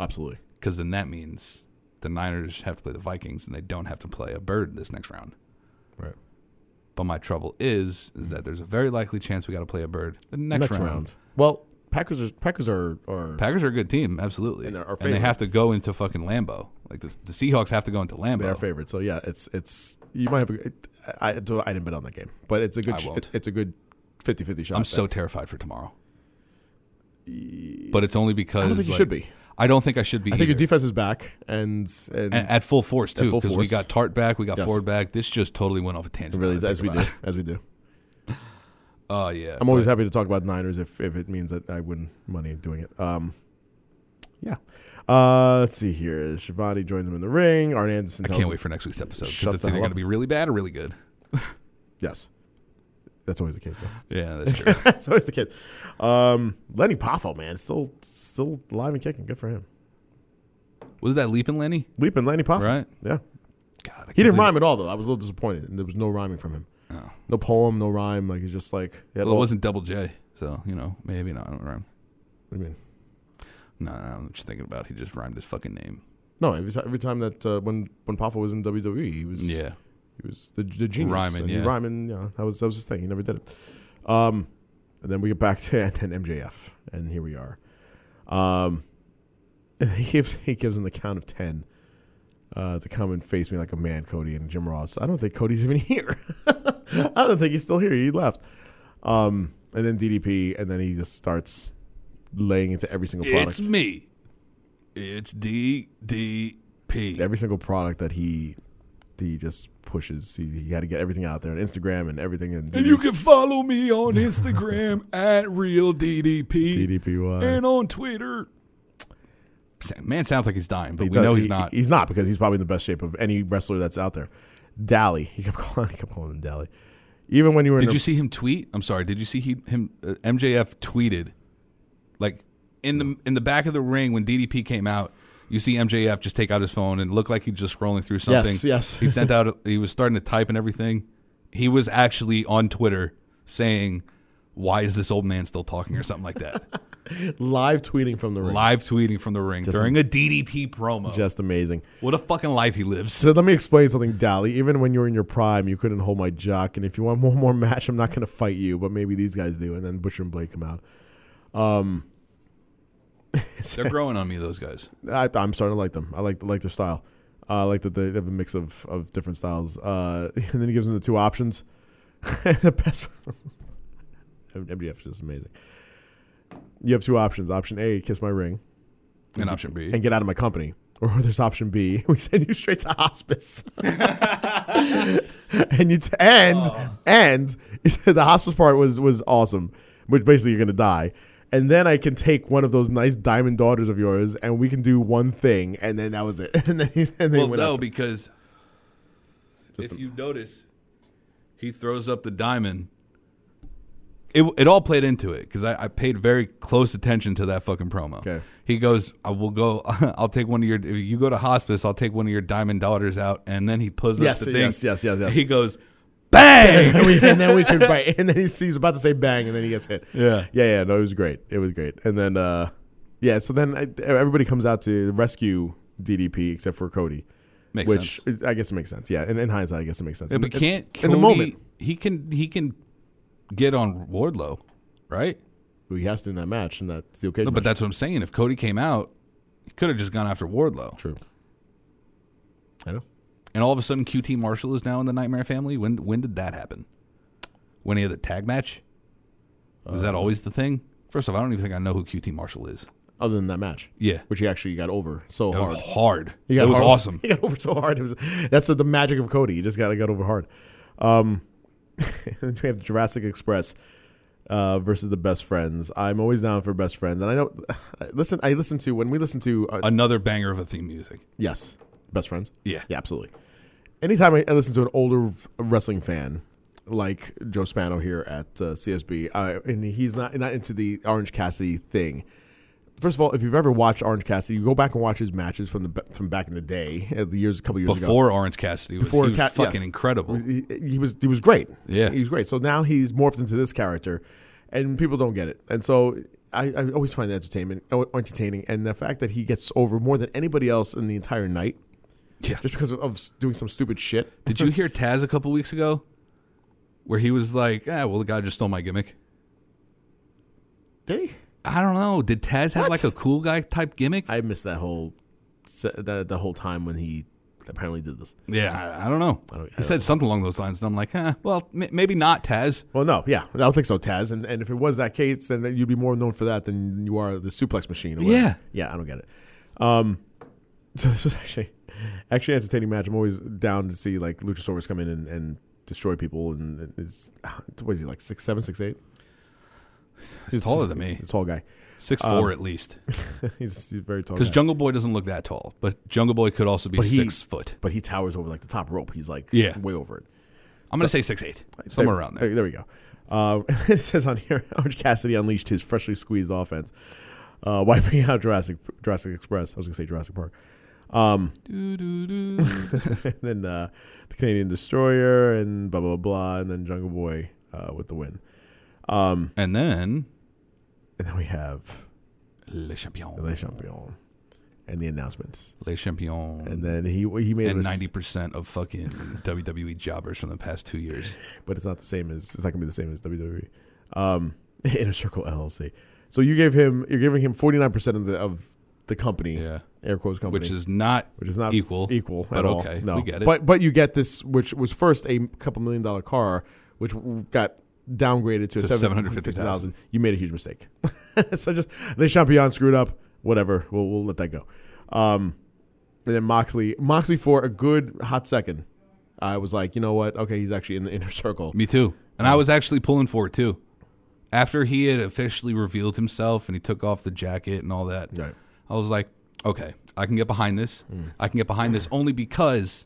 S5: absolutely.
S6: because then that means the Niners have to play the Vikings and they don't have to play a bird this next round.
S5: Right.
S6: But my trouble is, is that there's a very likely chance we got to play a bird the next,
S5: Next, round.
S6: round.
S5: Well, Packers are Packers are are
S6: Packers are a good team, absolutely,
S5: And
S6: and,
S5: they're our
S6: they
S5: favorite.
S6: have to go into fucking Lambeau. Like the, the Seahawks have to go into
S5: They're
S6: Lambeau.
S5: favorite. So yeah, it's it's you might have. A, it, I I I didn't bet on that game, but it's a good.
S6: I
S5: sh-
S6: won't.
S5: it- it's a good 50-50 shot.
S6: I'm
S5: bet.
S6: so terrified for tomorrow, but it's only because
S5: I don't think you
S6: like,
S5: should be.
S6: I don't think I should be.
S5: I think your
S6: either.
S5: defense is back, and and
S6: A- at full force too,
S5: Mm-hmm. full
S6: because we
S5: force.
S6: got Tart back, we got
S5: Yes.
S6: Ford back. This just totally went off a tangent.
S5: it really is
S6: now that I
S5: as we
S6: think
S5: do,
S6: about it.
S5: as we do.
S6: Oh yeah,
S5: I'm always happy to talk about Niners if if it means that I win money doing it. Um, yeah. Uh, let's see here. Shivani joins him in the ring. Arn Anderson.
S6: I
S5: tells
S6: can't
S5: him-
S6: wait for next week's episode
S5: Shut
S6: because it's
S5: the
S6: either
S5: hell
S6: going to
S5: up.
S6: be really bad or really good.
S5: Yes, that's always the case. Though.
S6: Yeah, that's true.
S5: that's always the case. Um, Lenny Poffo, man, still still alive and kicking. Good for him.
S6: Was that Leaping Lenny?
S5: Leaping Lenny Poffo.
S6: Right.
S5: Yeah.
S6: God, I can't
S5: He didn't
S6: believe-
S5: rhyme at all, though. I was a little disappointed. And there was no rhyming from him.
S6: Oh.
S5: No poem, no rhyme. Like, it's just like. he had
S6: Well, it
S5: all-
S6: wasn't Double J, so you know maybe not. I don't rhyme.
S5: What do you mean?
S6: No, no, I'm just thinking about. He just rhymed his fucking name.
S5: No, every, ti- every time that. Uh, when when Papa was in WWE, he was.
S6: Yeah.
S5: He was the, the genius.
S6: Rhyming,
S5: and he
S6: yeah.
S5: Rhyming, yeah. That was, that was his thing. He never did it. Um, and then we get back to and then MJF. And here we are. Um, and he gives, he gives him the count of 10 uh, to come and face me like a man, Cody. And Jim Ross, I don't think Cody's even here. I don't think he's still here. He left. Um, and then DDP, and then he just starts laying into every single product.
S6: It's me. It's D D P.
S5: every single product that he he just pushes. He, he had to get everything out there on Instagram and everything. And,
S6: And you can follow me on Instagram at real DDP
S5: DDPY.
S6: and on Twitter. Sa- Man sounds like he's dying, but
S5: He
S6: we
S5: does-
S6: know he's
S5: he-
S6: not.
S5: He's not because he's probably in the best shape of any wrestler that's out there. Dally, he kept calling, he kept calling him Dally. Even when you were in
S6: Did
S5: a-
S6: you see him tweet? I'm sorry. Did you see he, him? Uh, MJF tweeted, like in the in the back of the ring when DDP came out. You see MJF just take out his phone and look like he just scrolling through
S5: Yes,
S6: something.
S5: yes.
S6: he sent out. He was starting to type and everything. He was actually on Twitter saying, "Why is this old man still talking?" or something like that.
S5: live tweeting from the ring?
S6: Live tweeting from the ring during a DDP promo.
S5: Just amazing.
S6: what a fucking life he lives.
S5: So let me explain something, Dally. Even when you were in your prime, you couldn't hold my jock. And if you want one more match, I'm not going to fight you, but maybe these guys do. And then Butcher and Blade come out.
S6: They're growing on me, those guys.
S5: I, I'm starting to like them. I like like their style. Uh, I like that they have a mix of, of different styles. Uh, and then he gives them the two options. the best MDF is just amazing. You have two options. Option A, kiss my ring
S6: And option B.
S5: and get out of my company. Or there's option B, we send you straight to hospice. and you t- and
S6: Oh.
S5: and the hospice part was was awesome, which basically you're gonna die. And then I can take one of those nice diamond daughters of yours, and we can do one thing, and then that was it. and then, he- and they
S6: Well,
S5: went
S6: no,
S5: up.
S6: because if you notice, he throws up the diamond. It, it all played into it because I, I paid very close attention to that fucking promo.
S5: Okay.
S6: He goes, I will go, I'll take one of your, if you go to hospice, I'll take one of your diamond daughters out. And then he pulls
S5: Yes,
S6: up the
S5: yes,
S6: thing.
S5: yes, yes, yes.
S6: He goes, bang!
S5: and, we, and then we could right, and then he's, he's about to say bang, and then he gets hit.
S6: Yeah.
S5: yeah, yeah. No, it was great. It was great. And then, uh, yeah. So then I, everybody comes out to rescue DDP except for Cody,
S6: Makes
S5: which
S6: sense.
S5: I guess it makes sense. Yeah, and in hindsight, I guess it makes sense.
S6: Yeah, but
S5: In-
S6: can't
S5: in the
S6: Cody-
S5: moment
S6: He can, he can get on Wardlow, right?
S5: he has to in that match, and that's the occasion.
S6: No, but
S5: match.
S6: that's what I'm saying. If Cody came out, he could have just gone after Wardlow.
S5: true. I know.
S6: And all of a sudden, QT Marshall is now in the Nightmare Family. When when did that happen? When he had the tag match? Was
S5: Um,
S6: that always the thing? First off, I don't even think I know who QT Marshall is.
S5: Other than that match,
S6: Yeah.
S5: which he actually got over so
S6: That
S5: hard.
S6: was hard.
S5: He
S6: It
S5: got
S6: was
S5: hard-
S6: awesome.
S5: He got over so hard. It was, that's the, the magic of Cody. You just got to get over hard. Um, and then we have Jurassic Express uh, versus the Best Friends. I'm always down for Best Friends, and I know. Listen, I listen to when we listen to uh,
S6: Another banger of a theme music.
S5: yes, Best Friends.
S6: Yeah.
S5: yeah, absolutely. Anytime I I listen to an older wrestling fan like Joe Spano here at uh, CSB, I, and he's not not into the Orange Cassidy thing. First of all, if you've ever watched Orange Cassidy, you go back and watch his matches from the ba- from back in the day, uh, the years a couple years ago.
S6: Before Orange Cassidy was,
S5: Before
S6: he was
S5: Ca-
S6: fucking
S5: yes.
S6: incredible.
S5: He, he was he was great.
S6: Yeah.
S5: he was great. So now he's morphed into this character, and people don't get it. And so I, I always find it entertainment oh, entertaining, and the fact that he gets over more than anybody else in the entire night,
S6: Yeah.
S5: just because of, of s- doing some stupid shit.
S6: Did you hear Taz a couple weeks ago? Where he was like, ah, well, the guy just stole my gimmick.
S5: Did he?
S6: I don't know. Did Taz have
S5: What?
S6: like a cool guy type gimmick?
S5: I missed that whole se- the, the whole time when he apparently did this.
S6: yeah, I, I don't know.
S5: I don't- I
S6: he
S5: don't
S6: said something along those lines, and I'm like, eh, well, m- maybe not Taz.
S5: Well, no, yeah, I don't think so, Taz. And and if it was that case, then you'd be more known for that than you are the suplex machine. Or whatever.
S6: Yeah.
S5: yeah, I don't get it. Um, so this was actually actually an entertaining match. I'm always down to see like Luchasaurus come in and, and destroy people. And it's what is he like six seven, six eight?
S6: He's taller than me.
S5: He's a tall guy.
S6: Six four at least.
S5: he's, he's a very tall.
S6: Because
S5: guy.
S6: Um, Jungle Boy doesn't look that tall, but Jungle Boy could also be
S5: But he-
S6: six foot.
S5: but he towers over like the top rope. He's like
S6: Yeah.
S5: way over it.
S6: I'm gonna say six eight, somewhere around there.
S5: There we go. Um, it says on here, Orange Cassidy unleashed his freshly squeezed offense, uh, wiping out Jurassic Jurassic Express. I was gonna say Jurassic Park. Um, and then uh, the Canadian Destroyer and blah blah blah, and then Jungle Boy uh, with the win.
S6: And then
S5: And then we have
S6: Le Champion,
S5: Le Champion and the announcements.
S6: Le Champion,
S5: And
S6: and,
S5: then he he made it,
S6: ninety percent of fucking WWE jobbers from the past two years.
S5: but it's not the same as it's not gonna be the same as WWE. Um, Inner Circle LLC. So you gave him you're giving him forty nine percent of the of the company.
S6: Yeah,
S5: air quotes company,
S6: which is not
S5: which is not
S6: equal,
S5: equal
S6: but
S5: at all.
S6: okay,
S5: no.
S6: we get it.
S5: But but you get this, which was first a couple million dollar car, which w- got downgraded to,
S6: To
S5: seven hundred fifty thousand. You made a huge mistake. so just Les Champions screwed up. Whatever, we'll we'll let that go. Um, and then Moxley, Moxley for a good hot second, I was like, you know what? Okay, he's actually in the inner circle.
S6: me too. And I was actually pulling for it too. After he had officially revealed himself and he took off the jacket and all that,
S5: Right. Mm.
S6: I was like, okay, I can get behind this. I can get behind this only because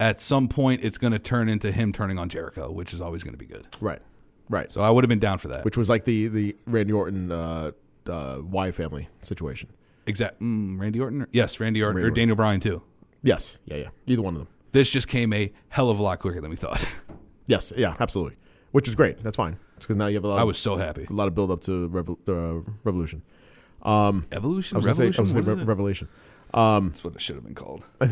S6: at some point it's going to turn into him turning on Jericho, which is always going to be good.
S5: Right, right.
S6: So I would have been down for that.
S5: Which was like the the Randy Orton uh, uh, Y family situation.
S6: exact mm, Randy Orton? Or, yes, Randy Orton
S5: Randy
S6: or
S5: Orton.
S6: Daniel Bryan too.
S5: Yes, yeah, yeah. Either one of them.
S6: This just came a hell of a lot quicker than we thought.
S5: Yes, yeah, absolutely. Which is great. That's fine. It's because now you have a lot.
S6: I
S5: of-
S6: was so happy.
S5: a lot of build up to Revo- uh, Revolution. I
S6: Evolution,
S5: was gonna say, I
S6: revolution,
S5: was gonna say
S6: What is
S5: Re-
S6: it?
S5: Revelation.
S6: that's what it should have been called.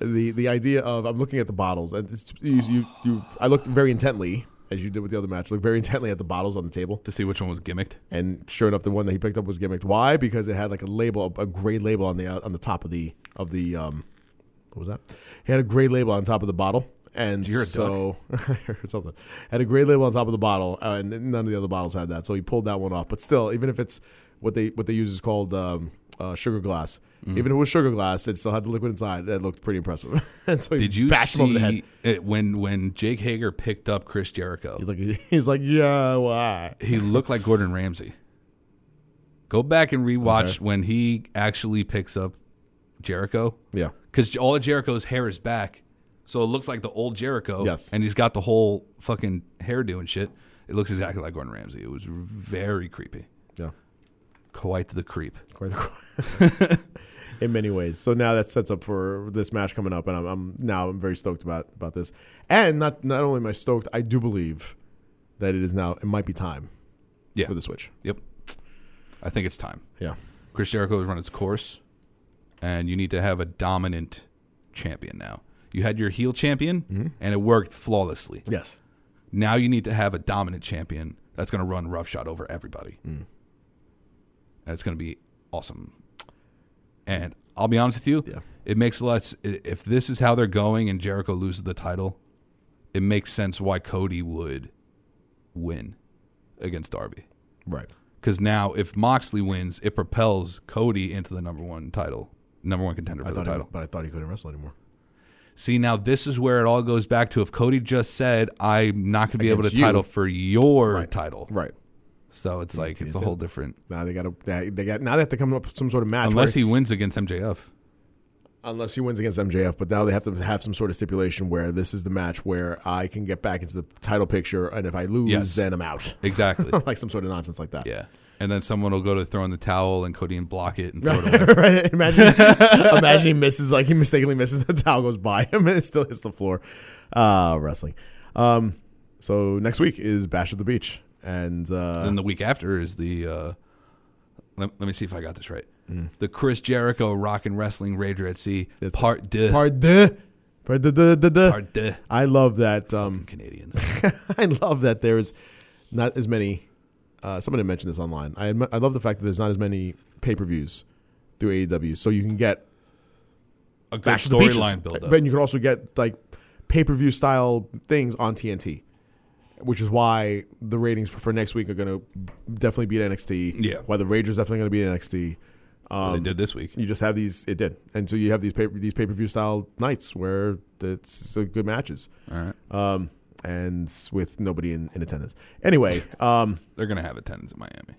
S5: The the idea of I'm looking at the bottles and it's, you, you you I looked very intently as you did with the other match. Looked very intently at the bottles on the table,
S6: to see which one was gimmicked.
S5: and sure enough, the one that he picked up was gimmicked. Why? Because it had like a label, a, a gray label on the uh, on the top of the of the um, what was that? He had a gray label on top of the bottle. And
S6: You're a
S5: so, or something, had a gray label on top of the bottle, uh, and none of the other bottles had that. So he pulled that one off. But still, even if it's what they what they use is called um, uh, Sugar Glass.
S6: Mm.
S5: Even if it was Sugar Glass, it still had the liquid inside. That looked pretty impressive. and so he
S6: Did you
S5: bashed him over the head.
S6: see it when when Jake Hager picked up Chris Jericho?
S5: He's like, he's like, yeah, why?
S6: He looked like Gordon Ramsay. Go back and rewatch when he actually picks up Jericho.
S5: Yeah.
S6: Because all of Jericho's hair is back. So it looks like the old Jericho.
S5: Yes.
S6: And he's got the whole fucking hairdo and shit. It looks exactly like Gordon Ramsay. It was very creepy.
S5: Yeah.
S6: Quite the creep.
S5: Quite the in many ways. So now that sets up for this match coming up, and I'm, I'm now I'm very stoked about about this. And not not only am I stoked, I do believe that it is now. It might be time
S6: Yeah.
S5: for the switch.
S6: Yep. I think it's time.
S5: Yeah,
S6: Chris Jericho has run its course, and you need to have a dominant champion now. You had your heel champion, and it worked flawlessly.
S5: yes,
S6: Now you need to have a dominant champion that's going to run roughshod over everybody. And it's going to be awesome. And I'll be honest with you,
S5: Yeah.
S6: it makes less. i- If this is how they're going and Jericho loses the title, it makes sense why Cody would win against Darby.
S5: right.
S6: Because now, if Moxley wins, it propels Cody into the number one title, number one contender
S5: I
S6: for the
S5: thought, he,
S6: title.
S5: but I thought he couldn't wrestle anymore.
S6: See, now this is where it all goes back to. If Cody just said, "I'm not going to be able to
S5: Against you.
S6: title for your title,"
S5: Right.
S6: So it's like it's a
S5: it's
S6: whole
S5: it.
S6: different.
S5: Now they got to. They, they got. Now they have to come up with some sort of match.
S6: Unless
S5: where-
S6: he wins against MJF,
S5: unless he wins against MJF, but now they have to have some sort of stipulation where this is the match where I can get back into the title picture, and if I lose,
S6: Yes.
S5: then I'm out.
S6: exactly.
S5: like some sort of nonsense like that.
S6: yeah, and then someone will go to throw in the towel, and Cody and block it and throw it away.
S5: right? Imagine, imagine he misses, like he mistakenly misses the towel goes by him and it still hits the floor. Uh, wrestling. Um, so next week is Bash at the Beach, and uh,
S6: then the week after is the. Uh, let, let me see if I got this right.
S5: Mm.
S6: The Chris Jericho Rock and Wrestling Rager at Sea
S5: That's-
S6: Part Deux.
S5: part de, part de, de, de, de.
S6: part Deux.
S5: I love that. Um,
S6: Fucking Canadians.
S5: I love that there's not as many. Uh, someone had mentioned this online. I, admi- I love the fact that there's not as many pay per views through AEW, so you can get
S6: a good
S5: Bash at the Beaches.
S6: storyline build up.
S5: But you can also get like pay per view style things on TNT, which is why the ratings for next week are going to definitely beat NXT.
S6: Yeah.
S5: Why the Ragers definitely going to beat NXT.
S6: Oh, they
S5: Um,
S6: did this week.
S5: You just have these. It did, and so you have these pay these pay per view style nights where it's uh, good matches.
S6: All right.
S5: Um, and with nobody in, in attendance. Anyway, um,
S6: They're going to have attendance in Miami.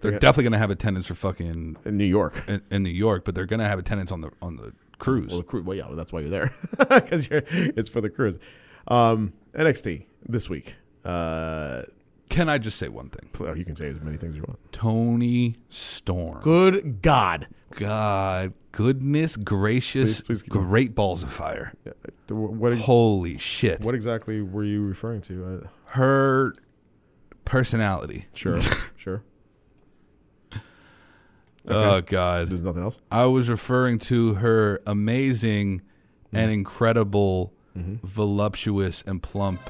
S6: They're definitely going to have attendance for fucking
S5: in New York.
S6: in, in New York, but they're going to have attendance on the on the cruise.
S5: Well, the cruise. Well, yeah, well, that's why you're there because you're. It's for the cruise. Um, NXT this week. Uh,
S6: Can I just say one thing?
S5: Pl- oh, you can say as many things as you want.
S6: Tony Storm.
S5: Good God.
S6: God, goodness gracious,
S5: Please- please keep going.
S6: great balls of fire.
S5: What,
S6: Holy shit.
S5: what exactly were you referring to? Uh,
S6: Her personality.
S5: sure, sure.
S6: Oh god.
S5: There's nothing else.
S6: I was referring to her amazing
S5: Mm-hmm.
S6: and incredible, voluptuous and plump.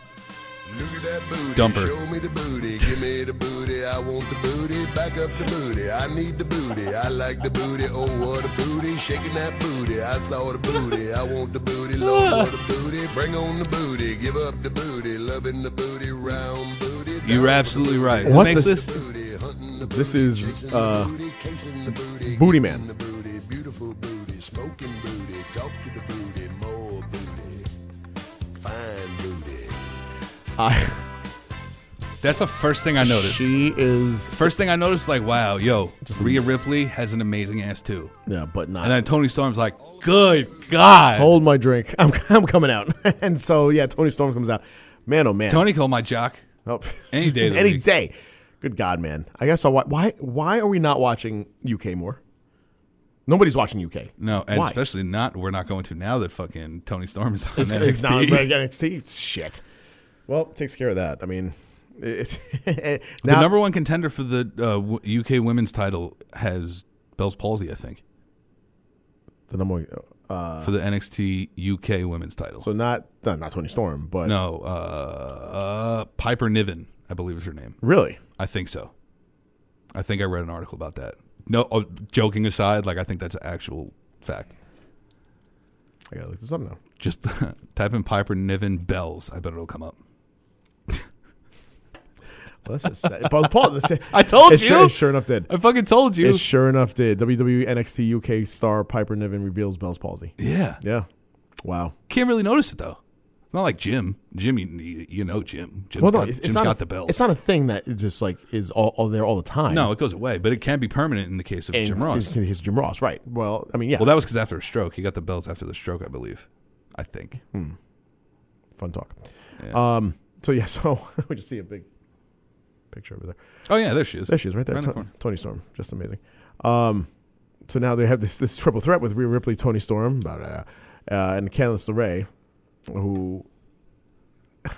S7: Look at that booty.
S6: Dumper.
S7: Show me the booty. Give me the booty. I want the booty. Back up the booty. I need the booty. I like the booty. Oh, what a booty. Shaking that booty. I saw the booty. I want the booty. Lord, what a booty. Bring on the booty. Give up the booty. Loving the booty. Round booty. down
S6: You're
S7: the
S6: absolutely
S7: booty.
S6: right.
S5: What
S6: what makes
S5: the-
S6: this?
S7: Booty, hunting the
S5: This
S7: booty,
S5: is,
S7: chasing the
S5: uh,
S7: booty, casing the booty,
S5: Booty
S7: getting
S5: Man.
S7: the booty, beautiful booty, smoking booty, talk to the booty, more booty, fine booty.
S5: I
S6: That's the first thing I noticed.
S5: She is.
S6: first thing I noticed, like, wow, yo, Rhea Ripley has an amazing ass too.
S5: Yeah, but not.
S6: And then Tony Storm's like, good God.
S5: Hold my drink. I'm, I'm coming out. and so yeah, Tony Storm comes out. Man, oh man.
S6: Tony called my jock.
S5: Oh.
S6: Any day of the
S5: any
S6: week.
S5: day. Good God, man. I guess I'll wa- why why are we not watching UK more? Nobody's watching UK.
S6: No, and
S5: Why?
S6: especially not, we're not going to now that fucking Tony Storm is on
S5: It's,
S6: NXT.
S5: it's not like NXT. Shit. Well, takes care of that. I mean, it's
S6: the
S5: now,
S6: number one contender for the uh, w- UK women's title has Bell's palsy, I think,
S5: the number one. Uh,
S6: for the NXT UK women's title.
S5: so not no, not Tony Storm, but
S6: no, uh, uh, Piper Niven, I believe is her name.
S5: really,
S6: I think so. I think I read an article about that. No, oh, joking aside, like I think that's an actual fact.
S5: I gotta look this up now.
S6: Just type in Piper Niven Bells. I bet it'll come up.
S5: Let's just say. Pause. pause.
S6: I told
S5: It
S6: you.
S5: Sure, it sure enough did.
S6: I fucking told you.
S5: It sure enough did. WWE NXT UK star Piper Niven reveals Bell's palsy.
S6: yeah.
S5: Yeah. Wow.
S6: Can't really notice it though. Not like Jim. Jim, you, you know Jim. Jim's
S5: Well, no,
S6: got,
S5: it's, it's
S6: Jim's
S5: not
S6: got
S5: a,
S6: the bells.
S5: It's not a thing that is just like is all, all there all the time.
S6: no, it goes away, but it can be permanent in the case of
S5: And
S6: Jim Ross.
S5: It's, it's Jim Ross, right? Well, I mean, yeah.
S6: Well, that was because after a stroke, he got the bells after the stroke, I believe. I think.
S5: Mm. fun talk. Um. So yeah. So we just see a big picture over there.
S6: Oh yeah, there she is.
S5: There she is, right there.
S6: Around the
S5: Ton-
S6: corner.
S5: Tony Storm, just amazing. Um. So now they have this this triple threat with Rhea Ripley, Tony Storm, blah, blah, blah, uh, and Candice LeRae, who.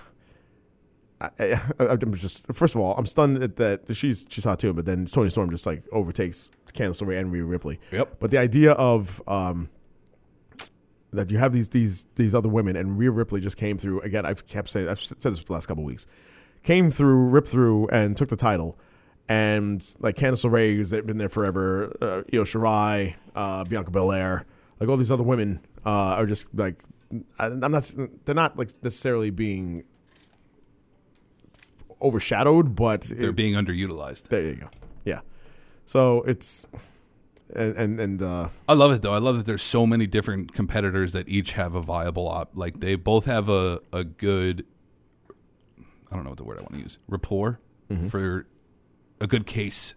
S5: I, I, I'm just first of all, I'm stunned at that she's she's hot too, but then Tony Storm just like overtakes Candice LeRae and Rhea Ripley.
S6: Yep.
S5: But the idea of um, that you have these these these other women, and Rhea Ripley just came through again. I've kept saying I've said this for the last couple of weeks, came through, ripped through, and took the title. And like Candice LeRae, who's been there forever, uh, Io Shirai, uh, Bianca Belair, like all these other women uh, are just like I, I'm not. s- They're not like necessarily being overshadowed, but
S6: They're
S5: it-
S6: being underutilized.
S5: there you go. Yeah. So it's and and, and uh,
S6: I love it though. I love that there's so many different competitors that each have a viable op. Like they both have a a good. I don't know what the word I want to use. Rapport
S5: Mm-hmm.
S6: for a good case.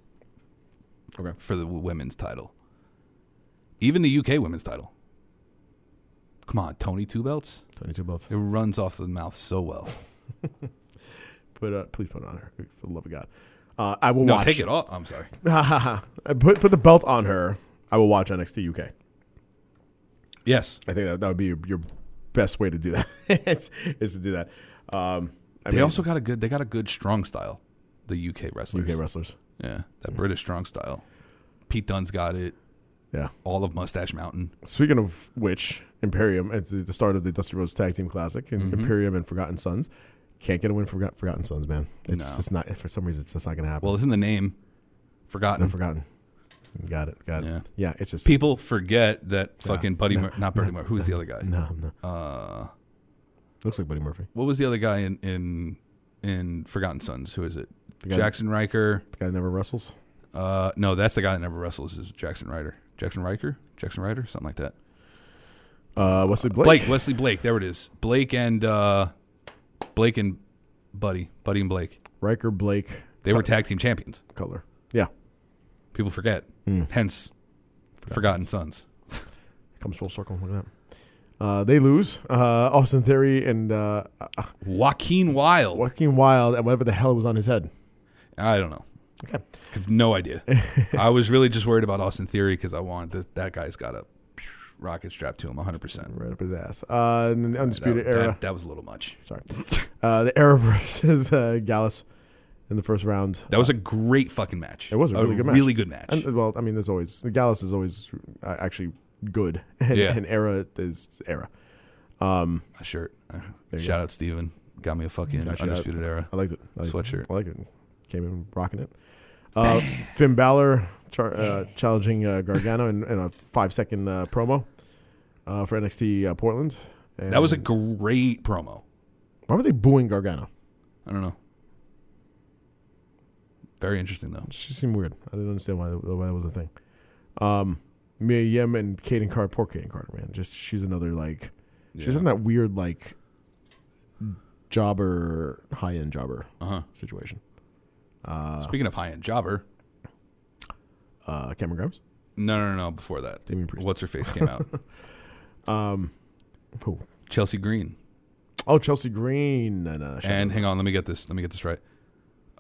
S5: Okay.
S6: For the women's title. Even the UK women's title. Come on, Tony Two Belts.
S5: 22 belts.
S6: It runs off the mouth so well.
S5: Put uh, please put it on her for the love of God. Uh, I will
S6: No,
S5: watch.
S6: take it off. I'm sorry.
S5: off. put put the belt on her. I will watch NXT UK.
S6: Yes,
S5: I think that, that would be your, your best way to do that. is, is to do that. Um, I
S6: they
S5: mean,
S6: also got a good. They got a good strong style. The UK wrestlers.
S5: UK wrestlers.
S6: Yeah, that British strong style. Pete Dunne's got it.
S5: Yeah.
S6: all of Mustache Mountain.
S5: Speaking of which, Imperium at the the start of the Dusty Rhodes Tag Team Classic, and
S6: Mm-hmm.
S5: Imperium and Forgotten Sons can't get a win. for Forgot, Forgotten Sons, man. It's
S6: No.
S5: just not for some reason. It's just not going to happen.
S6: Well, it's in the name. Forgotten.
S5: I've forgotten. Got it. Got
S6: Yeah.
S5: it. Yeah. It's just
S6: People forget that fucking Buddy, Mur- not Buddy Murphy. Who's the other guy?
S5: No, no. Uh, Looks like Buddy Murphy.
S6: What was the other guy in in in Forgotten Sons? Who is it?
S5: guy-
S6: Jackson Riker.
S5: The guy that never wrestles.
S6: Uh, no, that's the guy that never wrestles. Is Jackson Ryder? Jackson Riker? Jackson Ryder? Something like that.
S5: Uh, Wesley Blake.
S6: Blake. Wesley Blake. There it is. Blake and uh, Blake and Buddy. Buddy and Blake.
S5: Riker Blake.
S6: They were tag team champions.
S5: color. Yeah.
S6: People forget.
S5: Hmm.
S6: Hence, Forgotten Sons.
S5: Comes full circle. Look at that. Uh, they lose. Uh, Austin Theory and uh,
S6: Joaquin Wild.
S5: Joaquin Wild and whatever the hell was on his head.
S6: I don't know.
S5: Okay.
S6: I have no idea. I was really just worried about Austin Theory because I wanted that, that guy's got a rocket strapped to him 100%.
S5: Right up his ass. Uh, and then the Undisputed
S6: That,
S5: Era.
S6: that, that was a little much.
S5: Sorry. Uh, the Era versus uh, Gallus in the first round.
S6: That was a great fucking match.
S5: It was a really good match.
S6: Really good match.
S5: And, uh, well, I mean, there's always Gallus is always uh, actually good, and,
S6: Yeah.
S5: and Era is Era.
S6: My shirt. Uh,
S5: you
S6: Shout out Steven. Got me a fucking
S5: Gotcha.
S6: Undisputed Era.
S5: I liked it. I liked
S6: Sweatshirt.
S5: It. I like it. Came in rocking it. Uh, Finn Balor char- uh, challenging uh, Gargano in, in a five second uh, promo uh, for NXT uh, Portland. And
S6: That was a great promo.
S5: why were they booing Gargano?
S6: I don't know. Very interesting, though.
S5: She seemed weird. I didn't understand why that, why that was a thing. Um, Mia Yim and Kaden Carter. Poor Kaden Carter, man. Just she's another like she's
S6: Yeah.
S5: in that weird like jobber high end jobber
S6: Uh-huh.
S5: situation.
S6: Speaking of high end jobber,
S5: Uh, Cameron Grimes.
S6: no, no, no, no, before that.
S5: Damian Priest.
S6: What's her face came out?
S5: Who?
S6: Chelsea Green.
S5: Oh, Chelsea Green. No, no, no, shut
S6: And
S5: up.
S6: hang on, let me get this. Let me get this right.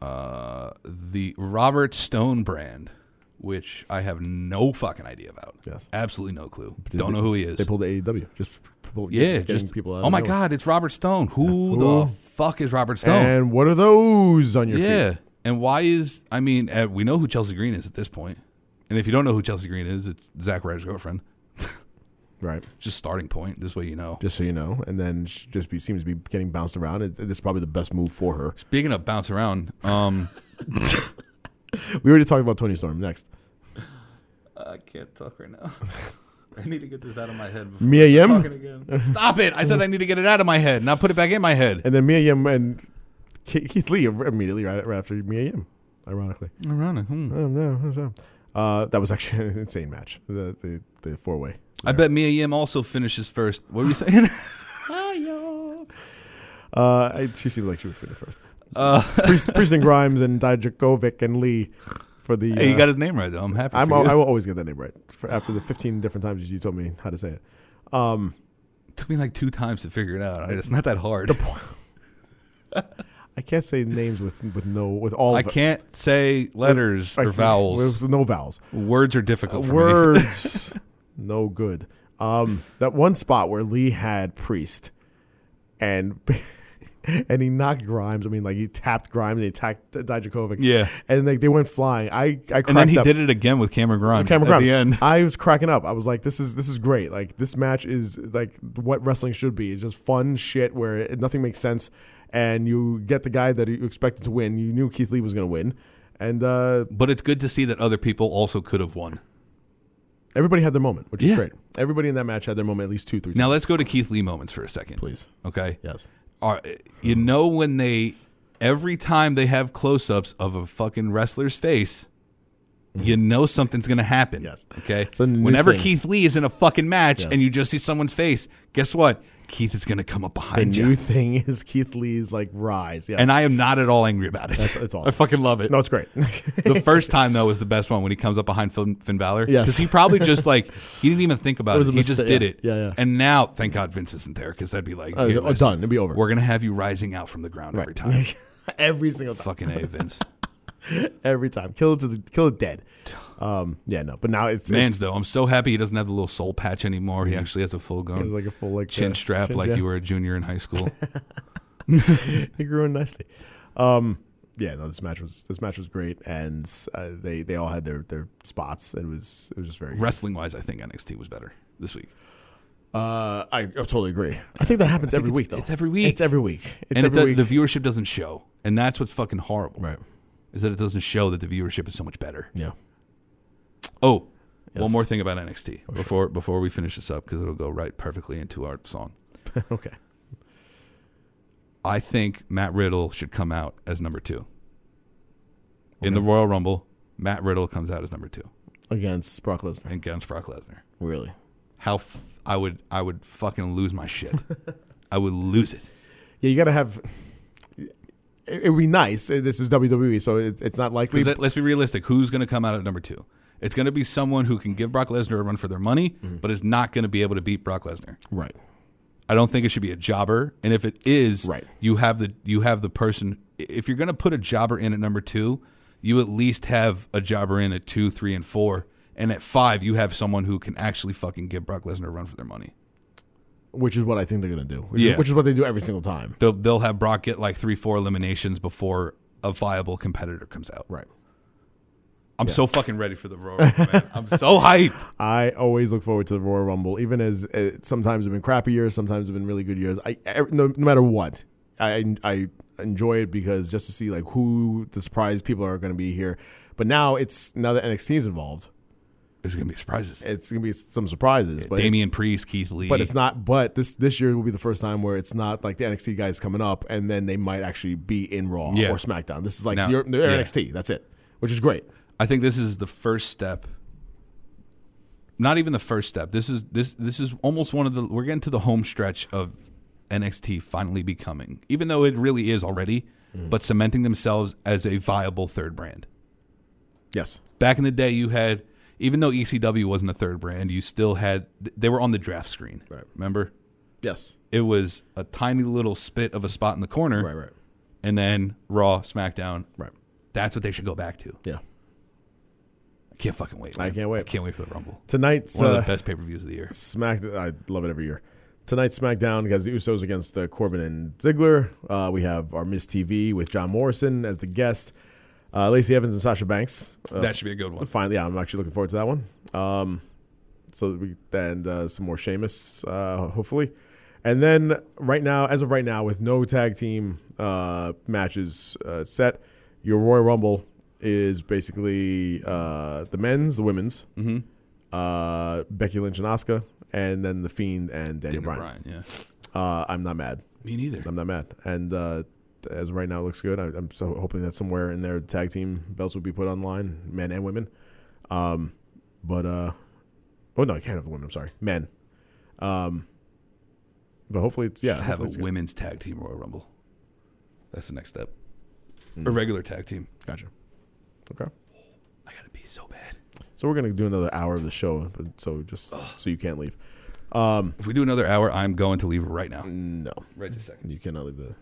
S6: Uh, the Robert Stone brand, which I have no fucking idea about.
S5: Yes.
S6: absolutely no clue.
S5: Did
S6: Don't
S5: they-
S6: know who he is.
S5: They pulled the AEW. Just pulled,
S6: yeah,
S5: getting
S6: just
S5: people. Out of
S6: oh my
S5: nowhere.
S6: god, it's Robert Stone. Who
S5: Who?
S6: the fuck is Robert Stone?
S5: And what are those on your
S6: yeah,
S5: feet?
S6: and why is I mean uh, we know who Chelsea Green is at this point, and if you don't know who Chelsea Green is, it's Zach Ryder's girlfriend.
S5: Right.
S6: Just starting point. This way you know.
S5: Just so you know, and then she just be, seems to be getting bounced around. It, this is probably the best move for her.
S6: Speaking of bounce around, um,
S5: We already talked about Tony Storm. Next,
S6: I can't talk right now. I need to get this out of my head. Before
S5: Mia Yim,
S6: Stop it! I said I need to get it out of my head, not put it back in my head.
S5: and then Mia Yim and Ke- Keith Lee immediately right, right after me and him, ironically.
S6: Ironic. hmm.
S5: Oh, no, oh, no. Uh, that was actually an insane match. The the, the four way.
S6: I bet Mia Yim also finishes first. What were you saying?
S5: Uh, I, she seemed like she was finished first.
S6: Uh,
S5: Priest, Priest and Grimes and Dijakovic and Lee for the.
S6: Hey, you
S5: uh,
S6: got his name right though. I'm happy.
S5: I'm,
S6: for
S5: al-
S6: you.
S5: I will always get that name right. For after the 15 different times you told me how to say it.
S6: took me like two times to figure it out. It's not that hard.
S5: I can't say names with with no with all.
S6: I
S5: of it.
S6: can't say letters
S5: I
S6: or
S5: can't-
S6: vowels.
S5: With no vowels.
S6: Words are difficult for me.
S5: Words, no good. Um, that one spot where Lee had Priest, and and he knocked Grimes. I mean, like he tapped Grimes and he attacked Dijakovic.
S6: Yeah.
S5: and like they went flying. I I cracked
S6: And then he
S5: up.
S6: did it again with Cameron Grimes
S5: Cameron
S6: at
S5: Grimes.
S6: the end.
S5: I was cracking up. I was like, "This is this is great. Like this match is like what wrestling should be. It's just fun shit where it, nothing makes sense, and you get the guy that you expected to win. You knew Keith Lee was going to win, and uh,
S6: But it's good to see that other people also could have won.
S5: everybody had their moment, which
S6: Yeah.
S5: is great. Everybody in that match had their moment at least two, three.
S6: Now
S5: times.
S6: let's go to Keith Lee moments for a second,
S5: Please.
S6: Okay.
S5: yes,
S6: Are, you know when they every time they have close-ups of a fucking wrestler's face, you know something's gonna happen.
S5: Mm-hmm. Yes.
S6: Okay.
S5: It's a new
S6: Whenever
S5: thing.
S6: Keith Lee is in a fucking match
S5: Yes.
S6: and you just see someone's face, guess what? Keith is gonna come up
S5: the
S6: behind you.
S5: new thing is Keith Lee's like rise. Yes,
S6: And I am not at all angry about it.
S5: That's- it's awesome.
S6: I fucking love it.
S5: no, it's great.
S6: the first time though was the best one when he comes up behind Finn, Finn Balor.
S5: Yes.
S6: because he probably just like he didn't even think about
S5: It
S6: it.
S5: was a
S6: He just
S5: mistake,
S6: did
S5: yeah.
S6: it.
S5: Yeah, yeah.
S6: And now, thank God, Vince isn't there because that'd be like
S5: Uh,
S6: "Here,
S5: uh, done. It'd be over."
S6: We're gonna have you rising out from the ground every time.
S5: every single time.
S6: Fucking a Vince.
S5: Every time, kill it to the kill it dead. Um, yeah, no, but now it's
S6: Mans
S5: it's,
S6: though, I'm so happy he doesn't have the little soul patch anymore. He actually has a full
S5: it's
S6: gun,
S5: like a full like
S6: chin
S5: uh,
S6: strap, like
S5: yeah.
S6: you were a junior in high school.
S5: It grew in nicely. Um, yeah, no, this match was this match was great, and uh, they they all had their their spots. It was it was just very.
S6: Wrestling wise, I think NXT was better this week,
S5: Uh, I, I totally agree. I think that happens every
S6: it's-
S5: week though.
S6: it's every week.
S5: It's every week. It's
S6: and it
S5: every
S6: do-
S5: week.
S6: the viewership doesn't show, and that's what's fucking horrible.
S5: right.
S6: Is that it doesn't show that the viewership is so much better.
S5: Yeah.
S6: Oh, one
S5: Yes.
S6: more thing about NXT before before we finish this up because it'll go right perfectly into our song.
S5: okay.
S6: I think Matt Riddle should come out as number two in the Royal Rumble. Matt Riddle comes out as number two
S5: Against Brock Lesnar.
S6: and against Brock Lesnar.
S5: Really.
S6: How f- I would I would fucking lose my shit. I would lose it.
S5: Yeah, you got to have. It would be nice. Uh, This is WWE, so it, it's not likely.
S6: 'Cause let- let's be realistic. Who's going to come out at number two? It's going to be someone who can give Brock Lesnar a run for their money, but is not going to be able to beat Brock Lesnar.
S5: right.
S6: I don't think it should be a jobber. And if it is,
S5: Right.
S6: you have the you have the person. If you're going to put a jobber in at number two, you at least have a jobber in at two, three, and four. And at five, you have someone who can actually fucking give Brock Lesnar a run for their money.
S5: Which is what I think they're gonna do. Which, is-
S6: Yeah.
S5: which is what they do every single time.
S6: They'll they'll have Brock get like three, four eliminations before a viable competitor comes out.
S5: Right.
S6: I'm so fucking ready for the Royal Rumble, man. I'm so hyped.
S5: I always look forward to the Royal Rumble, even as uh, sometimes have been crappy years, sometimes have been really good years. I, I no, no matter what, I I enjoy it because just to see like who the surprise people are going to be here. But now it's now that NXT is involved,
S6: There's gonna be surprises.
S5: it's going to be some surprises. But
S6: Damian
S5: it's,
S6: Priest, Keith Lee.
S5: but it's not. But this this year will be the first time where it's not like the NXT guys coming up and then they might actually be in Raw
S6: Yeah.
S5: or SmackDown. This is like
S6: No,
S5: they're, they're
S6: yeah.
S5: NXT. That's it, which is great.
S6: I think this is the first step. Not even the first step. This is this this is almost one of the we're getting to the home stretch of NXT finally becoming, even though it really is already,
S5: Mm.
S6: but cementing themselves as a viable third brand.
S5: Yes,
S6: Back in the day, you had even though ECW wasn't a third brand, you still had they were on the draft screen.
S5: Right.
S6: Remember,
S5: yes,
S6: it was a tiny little spit of a spot in the corner,
S5: right, right,
S6: and then Raw, SmackDown.
S5: right.
S6: That's what they should go back to.
S5: Yeah,
S6: I can't fucking wait.
S5: I
S6: man.
S5: can't wait.
S6: I can't wait for the Rumble.
S5: tonight's
S6: One of
S5: uh,
S6: the best pay per views of the year.
S5: Smack. I love it every year. Tonight, SmackDown has the Usos against uh, Corbin and Ziggler. Uh, we have our Miss TV with John Morrison as the guest. Uh, Lacey Evans and Sasha Banks. Uh,
S6: That should be a good one.
S5: Finally, yeah, I'm actually looking forward to that one. Um, so we and uh, some more Sheamus, uh, hopefully. And then right now, as of right now, with no tag team uh, matches uh, set, your Royal Rumble is basically uh, the men's, the women's, uh, Becky Lynch and Asuka, and then the Fiend and Daniel
S6: Daniel
S5: Bryan.
S6: Bryan, yeah.
S5: Uh, I'm not mad.
S6: Me neither.
S5: I'm not mad. And uh, as right now looks good. I, I'm so hoping that somewhere in their tag team belts will be put online, men and women. Um, but uh, oh no, I can't have the women. I'm sorry, men. Um, but hopefully it's yeah.
S6: have
S5: hopefully
S6: a
S5: it's good.
S6: women's tag team Royal Rumble. That's the next step. A regular tag team.
S5: Gotcha. Okay.
S6: I gotta be so bad.
S5: So we're gonna do another hour of the show, but so just so you can't leave. Um,
S6: If we do another hour, I'm going to leave right now.
S5: no,
S6: Right this second.
S5: you cannot leave the.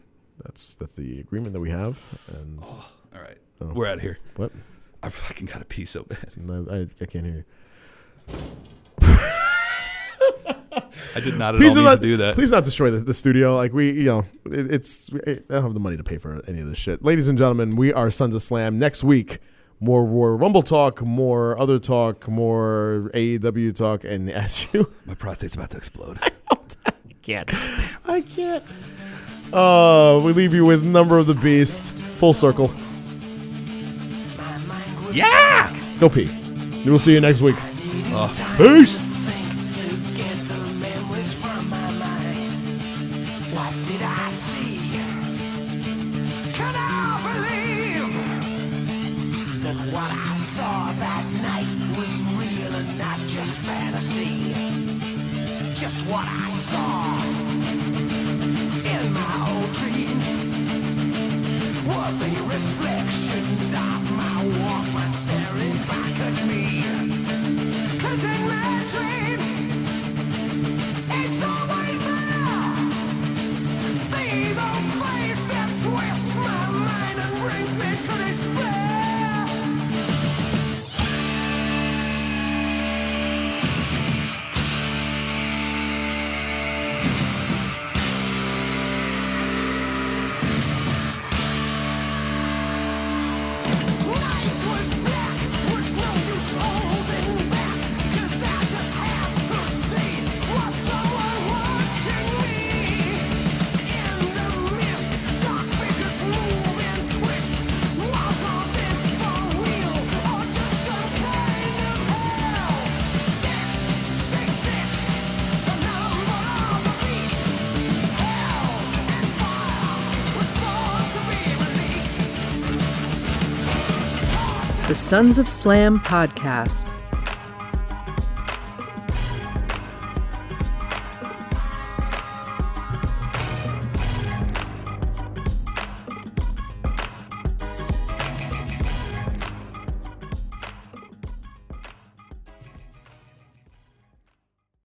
S5: That's that's the agreement that we have, and
S6: All right,
S5: Oh.
S6: we're out of here.
S5: what?
S6: I fucking gotta pee so bad.
S5: No, I, I can't hear you.
S6: I did not at
S5: Please do
S6: all need
S5: not
S6: to do that.
S5: Please not destroy the, the studio. Like we, you know, it, it's I don't have the money to pay for any of this shit. Ladies and gentlemen, we are Sons of Slam. Next week, more Royal Rumble talk, more other talk, more AEW talk, and as you,
S6: My prostate's about to explode.
S5: I can't. Uh, we leave you with Number of the Beast, full circle.
S6: yeah.
S5: Go pee. We'll see you next week.
S6: Uh.
S8: Peace. To get the memories from my mind. What did I see? Could I believe that what I saw that night was real and not just fantasy? Just what I saw in my old dreams were the reflections of my Walkman staring back at me. Cause in my dreams, it's always there. The evil face that twists my mind and brings me to despair. Lights was black, was no use holding back. Cause I just have to see what someone watching me. In the mist, dark figures move and twist. Was all this for real? Or just some kind of hell? Six, six, six, the number of the beast. Hell and fire was born to be released.
S4: The Sons of Slam podcast